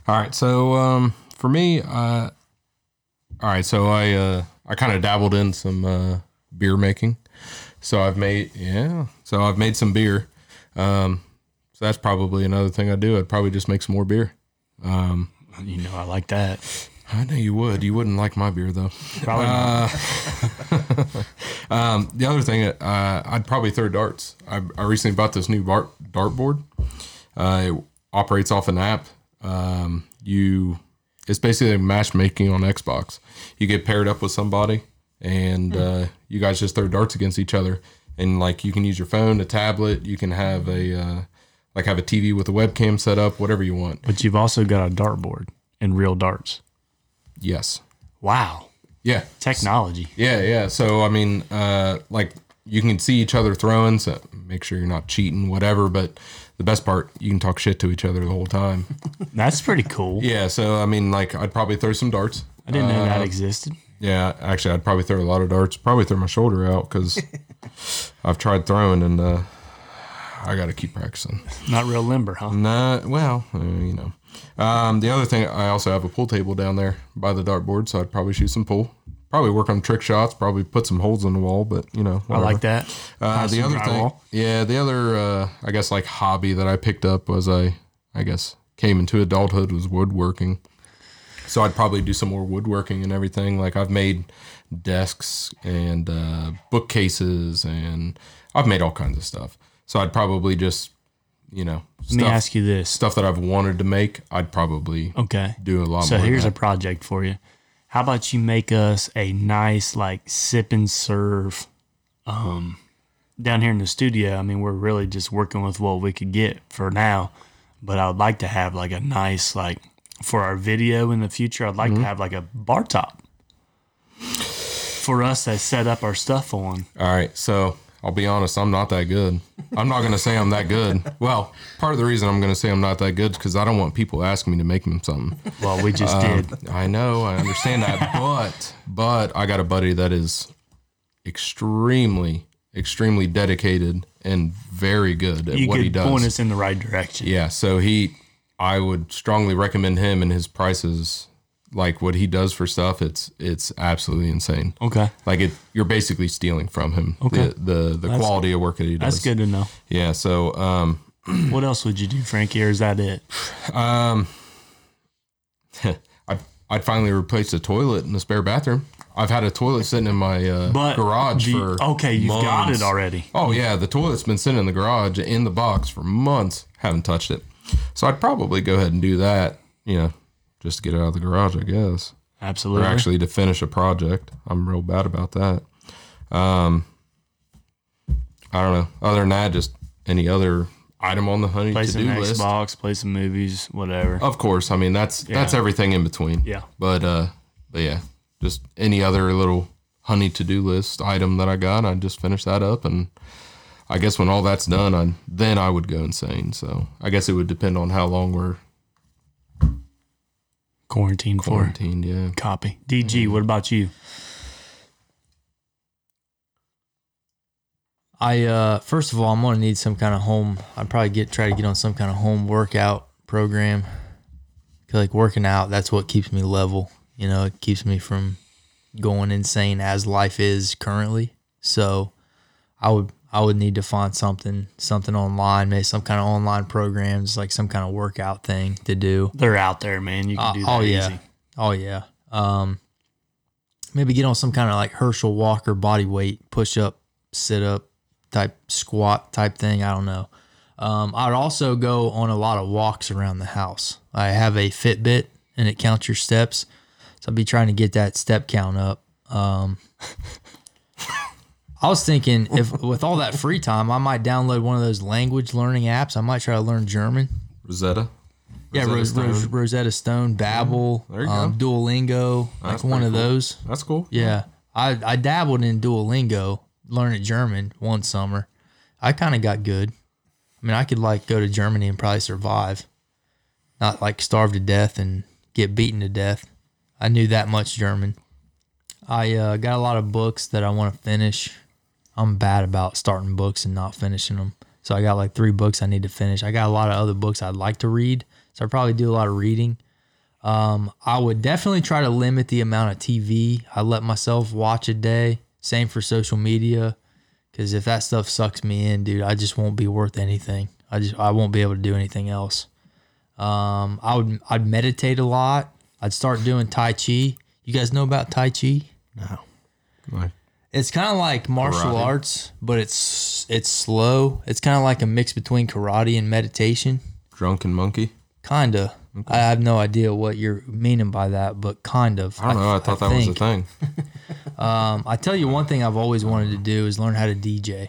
Speaker 3: All right, so um, for me, uh, all right, so I uh, I kind of dabbled in some uh, beer making, so I've made yeah, so I've made some beer. Um, so that's probably another thing I do. I'd probably just make some more beer. Um,
Speaker 1: You know, I like that.
Speaker 3: I know you would. You wouldn't like my beer though.
Speaker 1: Probably not.
Speaker 3: Um, the other thing, uh, I'd probably throw darts. I, I recently bought this new bar, dart board. Uh, it operates off an app. Um, you, it's basically matchmaking on Xbox. You get paired up with somebody, and uh, you guys just throw darts against each other. And like, you can use your phone, a tablet. You can have a uh, like have a TV with a webcam set up, whatever you want.
Speaker 1: But you've also got a dartboard and real darts.
Speaker 3: Yes.
Speaker 1: Wow.
Speaker 3: Yeah.
Speaker 1: Technology.
Speaker 3: Yeah, yeah. So I mean, uh, like you can see each other throwing, so make sure you're not cheating, whatever. But the best part, you can talk shit to each other the whole time.
Speaker 1: That's pretty [LAUGHS] cool.
Speaker 3: yeah. So I mean, like I'd probably throw some darts.
Speaker 1: I didn't know that existed.
Speaker 3: Yeah, actually, I'd probably throw a lot of darts. Probably throw my shoulder out because I've tried throwing and uh, I got to keep practicing.
Speaker 1: Not real limber, huh?
Speaker 3: Nah, well, uh, you know. Um, the other thing, I also have a pool table down there by the dartboard, so I'd probably shoot some pool. Probably work on trick shots. Probably put some holes in the wall, but you know,
Speaker 1: I
Speaker 3: whatever.
Speaker 1: like that.
Speaker 3: Uh,
Speaker 1: Nice
Speaker 3: the
Speaker 1: and
Speaker 3: other thing,
Speaker 1: drywall.
Speaker 3: yeah, the other, uh, I guess, like hobby that I picked up was I, I guess, came into adulthood was woodworking. So I'd probably do some more woodworking and everything. Like I've made desks and uh, bookcases, and I've made all kinds of stuff. So I'd probably just, you know,
Speaker 1: Let me
Speaker 3: stuff,
Speaker 1: ask you this.
Speaker 3: stuff that I've wanted to make. I'd probably
Speaker 1: Okay.
Speaker 3: do a lot
Speaker 1: So
Speaker 3: more.
Speaker 1: here's a
Speaker 3: of
Speaker 1: project for you. How about you make us a nice like sip and serve um down here in the studio. I mean, we're really just working with what we could get for now, but I would like to have like a nice like for our video in the future, I'd
Speaker 3: Mm-hmm.
Speaker 1: like to have like a bar top for us to set up our stuff on.
Speaker 3: that. all right, so. I'll be honest, I'm not that good. I'm not going to say I'm that good. Well, part of the reason I'm going to say I'm not that good is because I don't want people asking me to make them something.
Speaker 1: Well, we
Speaker 3: [LAUGHS] Um,
Speaker 1: just did.
Speaker 3: I know, I understand that, but but I got a buddy that is extremely, extremely dedicated and very good at
Speaker 1: You
Speaker 3: what he
Speaker 1: could point
Speaker 3: does.
Speaker 1: us in the right direction.
Speaker 3: Yeah, so he, I would strongly recommend him and his prices. Like what he does for stuff, it's it's absolutely insane.
Speaker 1: Okay.
Speaker 3: Like it, you're basically stealing from him
Speaker 1: Okay.
Speaker 3: the the, the quality of work that he does.
Speaker 1: That's good to know.
Speaker 3: Yeah. So um,
Speaker 1: What else would you do, Frankie, or is that it?
Speaker 3: Um, [LAUGHS] I'd, I'd finally replace the toilet in the spare bathroom. I've had a toilet sitting in my uh,
Speaker 1: But
Speaker 3: garage
Speaker 1: do you-
Speaker 3: for
Speaker 1: okay, you've got
Speaker 3: months.
Speaker 1: it already.
Speaker 3: Oh yeah, the toilet's been sitting in the garage in the box for months. Haven't touched it, so I'd probably go ahead and do that. You know, just to get it out of the garage, I guess, or
Speaker 1: Absolutely.
Speaker 3: actually to finish a project. I'm real bad about that. Um, I don't know. Other than that, just any other item on the honey
Speaker 1: play
Speaker 3: to
Speaker 1: some
Speaker 3: do list.
Speaker 1: Xbox, play some movies, whatever.
Speaker 2: Oh.
Speaker 3: Of course, I mean that's that's everything in between.
Speaker 1: Yeah.
Speaker 3: But uh, but yeah, just any other little honey to do list item that I got, I just finish that up, and I guess when all that's done, I then I would go insane. So I guess it would depend on how long we're
Speaker 1: Quarantine for
Speaker 3: quarantined. Yeah.
Speaker 1: copy. DG,
Speaker 2: Mm-hmm.
Speaker 1: what about you?
Speaker 2: I uh first of all, I'm gonna need some kind of home. I'd probably get try to get on some kind of home workout program. 'Cause, like working out, that's what keeps me level. You know, it keeps me from going insane as life is currently. So, I would I would need to find something something online, maybe some kind of online programs, like some kind of workout thing to do.
Speaker 1: They're out there, man. You can
Speaker 2: Uh,
Speaker 1: do that
Speaker 2: oh yeah,
Speaker 1: easy.
Speaker 2: oh yeah. Um, maybe get on some kind of like Herschel Walker body weight push up, sit up type squat type thing. I don't know. Um, I'd also go on a lot of walks around the house. I have a Fitbit and it counts your steps, so I'd be trying to get that step count up. Um, I was thinking if with all that free time, I might download one of those language learning apps. I might try to learn German.
Speaker 3: Rosetta.
Speaker 2: Yeah,
Speaker 3: Rosetta
Speaker 2: Ros- Ros-
Speaker 3: Stone. Mm-hmm.
Speaker 2: Rosetta Stone, Babbel,
Speaker 3: there you go. Oh,
Speaker 2: um, Duolingo, like one
Speaker 3: pretty
Speaker 2: of
Speaker 3: cool.
Speaker 2: those.
Speaker 3: That's cool.
Speaker 2: Yeah, I, I dabbled in Duolingo, learning German one summer. I kind of got good. I mean, I could like go to Germany and probably survive, not like starve to death and get beaten to death. I knew that much German. I uh, got a lot of books that I want to finish. I'm bad about starting books and not finishing them. So I got like three books I need to finish. I got a lot of other books I'd like to read. So I probably do a lot of reading. Um, I would definitely try to limit the amount of TV I let myself watch a day. Same for social media. Cause if that stuff sucks me in, dude, I just won't be worth anything. I just I won't be able to do anything else. Um, I would I'd meditate a lot. I'd start doing Tai Chi. You guys know about Tai Chi?
Speaker 4: No.
Speaker 3: Like,
Speaker 2: It's kind of like martial
Speaker 3: Karate.
Speaker 2: arts, but it's it's slow. It's kind of like a mix between karate and meditation.
Speaker 3: drunken monkey.
Speaker 2: Kind of. I have no idea what you're meaning by that, but kind of.
Speaker 3: I don't know. I
Speaker 2: th-
Speaker 3: thought that was
Speaker 2: think.
Speaker 3: a thing.
Speaker 2: Um, I tell you one thing I've always wanted to do is learn how to DJ.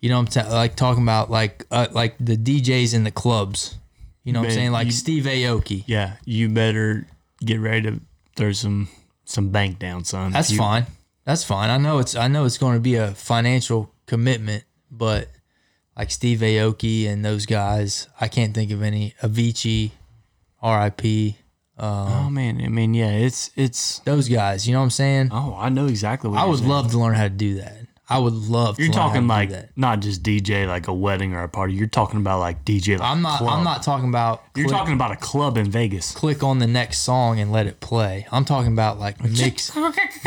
Speaker 2: You know, what I'm ta- like talking about like uh, like the DJs in the clubs. You know, what I'm
Speaker 1: Man,
Speaker 2: saying like
Speaker 1: you-
Speaker 2: Steve Aoki.
Speaker 1: Yeah, you better get ready to throw some some bank down, son.
Speaker 2: That's
Speaker 1: You-
Speaker 2: fine. That's fine. I know it's I know it's going to be a financial commitment, but like Steve Aoki and those guys, I can't think of any Avicii, R.I.P.
Speaker 1: Oh man, I mean, yeah, it's it's.
Speaker 2: Those guys. You know what I'm saying?
Speaker 1: Oh, I know exactly what
Speaker 2: I
Speaker 1: you're
Speaker 2: would
Speaker 1: saying.
Speaker 2: love to learn how to do that. I would love. to
Speaker 1: You're
Speaker 2: learn how to
Speaker 1: talking
Speaker 2: do
Speaker 1: like
Speaker 2: that.
Speaker 1: not just DJ like a wedding or a party. You're talking about like DJ. Like
Speaker 2: I'm
Speaker 1: a
Speaker 2: not.
Speaker 1: Club.
Speaker 2: I'm not talking about.
Speaker 1: You're
Speaker 2: click-
Speaker 1: talking about a club in Vegas.
Speaker 2: click on the next song and let it play. I'm talking
Speaker 1: [LAUGHS]
Speaker 2: about like mix,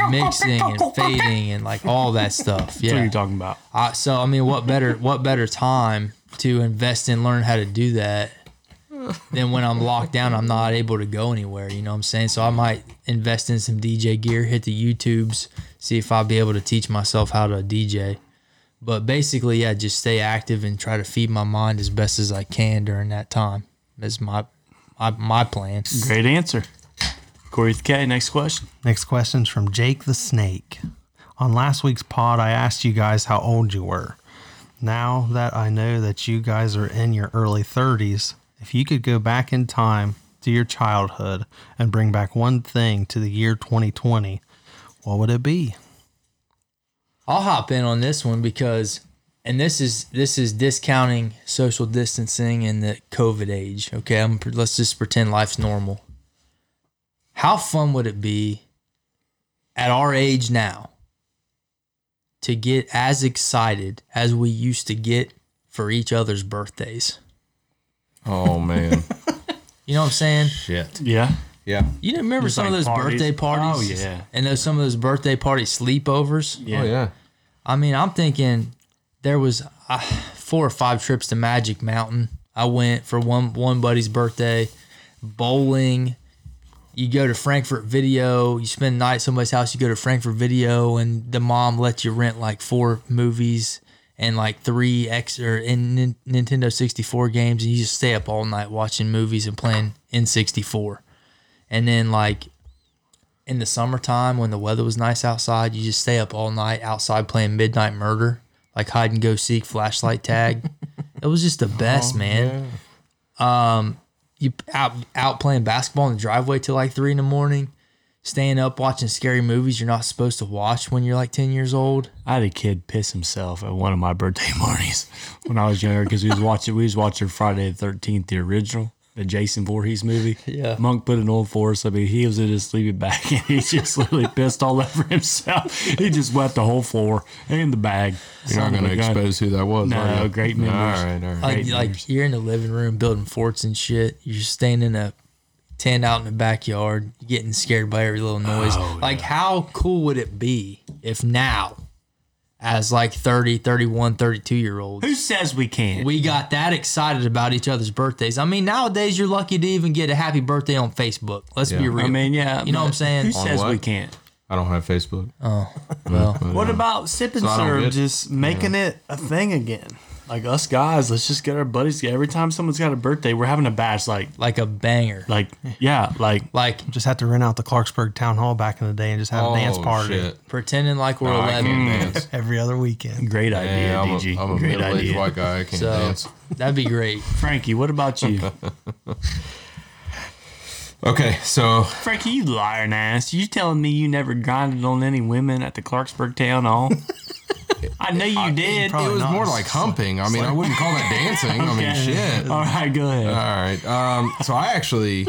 Speaker 2: mixing and fading and like all that stuff.
Speaker 1: That's what
Speaker 2: Yeah.
Speaker 1: you're talking about.
Speaker 2: I, so I mean, what better what better time to invest in learn how to do that than when I'm locked down? I'm not able to go anywhere. You know what I'm saying? So I might invest in some DJ gear, hit the YouTubes, see if I'll be able to teach myself how to DJ. But basically, yeah, just stay active and try to feed my mind as best as I can during that time. That's my my, my plan.
Speaker 1: Great answer. Corey with K. Next question.
Speaker 4: Next question's from Jake the Snake. On last week's pod, I asked you guys how old you were. Now that I know that you guys are in your early 30s, if you could go back in time to your childhood and bring back one thing to the year 2020, what would it be?
Speaker 2: I'll hop in on this one because, and this is this is discounting social distancing in the COVID age. Okay, I'm, let's just pretend life's normal. How fun would it be at our age now to get as excited as we used to get for each other's birthdays?
Speaker 3: Oh man,
Speaker 2: You know what I'm saying?
Speaker 3: shit.
Speaker 1: Yeah.
Speaker 3: Yeah.
Speaker 2: You remember
Speaker 1: Just
Speaker 2: some of
Speaker 1: like
Speaker 2: those
Speaker 1: parties.
Speaker 2: birthday parties?
Speaker 1: Oh, yeah.
Speaker 2: And those some of those birthday party sleepovers.
Speaker 1: Yeah.
Speaker 3: Oh yeah.
Speaker 2: I mean, I'm thinking there was uh, four or five trips to Magic Mountain. I went for one one buddy's birthday, bowling. You go to Frankfurt Video. You spend the night at somebody's house. You go to Frankfurt Video, and the mom lets you rent like four movies and like three X or in Nin- Nintendo 64 games, and you just stay up all night watching movies and playing N64. And then like in the summertime when the weather was nice outside, you just stay up all night outside playing Midnight Murder, like hide and go seek, flashlight tag. it was just the best, man. Um, you p- out out playing basketball in the driveway till like three in the morning, staying up watching scary movies you're not supposed to watch when you're like ten years old.
Speaker 1: I had a kid piss himself at one of my birthday [LAUGHS] parties when I was younger because we was watching we was watching Friday the Thirteenth, the original, the Jason Voorhees movie.
Speaker 2: Yeah.
Speaker 1: Monk put it on for us. I mean, he was in his sleeping bag [LAUGHS] and he just literally pissed all over himself. He just wet the whole floor and the bag.
Speaker 3: You're not gonna expose who that was.
Speaker 1: No,
Speaker 3: are you?
Speaker 1: great
Speaker 3: All
Speaker 1: memories.
Speaker 3: right. All right.
Speaker 2: Like,
Speaker 1: Eight
Speaker 2: like
Speaker 1: years.
Speaker 2: you're in the living room building forts and shit. You're staying in a tent out in the backyard, getting scared by every little noise.
Speaker 3: Oh,
Speaker 2: like, how cool would it be if now, as like 30, 31, 32 year olds,
Speaker 1: Who says we can't?
Speaker 2: we got that excited about each other's birthdays? I mean, nowadays you're lucky to even get a happy birthday on Facebook. Let's be
Speaker 3: Yeah.
Speaker 2: real.
Speaker 1: I mean, yeah.
Speaker 2: You know what I'm
Speaker 1: but
Speaker 2: saying?
Speaker 1: Who
Speaker 2: On
Speaker 1: says we
Speaker 3: what?
Speaker 1: can't?
Speaker 3: I don't have Facebook.
Speaker 2: well,
Speaker 1: What about sip and
Speaker 3: So I don't
Speaker 1: serve
Speaker 3: get-
Speaker 1: just making it a thing again? Like us guys, let's just get our buddies together. Every time someone's got a birthday, we're having a bash. Like,
Speaker 2: like a banger.
Speaker 3: [LAUGHS]
Speaker 1: like, yeah, like
Speaker 2: Like
Speaker 4: Just had to rent out the Clarksburg Town Hall back in the day and just have a dance party
Speaker 3: Oh, Shit.
Speaker 2: pretending like we're
Speaker 3: No, Oh, I
Speaker 2: 11.
Speaker 3: can't
Speaker 4: [LAUGHS]
Speaker 3: dance.
Speaker 4: every other weekend.
Speaker 1: great idea,
Speaker 3: Yeah, I'm
Speaker 1: DG.
Speaker 3: a, I'm a
Speaker 1: great
Speaker 3: middle-aged
Speaker 1: idea,
Speaker 3: white guy. I can't
Speaker 2: So-
Speaker 3: dance.
Speaker 2: That'd be great.
Speaker 1: Frankie. What about you,
Speaker 3: [LAUGHS] Okay, so
Speaker 1: Frankie? You lying ass. You telling me you never grinded on any women at the Clarksburg Town
Speaker 3: [LAUGHS]
Speaker 1: Hall? I know you did.
Speaker 4: probably-
Speaker 3: it was
Speaker 4: not.
Speaker 3: more like humping. I mean, I wouldn't call that dancing. I
Speaker 1: [LAUGHS]
Speaker 3: mean,
Speaker 1: Okay.
Speaker 3: shit. Uh,
Speaker 1: All right, go ahead.
Speaker 3: All right. Um, so I actually,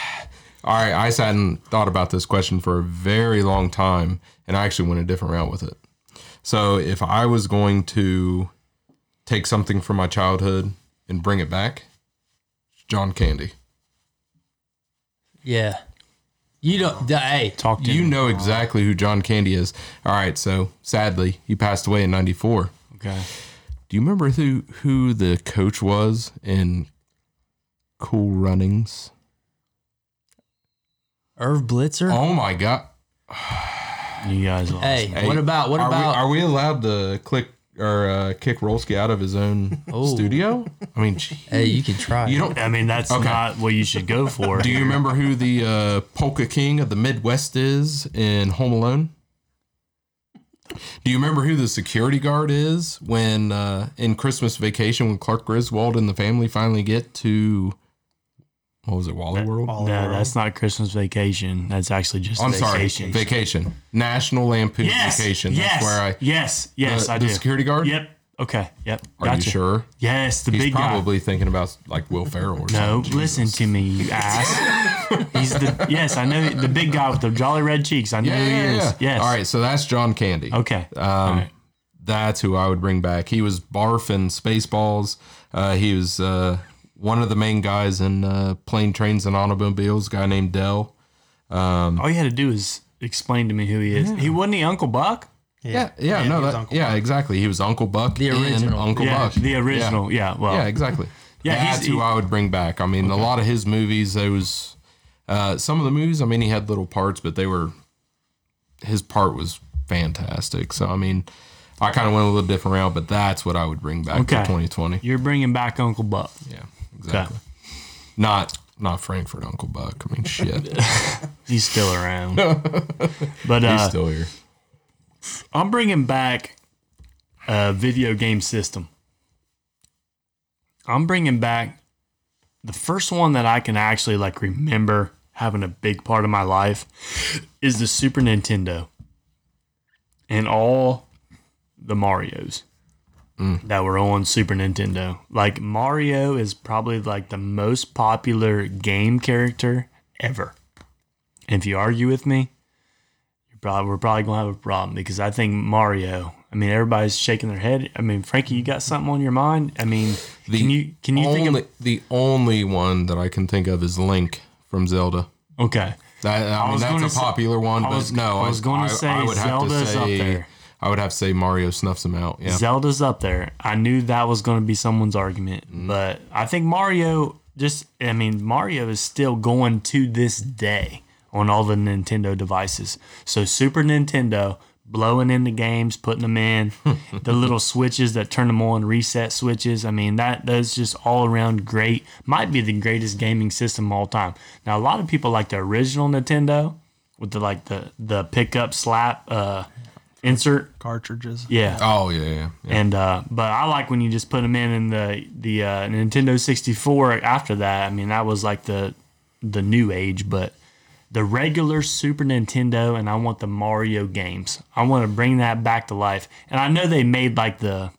Speaker 3: [SIGHS] All right, I sat and thought about this question for a very long time, and I actually went a different route with it. So, if I was going to take something from my childhood and bring it back, John Candy.
Speaker 2: Yeah. You don't. d- Hey,
Speaker 1: Talk to
Speaker 3: You
Speaker 1: him.
Speaker 3: know exactly who John Candy is. All right, so sadly, he passed away in 94.
Speaker 1: Okay.
Speaker 3: Do you remember who who the coach was in Cool Runnings?
Speaker 2: Irv Blitzer.
Speaker 3: Oh my god.
Speaker 1: You guys lost.
Speaker 2: hey,
Speaker 1: me.
Speaker 2: what about what
Speaker 3: are
Speaker 2: about?
Speaker 3: we, are we allowed to click or uh, kick Rolski out of his own
Speaker 2: [LAUGHS] Oh.
Speaker 3: studio? I mean, gee,
Speaker 2: hey, you can try.
Speaker 3: you
Speaker 2: it.
Speaker 3: don't.
Speaker 1: I mean, that's
Speaker 3: Okay.
Speaker 1: not what you should go for.
Speaker 3: [LAUGHS] Do you remember who the uh, polka king of the Midwest is in Home Alone? Do you remember who the security guard is when uh, in Christmas Vacation when Clark Griswold and the family finally get to what was it Wally World?
Speaker 4: All
Speaker 1: No,
Speaker 4: around.
Speaker 1: that's not Christmas vacation. That's actually just
Speaker 3: I'm
Speaker 1: vacation.
Speaker 3: sorry, vacation. National Lampoon
Speaker 1: Yes.
Speaker 3: Vacation.
Speaker 1: Yes.
Speaker 3: That's where I.
Speaker 1: yes. Yes.
Speaker 3: the,
Speaker 1: I
Speaker 3: the
Speaker 1: do.
Speaker 3: security guard.
Speaker 1: Yep. Okay. Yep.
Speaker 3: Are
Speaker 1: gotcha.
Speaker 3: you sure?
Speaker 1: Yes. The
Speaker 3: He's
Speaker 1: big
Speaker 3: probably thinking about like Will Ferrell. Or
Speaker 1: guy. No,
Speaker 3: something.
Speaker 1: listen to me,
Speaker 3: [LAUGHS]
Speaker 1: you ass. He's the yes. I know the big guy with the jolly red cheeks. I know
Speaker 3: Yeah,
Speaker 1: who he
Speaker 3: yeah,
Speaker 1: is.
Speaker 3: yeah.
Speaker 1: Yes.
Speaker 3: All right, so that's John Candy.
Speaker 1: Okay.
Speaker 3: Um,
Speaker 1: right.
Speaker 3: That's who I would bring back. He was Barf in Spaceballs. Uh, he was uh, one of the main guys in uh, Plane, Trains, and Automobiles. A guy named Dell.
Speaker 1: All you had to do is explain to me who he is. He wasn't he Uncle Buck.
Speaker 3: Yeah, yeah,
Speaker 4: Yeah,
Speaker 3: no,
Speaker 4: he was
Speaker 3: that,
Speaker 4: Uncle
Speaker 3: yeah, exactly. He was Uncle Buck,
Speaker 2: The
Speaker 3: in
Speaker 2: original.
Speaker 3: Uncle
Speaker 1: yeah.
Speaker 3: Buck,
Speaker 1: The
Speaker 3: Yeah.
Speaker 1: original. Yeah. well.
Speaker 3: Yeah, exactly.
Speaker 1: [LAUGHS] Yeah, he's-
Speaker 3: that's who
Speaker 1: he-
Speaker 3: I would bring back. I mean, a lot of his movies, those, uh, some of the movies, I mean, he had little parts, but they were, his part was fantastic. So, I mean, I kind of went a little different route, but that's what I would bring back
Speaker 1: Okay.
Speaker 3: to 2020.
Speaker 1: You're bringing back Uncle Buck.
Speaker 3: Yeah, exactly. Not, not Frankfurt Uncle Buck.
Speaker 1: [LAUGHS]
Speaker 3: I mean, shit.
Speaker 1: He's still
Speaker 3: [LAUGHS]
Speaker 1: around. but uh,
Speaker 3: He's still here.
Speaker 1: I'm bringing back a video game system. I'm bringing back the first one that I can actually like remember having a big part of my life is the Super Nintendo and all the Marios that were on Super Nintendo. Like Mario is probably like the most popular game character ever. If you argue with me, Probably, we're probably gonna have a problem because I think Mario. I mean, everybody's shaking their head. I mean, Frankie, you got something on your mind? I mean, can you can you
Speaker 3: only,
Speaker 1: think of
Speaker 3: the only one that I can think of is Link from Zelda.
Speaker 1: okay?
Speaker 3: That, I, mean,
Speaker 1: was gonna
Speaker 3: that's a
Speaker 1: say-
Speaker 3: popular one,
Speaker 1: I
Speaker 3: but
Speaker 1: was-
Speaker 3: no,
Speaker 1: I was gonna say Zelda's up there.
Speaker 3: I would have to say Mario snuffs him out. Yeah,
Speaker 1: Zelda's up there. I knew that was going to be someone's argument, but I think Mario just I mean Mario is still going to this day on all the Nintendo devices. So Super Nintendo blowing in the games, putting them in, the little switches that turn them on, reset switches. I mean that that's just all around great. Might be the greatest gaming system of all time. Now a lot of people like the original Nintendo with the like the the pickup slap uh insert.
Speaker 4: cartridges.
Speaker 1: Yeah.
Speaker 3: Oh yeah, yeah. yeah.
Speaker 1: And uh, but I like when you just put them in in the the uh, Nintendo 64. After that, I mean that was like the the new age, but the regular Super Nintendo, and I want the Mario games. I want to bring that back to life. And I know they made like the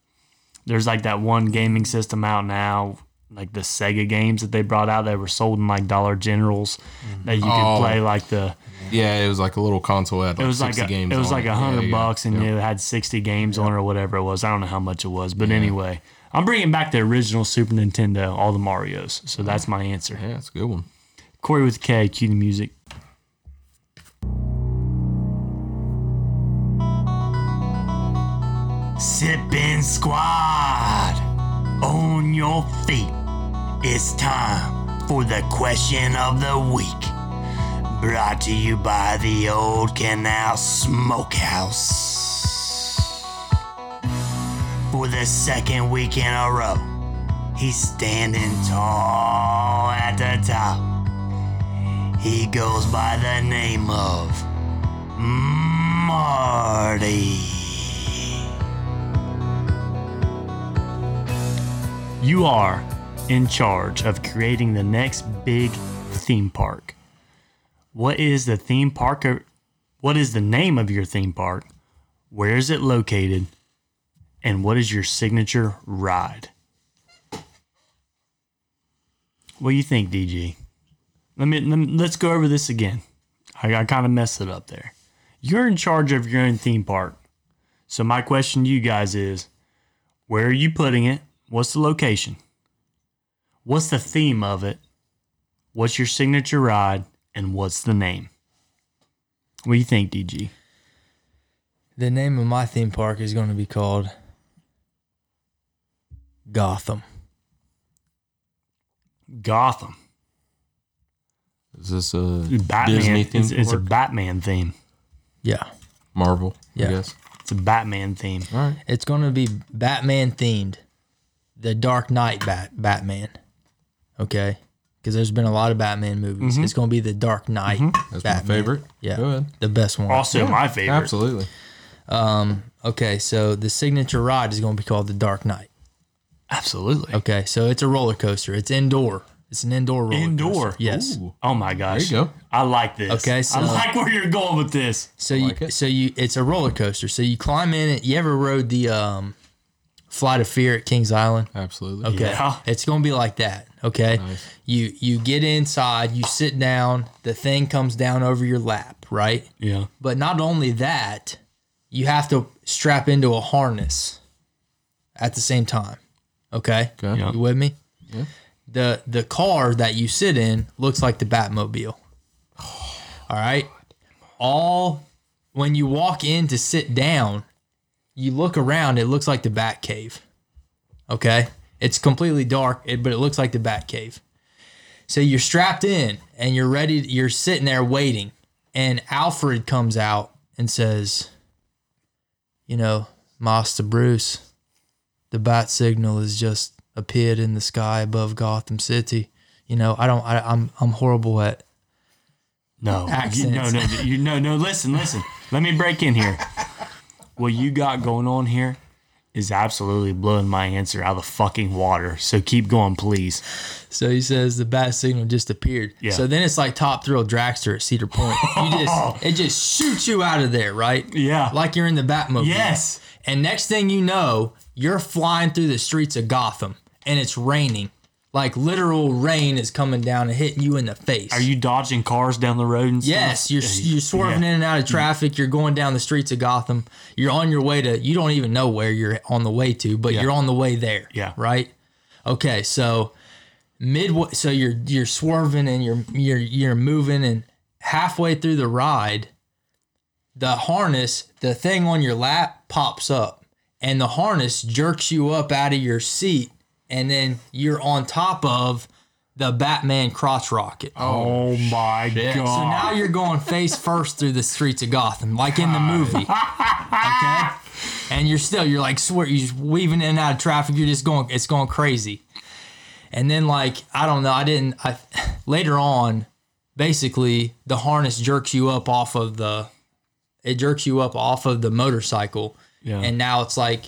Speaker 1: there's like that one gaming system out now, like the Sega games that they brought out that were sold in like Dollar Generals that you could
Speaker 3: Oh.
Speaker 1: play like the
Speaker 3: Yeah, it was like a little console ad. Like
Speaker 1: it was like
Speaker 3: 60
Speaker 1: a,
Speaker 3: games.
Speaker 1: it was
Speaker 3: on
Speaker 1: like a
Speaker 3: Yeah,
Speaker 1: hundred
Speaker 3: yeah.
Speaker 1: bucks, and it had sixty games on it or whatever it was. I don't know how much it was, but anyway, I'm bringing back the original Super Nintendo, all the Mario's. So that's my answer.
Speaker 3: Yeah, it's a good one.
Speaker 1: Corey with K, cue the music. Sippin' Squad, on your feet. It's time for the question of the week. Brought to you by the Old Canal Smokehouse. For the second week in a row, he's standing tall at the top. He goes by the name of Marty. You are in charge of creating the next big theme park. What is the theme park? Or what is the name of your theme park? Where is it located? And what is your signature ride? What do you think, DG? Let me, let me let's go over this again. I, I kind of messed it up there. You're in charge of your own theme park. So my question to you guys is, where are you putting it? What's the location? What's the theme of it? What's your signature ride? And what's the name? What do you think, DG?
Speaker 2: The name of my theme park is going to be called Gotham.
Speaker 1: Gotham.
Speaker 3: Is this a
Speaker 1: Batman.
Speaker 3: Disney theme
Speaker 1: it's, it's a
Speaker 3: park?
Speaker 1: Batman theme.
Speaker 2: Yeah.
Speaker 3: Marvel?
Speaker 2: Yeah.
Speaker 3: I guess.
Speaker 1: It's a Batman theme.
Speaker 3: All right.
Speaker 2: It's going to be Batman themed, the Dark Knight Bat- Batman. Okay, because there's been a lot of Batman movies. It's going to be the Dark Knight.
Speaker 3: Mm-hmm. That's
Speaker 2: Batman.
Speaker 3: my favorite.
Speaker 2: Yeah,
Speaker 3: Go ahead.
Speaker 2: the best one.
Speaker 1: Also, my favorite.
Speaker 3: Absolutely.
Speaker 2: Okay, so the signature ride is going to be called the Dark Knight.
Speaker 1: Absolutely.
Speaker 2: Okay, so it's a roller coaster. It's indoor. It's an indoor roller.
Speaker 1: Indoor.
Speaker 2: Coaster. Yes.
Speaker 3: Ooh.
Speaker 1: Oh my gosh.
Speaker 3: There you go.
Speaker 1: I like this.
Speaker 2: Okay, so-
Speaker 1: I like where you're going with this.
Speaker 2: So you
Speaker 3: like it.
Speaker 2: so you it's a roller coaster. So you climb in it. You ever rode the um, Flight of Fear at Kings Island?
Speaker 3: Absolutely.
Speaker 2: Okay.
Speaker 1: Yeah.
Speaker 2: It's gonna be like that. Okay. You you get inside, you sit down, the thing comes down over your lap, right?
Speaker 1: Yeah.
Speaker 2: But not only that, you have to strap into a harness at the same time. Okay.
Speaker 3: Okay.
Speaker 1: Yeah.
Speaker 2: You with me? The the car that you sit in looks like
Speaker 1: [SIGHS]
Speaker 2: the Batmobile. All right. All when you walk in to sit down, you look around, it looks like the Bat Cave. Okay? It's completely dark, it- but it looks like the Bat Cave. So you're strapped in and you're ready, you're sitting there waiting. And Alfred comes out and says, You know, Master Bruce, the bat signal has just appeared in the sky above Gotham City. You know, I don't, I, I'm, I'm horrible at
Speaker 1: No. You, no,
Speaker 2: Accents.
Speaker 1: no, you, no, no. Listen, listen. Let me break in here. What you got going on here is absolutely blowing my answer out of the fucking water. So keep going, please.
Speaker 2: So he says the bat signal just appeared.
Speaker 1: Yeah.
Speaker 2: So then it's like top thrill dragster at Cedar Point. You
Speaker 1: [LAUGHS]
Speaker 2: just it just shoots you out of there, right?
Speaker 1: Yeah.
Speaker 2: Like you're in the Batmobile.
Speaker 1: Yes.
Speaker 2: And next thing you know, you're flying through the streets of Gotham and it's raining. Like literal rain is coming down and hitting you in the face.
Speaker 1: Are you dodging cars down the road and
Speaker 2: Yes,
Speaker 1: stuff?
Speaker 2: you're you're swerving in and out of traffic. You're going down the streets of Gotham. You're on your way to. You don't even know where you're on the way to, but you're on the way there.
Speaker 1: Yeah.
Speaker 2: Right. Okay. So midway, so you're you're swerving and you're you're you're moving and halfway through the ride, the harness, the thing on your lap pops up, and the harness jerks you up out of your seat, and then you're on top of the Batman crotch rocket.
Speaker 1: Oh my god.
Speaker 2: So now you're going face first through the streets of Gotham, like in the movie. Okay? And you're still, you're like, swear, you're just weaving in and out of traffic. You're just going, it's going crazy. And then, like, I don't know, I didn't, I later on, basically, the harness jerks you up off of the, it jerks you up off of the motorcycle.
Speaker 1: Yeah.
Speaker 2: And now it's like,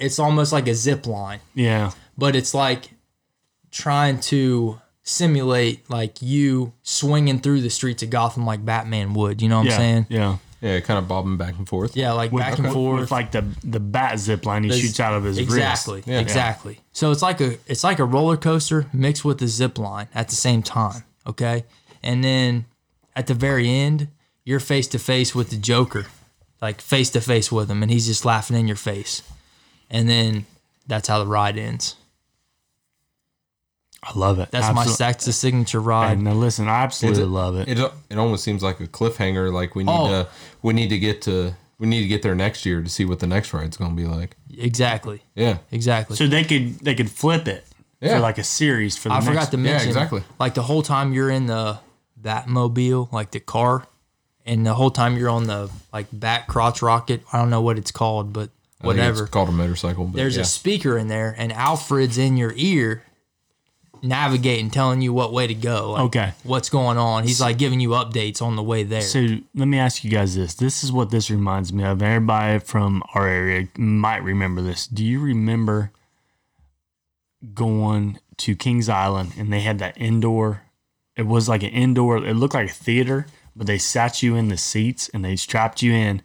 Speaker 2: it's almost like a zip line
Speaker 1: yeah.
Speaker 2: but it's like trying to simulate like you swinging through the streets of Gotham like Batman would. You know what
Speaker 1: Yeah.
Speaker 2: I'm saying?
Speaker 1: Yeah.
Speaker 3: Yeah, kind of bobbing back and forth.
Speaker 2: Yeah, like back and forth.
Speaker 1: With like the the bat zip line he shoots out of his wrist.
Speaker 2: exactly, exactly. So it's like a it's like a roller coaster mixed with a zip line at the same time. Okay, and then at the very end, you're face to face with the Joker, like face to face with him, and he's just laughing in your face, and then that's how the ride ends.
Speaker 1: I love it.
Speaker 2: That's
Speaker 1: Absol-
Speaker 2: my that's the signature ride.
Speaker 1: Now listen, I absolutely love it.
Speaker 3: It it almost seems like a cliffhanger. Like we need
Speaker 2: Oh.
Speaker 3: to we need to get to we need to get there next year to see what the next ride's going to be like.
Speaker 2: Exactly.
Speaker 3: Yeah.
Speaker 2: Exactly.
Speaker 1: So they could they could flip it
Speaker 3: Yeah.
Speaker 1: for like a series for the
Speaker 2: I
Speaker 1: next.
Speaker 2: forgot to mention.
Speaker 3: exactly.
Speaker 2: Like the whole time you're in the Batmobile, like the car, and the whole time you're on the like back crotch rocket. I don't know what it's called, but
Speaker 3: I think
Speaker 2: whatever.
Speaker 3: It's called a motorcycle. But
Speaker 2: There's
Speaker 3: yeah.
Speaker 2: a speaker in there, and Alfred's in your ear, navigating, telling you what way to go. like,
Speaker 1: Okay.
Speaker 2: What's going on? He's like giving you updates on the way there.
Speaker 1: So let me ask you guys this. This is what this reminds me of. Everybody from our area might remember this. Do you remember going to Kings Island and they had that indoor? It was like an indoor. It looked like a theater, but they sat you in the seats and they strapped you in,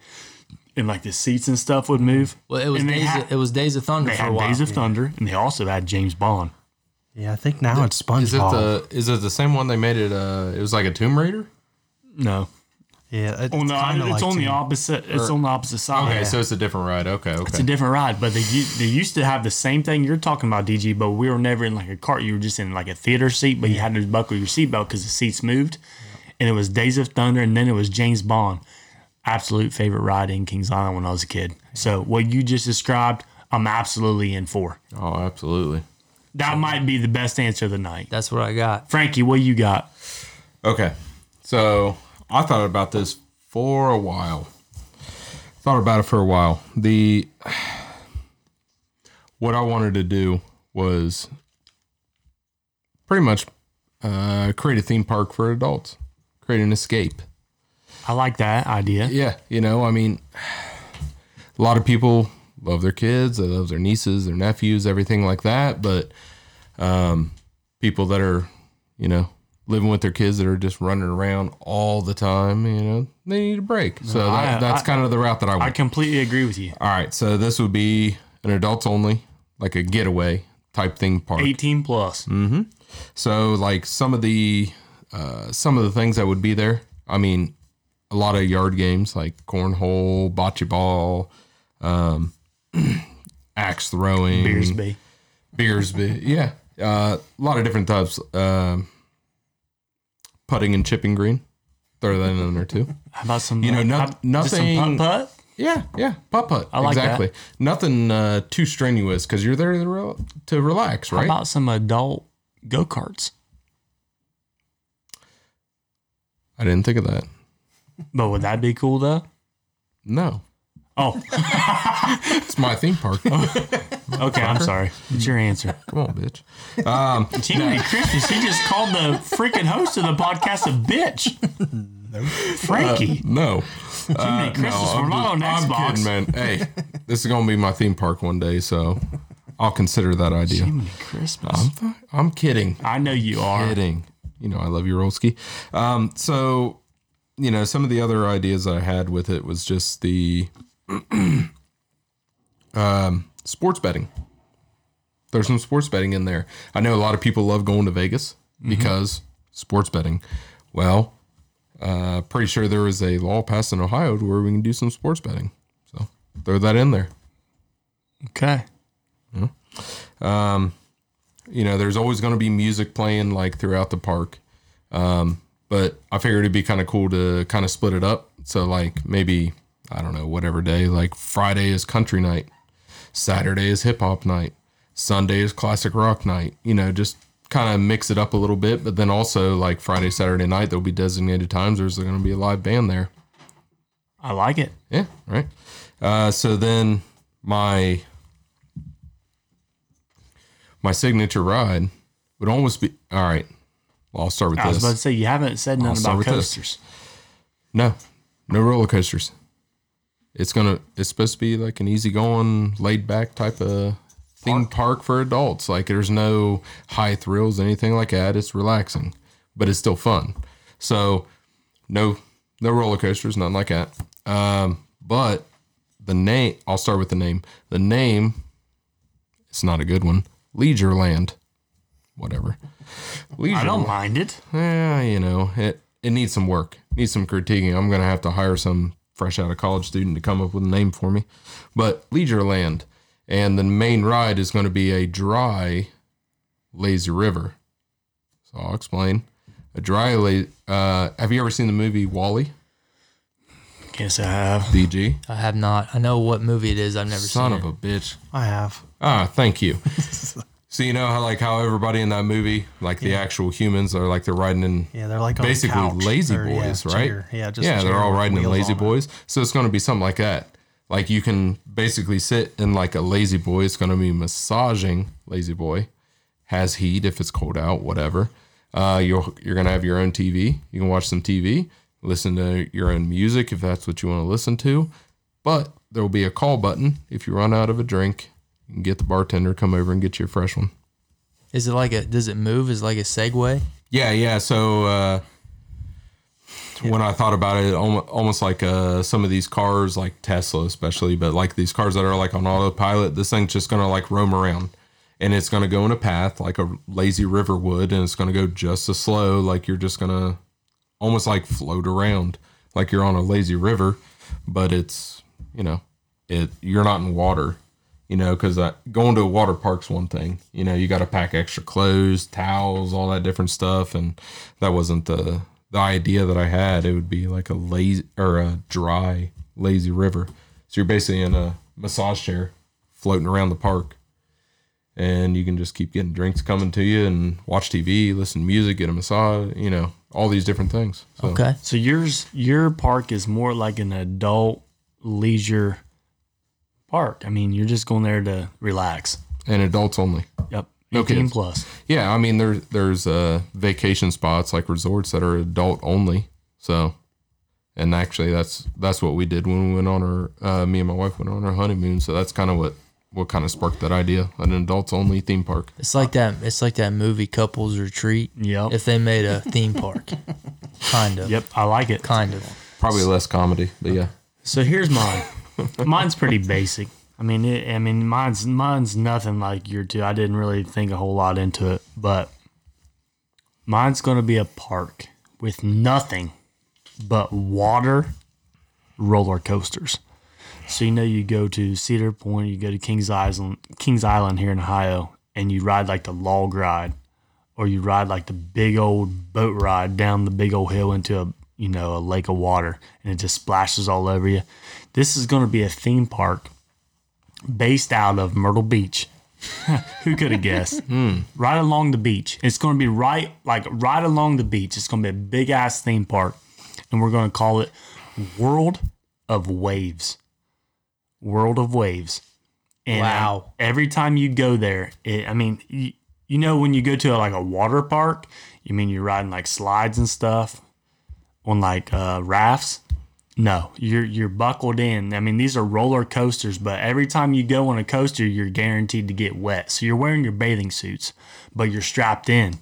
Speaker 1: and like the seats and stuff would move.
Speaker 2: well, it was
Speaker 1: and they
Speaker 2: days.
Speaker 1: had-
Speaker 2: of, it was Days of Thunder
Speaker 1: They
Speaker 2: for a
Speaker 1: had
Speaker 2: while.
Speaker 1: Days of Thunder, and they also had James Bond.
Speaker 4: Yeah, I think now Oh, it's SpongeBob.
Speaker 3: Is it the is it the same one they made it? Uh, it was like a Tomb Raider.
Speaker 1: No.
Speaker 4: yeah, it-
Speaker 1: Well, no,
Speaker 4: kinda
Speaker 1: it's
Speaker 4: like
Speaker 1: on the
Speaker 4: two.
Speaker 1: opposite. It's on the opposite side.
Speaker 3: Okay, so it's a different ride. Okay, okay.
Speaker 1: It's a different ride, but they u- they used to have the same thing you're talking about, DG. But we were never in like a cart; you were just in like a theater seat, but you had to buckle your seatbelt because the seats moved. And it was Days of Thunder, and then it was James Bond. Absolute favorite ride in Kings Island when I was a kid. So what you just described, I'm absolutely in for.
Speaker 3: oh, absolutely.
Speaker 1: That might be the best answer of the night.
Speaker 2: That's what I got.
Speaker 1: Frankie, what you got?
Speaker 3: Okay, so I thought about this for a while. Thought about it for a while. The [SIGHS] what I wanted to do was pretty much uh, create a theme park for adults, create an escape.
Speaker 1: I like that idea.
Speaker 3: Yeah, you know, I mean, a lot of people love their kids, they love their nieces, their nephews, everything like that. But um, people that are, you know, living with their kids that are just running around all the time, you know, they need a break. so that,
Speaker 1: I-
Speaker 3: that's
Speaker 1: I-
Speaker 3: kind of the route that I
Speaker 1: I
Speaker 3: went.
Speaker 1: completely agree with you.
Speaker 3: all right, so this would be an adults only, like a getaway type thing park.
Speaker 1: 18 plus.
Speaker 3: Mm-hmm. So like some of the uh, some of the things that would be there. I mean, a lot of yard games like cornhole, bocce ball, um, [CLEARS THROAT] axe throwing,
Speaker 1: Beersby.
Speaker 3: beers, be- yeah, uh, a lot of different types. Um, putting and chipping green, throw that in there too.
Speaker 1: How about some? uh,
Speaker 3: You know, no-
Speaker 1: how- just some
Speaker 3: nothing-
Speaker 1: putt-putt?
Speaker 3: Yeah, yeah, putt putt.
Speaker 1: I like that.
Speaker 3: exactly. Nothing uh, too strenuous because you're there to, rel- to relax,
Speaker 1: How
Speaker 3: right?
Speaker 1: about some adult go karts?
Speaker 3: I didn't think of that.
Speaker 1: But would that be cool though?
Speaker 3: No,
Speaker 1: Oh, [LAUGHS]
Speaker 3: it's my theme park. [LAUGHS]
Speaker 1: okay. I'm sorry. It's your answer.
Speaker 3: Come on, bitch.
Speaker 1: [LAUGHS] Merry Christmas. He just called the freaking host of the podcast a bitch. Frankie. [LAUGHS]
Speaker 3: No.
Speaker 1: Merry Christmas. We're not on Xbox. [LAUGHS]
Speaker 3: kidding, man. Hey, this is gonna be my theme park one day, so I'll consider that idea.
Speaker 1: Uh, Merry Christmas.
Speaker 3: I'm, th- I'm kidding.
Speaker 1: I know you are.
Speaker 3: Kidding. You know, I love you, Rolski. Um, so, you know, some of the other ideas I had with it was just the [CLEARS THROAT] um, sports betting. There's some sports betting in there. I know a lot of people love going to Vegas because sports betting. Well, uh, pretty sure there is a law passed in Ohio to where we can do some sports betting. So throw that in there.
Speaker 1: Okay.
Speaker 3: you know there's always going to be music playing like throughout the park um, but i figured it'd be kind of cool to kind of split it up so like maybe i don't know whatever day like friday is country night saturday is hip-hop night sunday is classic rock night you know just kind of mix it up a little bit but then also like friday saturday night there'll be designated times there's going to be a live band there
Speaker 1: I like it.
Speaker 3: yeah, right. Uh, so then my my signature ride would almost be all right. Well, I'll start with
Speaker 1: I was
Speaker 3: this.
Speaker 1: about to say you haven't said
Speaker 3: I'll
Speaker 1: nothing
Speaker 3: start
Speaker 1: about
Speaker 3: with this.
Speaker 1: coasters.
Speaker 3: no, no roller coasters. It's gonna. It's supposed to be like an easygoing, laid back type of theme park for adults. Like there's no high thrills, anything like that. It's relaxing, but it's still fun. So no, no roller coasters, nothing like that. Um, but the name. I'll start with the name. The name. It's not a good one. Leisure Land. Whatever. Leisure.
Speaker 1: I don't mind it.
Speaker 3: Yeah, Eh, you know, it it needs some work, needs some critiquing. I'm gonna have to hire some fresh out of college student to come up with a name for me. But Leisure Land, and the main ride is going to be a dry, lazy river. So I'll explain. A dry, la- uh, have you ever seen the movie Wally?
Speaker 1: Guess I have.
Speaker 3: DG.
Speaker 2: I have not. I know what movie it is. I've never
Speaker 3: Son
Speaker 2: seen
Speaker 3: of
Speaker 2: it.
Speaker 3: a bitch.
Speaker 4: I have.
Speaker 3: Ah,
Speaker 2: [LAUGHS]
Speaker 3: thank you. so you know how like how everybody in that movie, like the actual humans, are like they're riding in
Speaker 4: Yeah, they're like on a
Speaker 3: basically
Speaker 4: couch
Speaker 3: lazy
Speaker 4: or, yeah,
Speaker 3: boys, right?
Speaker 4: chair. Yeah, just a
Speaker 3: yeah, they're
Speaker 4: chair
Speaker 3: all
Speaker 4: with
Speaker 3: riding in
Speaker 4: wheels
Speaker 3: lazy
Speaker 4: on it.
Speaker 3: boys. So it's going to be something like that. Like you can basically sit in like a lazy boy. It's going to be massaging lazy boy. Has heat if it's cold out, whatever. Uh, you're you're going to have your own TV. You can watch some TV, listen to your own music if that's what you want to listen to. But there will be a call button if you run out of a drink. You can get the bartender come over and get you a fresh one.
Speaker 2: Is it like a? Does it move? Is it like a Segway?
Speaker 3: Yeah, yeah. So uh, when I thought about it, almo- almost like uh, some of these cars, like Tesla especially, but like these cars that are like on autopilot, this thing's just gonna like roam around, and it's going to go in a path like a lazy river would, and it's going to go just as slow, like you're just going to almost like float around, like you're on a lazy river, but it's you know, it you're not in water, you know, because going to a water park's one thing, you know, you got to pack extra clothes, towels, all that different stuff, and that wasn't the the idea that I had. It would be like a lazy or a dry lazy river, so you're basically in a massage chair floating around the park and you can just keep getting drinks coming to you and watch TV, listen to music, get a massage, you know, all these different things. So,
Speaker 2: Okay.
Speaker 1: So yours, your park is more like an adult leisure park. I mean, you're just going there to relax.
Speaker 3: And adults only.
Speaker 1: Yep.
Speaker 3: No
Speaker 1: 18
Speaker 3: kids.
Speaker 1: plus.
Speaker 3: Yeah, I mean there there's uh vacation spots like resorts that are adult only. So and actually that's that's what we did when we went on our uh, me and my wife went on our honeymoon. So that's kind of what what kind of sparked that idea, an adults only theme park.
Speaker 2: It's like that. It's like that movie Couples Retreat.
Speaker 1: Yep.
Speaker 2: If they made a
Speaker 1: [LAUGHS]
Speaker 2: theme park, kind of.
Speaker 1: Yep. I like it.
Speaker 2: Kind of.
Speaker 3: Probably less comedy, but yeah.
Speaker 1: So here's mine. [LAUGHS] mine's pretty basic. I mean, it, I mean, mine's mine's nothing like your two. I didn't really think a whole lot into it, but mine's going to be a park with nothing but water roller coasters. So you know, you go to Cedar Point, you go to Kings Island, Kings Island here in Ohio, and you ride like the log ride, or you ride like the big old boat ride down the big old hill into a you know a lake of water, and it just splashes all over you. This is going to be a theme park based out of Myrtle Beach. [LAUGHS] Who could have guessed? Right along the beach. It's going to be right like right along the beach. It's going to be a big ass theme park, and we're going to call it World of Waves. World of Waves. And uh,
Speaker 2: Wow.
Speaker 1: every time you go there, it, I mean, you, you know when you go to like a water park, you mean you're riding like slides and stuff on like uh, rafts. No, you're you're buckled in. I mean, these are roller coasters, but every time you go on a coaster, you're guaranteed to get wet. So you're wearing your bathing suits, but you're strapped in.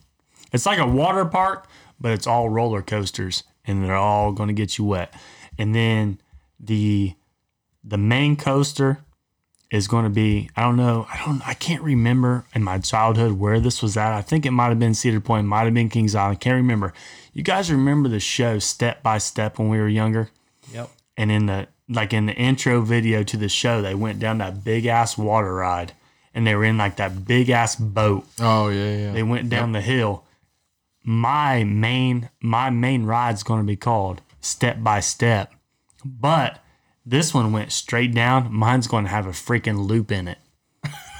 Speaker 1: It's like a water park, but it's all roller coasters, and they're all going to get you wet. And then the the main coaster is going to be I don't know I don't I can't remember in my childhood where this was at. I think it might have been Cedar Point, might have been Kings Island. Can't remember. You guys remember the show Step by Step when we were younger?
Speaker 2: Yep.
Speaker 1: and in the like in the intro video to the show they went down that big ass water ride and they were in like that big ass boat
Speaker 3: Oh yeah, yeah.
Speaker 1: they went down the hill my main my main ride's going to be called step by step but this one went straight down mine's going to have a freaking loop in it [LAUGHS]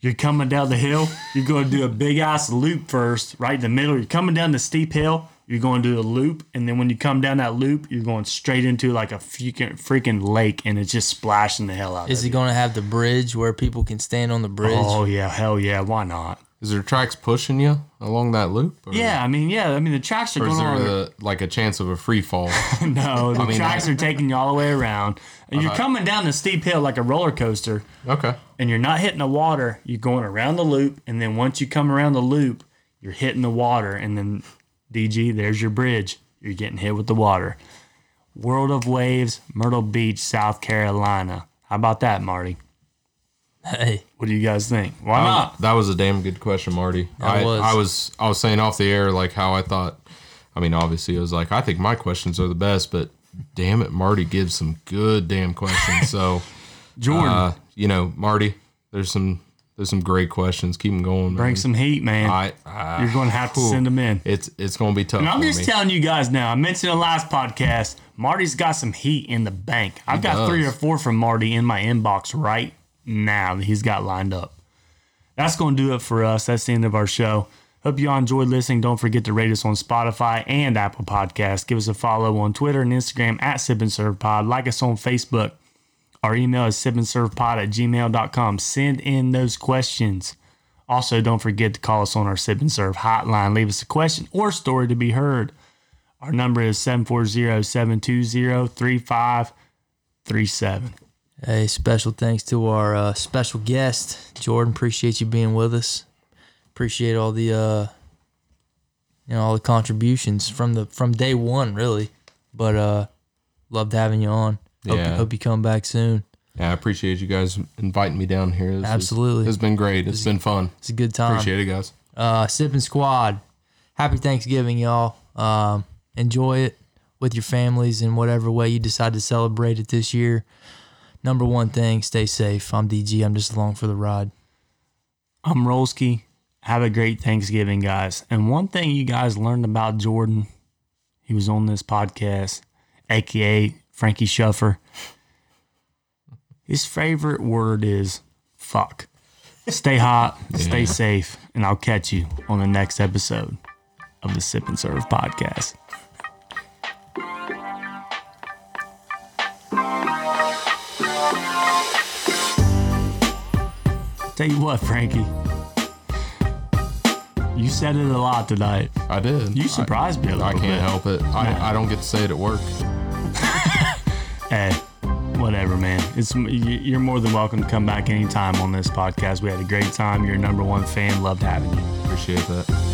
Speaker 1: you're coming down the hill you're going to do a big ass loop first right in the middle you're coming down the steep hill you're going to do a loop and then when you come down that loop you're going straight into like a freaking freaking lake and it's just splashing the hell out
Speaker 2: Is
Speaker 1: of
Speaker 2: it going to have the bridge where people can stand on the bridge?
Speaker 1: you. oh yeah hell yeah why not
Speaker 3: Is there tracks pushing you along that loop? Or?
Speaker 1: yeah i mean yeah i mean the tracks are
Speaker 3: Or
Speaker 1: going
Speaker 3: is there
Speaker 1: on
Speaker 3: a, like a chance of a free [LAUGHS] fall?
Speaker 1: [LAUGHS] No, Oh, the
Speaker 3: mean, Uh-huh.
Speaker 1: tracks are taking you all the way around. And you're coming down the steep hill like a roller coaster,
Speaker 3: okay.
Speaker 1: and you're not hitting the water. You're going around the loop, and then once you come around the loop, you're hitting the water, and then DG, there's your bridge. You're getting hit with the water. World of Waves, Myrtle Beach, South Carolina. How about that, Marty?
Speaker 2: Hey,
Speaker 1: What do you guys think? Why
Speaker 3: Um,
Speaker 1: not?
Speaker 3: That was a damn good question, Marty. I
Speaker 2: was.
Speaker 3: I was I was saying off the air like how I thought. I mean, obviously, it was like I think my questions are the best, but damn it, Marty gives some good damn questions.
Speaker 1: [LAUGHS]
Speaker 3: So,
Speaker 1: Jordan,
Speaker 3: uh, you know, Marty, there's some there's some great questions. Keep them going.
Speaker 1: bring some heat, man.
Speaker 3: I, I
Speaker 1: you're going to have to
Speaker 3: cool.
Speaker 1: send them in.
Speaker 3: It's it's gonna be tough.
Speaker 1: And I'm
Speaker 3: for
Speaker 1: just
Speaker 3: me.
Speaker 1: telling you guys now. I mentioned in the last podcast, Marty's got some heat in the bank. I've got
Speaker 3: does.
Speaker 1: three or four from Marty in my inbox right now that he's got lined up. That's going to do it for us. That's the end of our show. Hope you all enjoyed listening. Don't forget to rate us on Spotify and Apple Podcasts. Give us a follow on Twitter and Instagram at Sip and Serve Pod. Like us on Facebook. Our email is sipandservepod at gmail.com. Send in those questions. Also, don't forget to call us on our Sip and Serve hotline. Leave us a question or story to be heard. Our number is 740 720 3537.
Speaker 2: hey, special thanks to our uh, special guest, Jordan. Appreciate you being with us. Appreciate all the uh, you know, all the contributions from the from day one, really. But uh loved having you on. Hope,
Speaker 3: Yeah.
Speaker 2: hope you come back soon.
Speaker 3: Yeah, I appreciate you guys inviting me down here. This is-
Speaker 2: Absolutely.
Speaker 3: it's been great. It's been fun.
Speaker 2: It's a good time.
Speaker 3: Appreciate it, guys.
Speaker 2: Uh, Sipping Squad. Happy Thanksgiving, y'all. Um, enjoy it with your families in whatever way you decide to celebrate it this year. Number one thing, stay safe. I'm DG. I'm just along for the ride.
Speaker 1: I'm Rolski. Have a great Thanksgiving, guys. And one thing you guys learned about Jordan, he was on this podcast, aka Frankie Shuffer. His favorite word is fuck. Stay hot, stay safe, and I'll catch you on the next episode of the Sip and Serve podcast. Tell you what, Frankie. You said it a lot tonight.
Speaker 3: I did.
Speaker 1: You surprised me a
Speaker 3: I, I
Speaker 1: little
Speaker 3: can't
Speaker 1: bit.
Speaker 3: help it. I, I don't get to say it at work.
Speaker 1: Hey, Eh, whatever, man. It's y- you're more than welcome to come back anytime on this podcast. We had a great time. You're a number one fan. Loved having you.
Speaker 3: Appreciate that.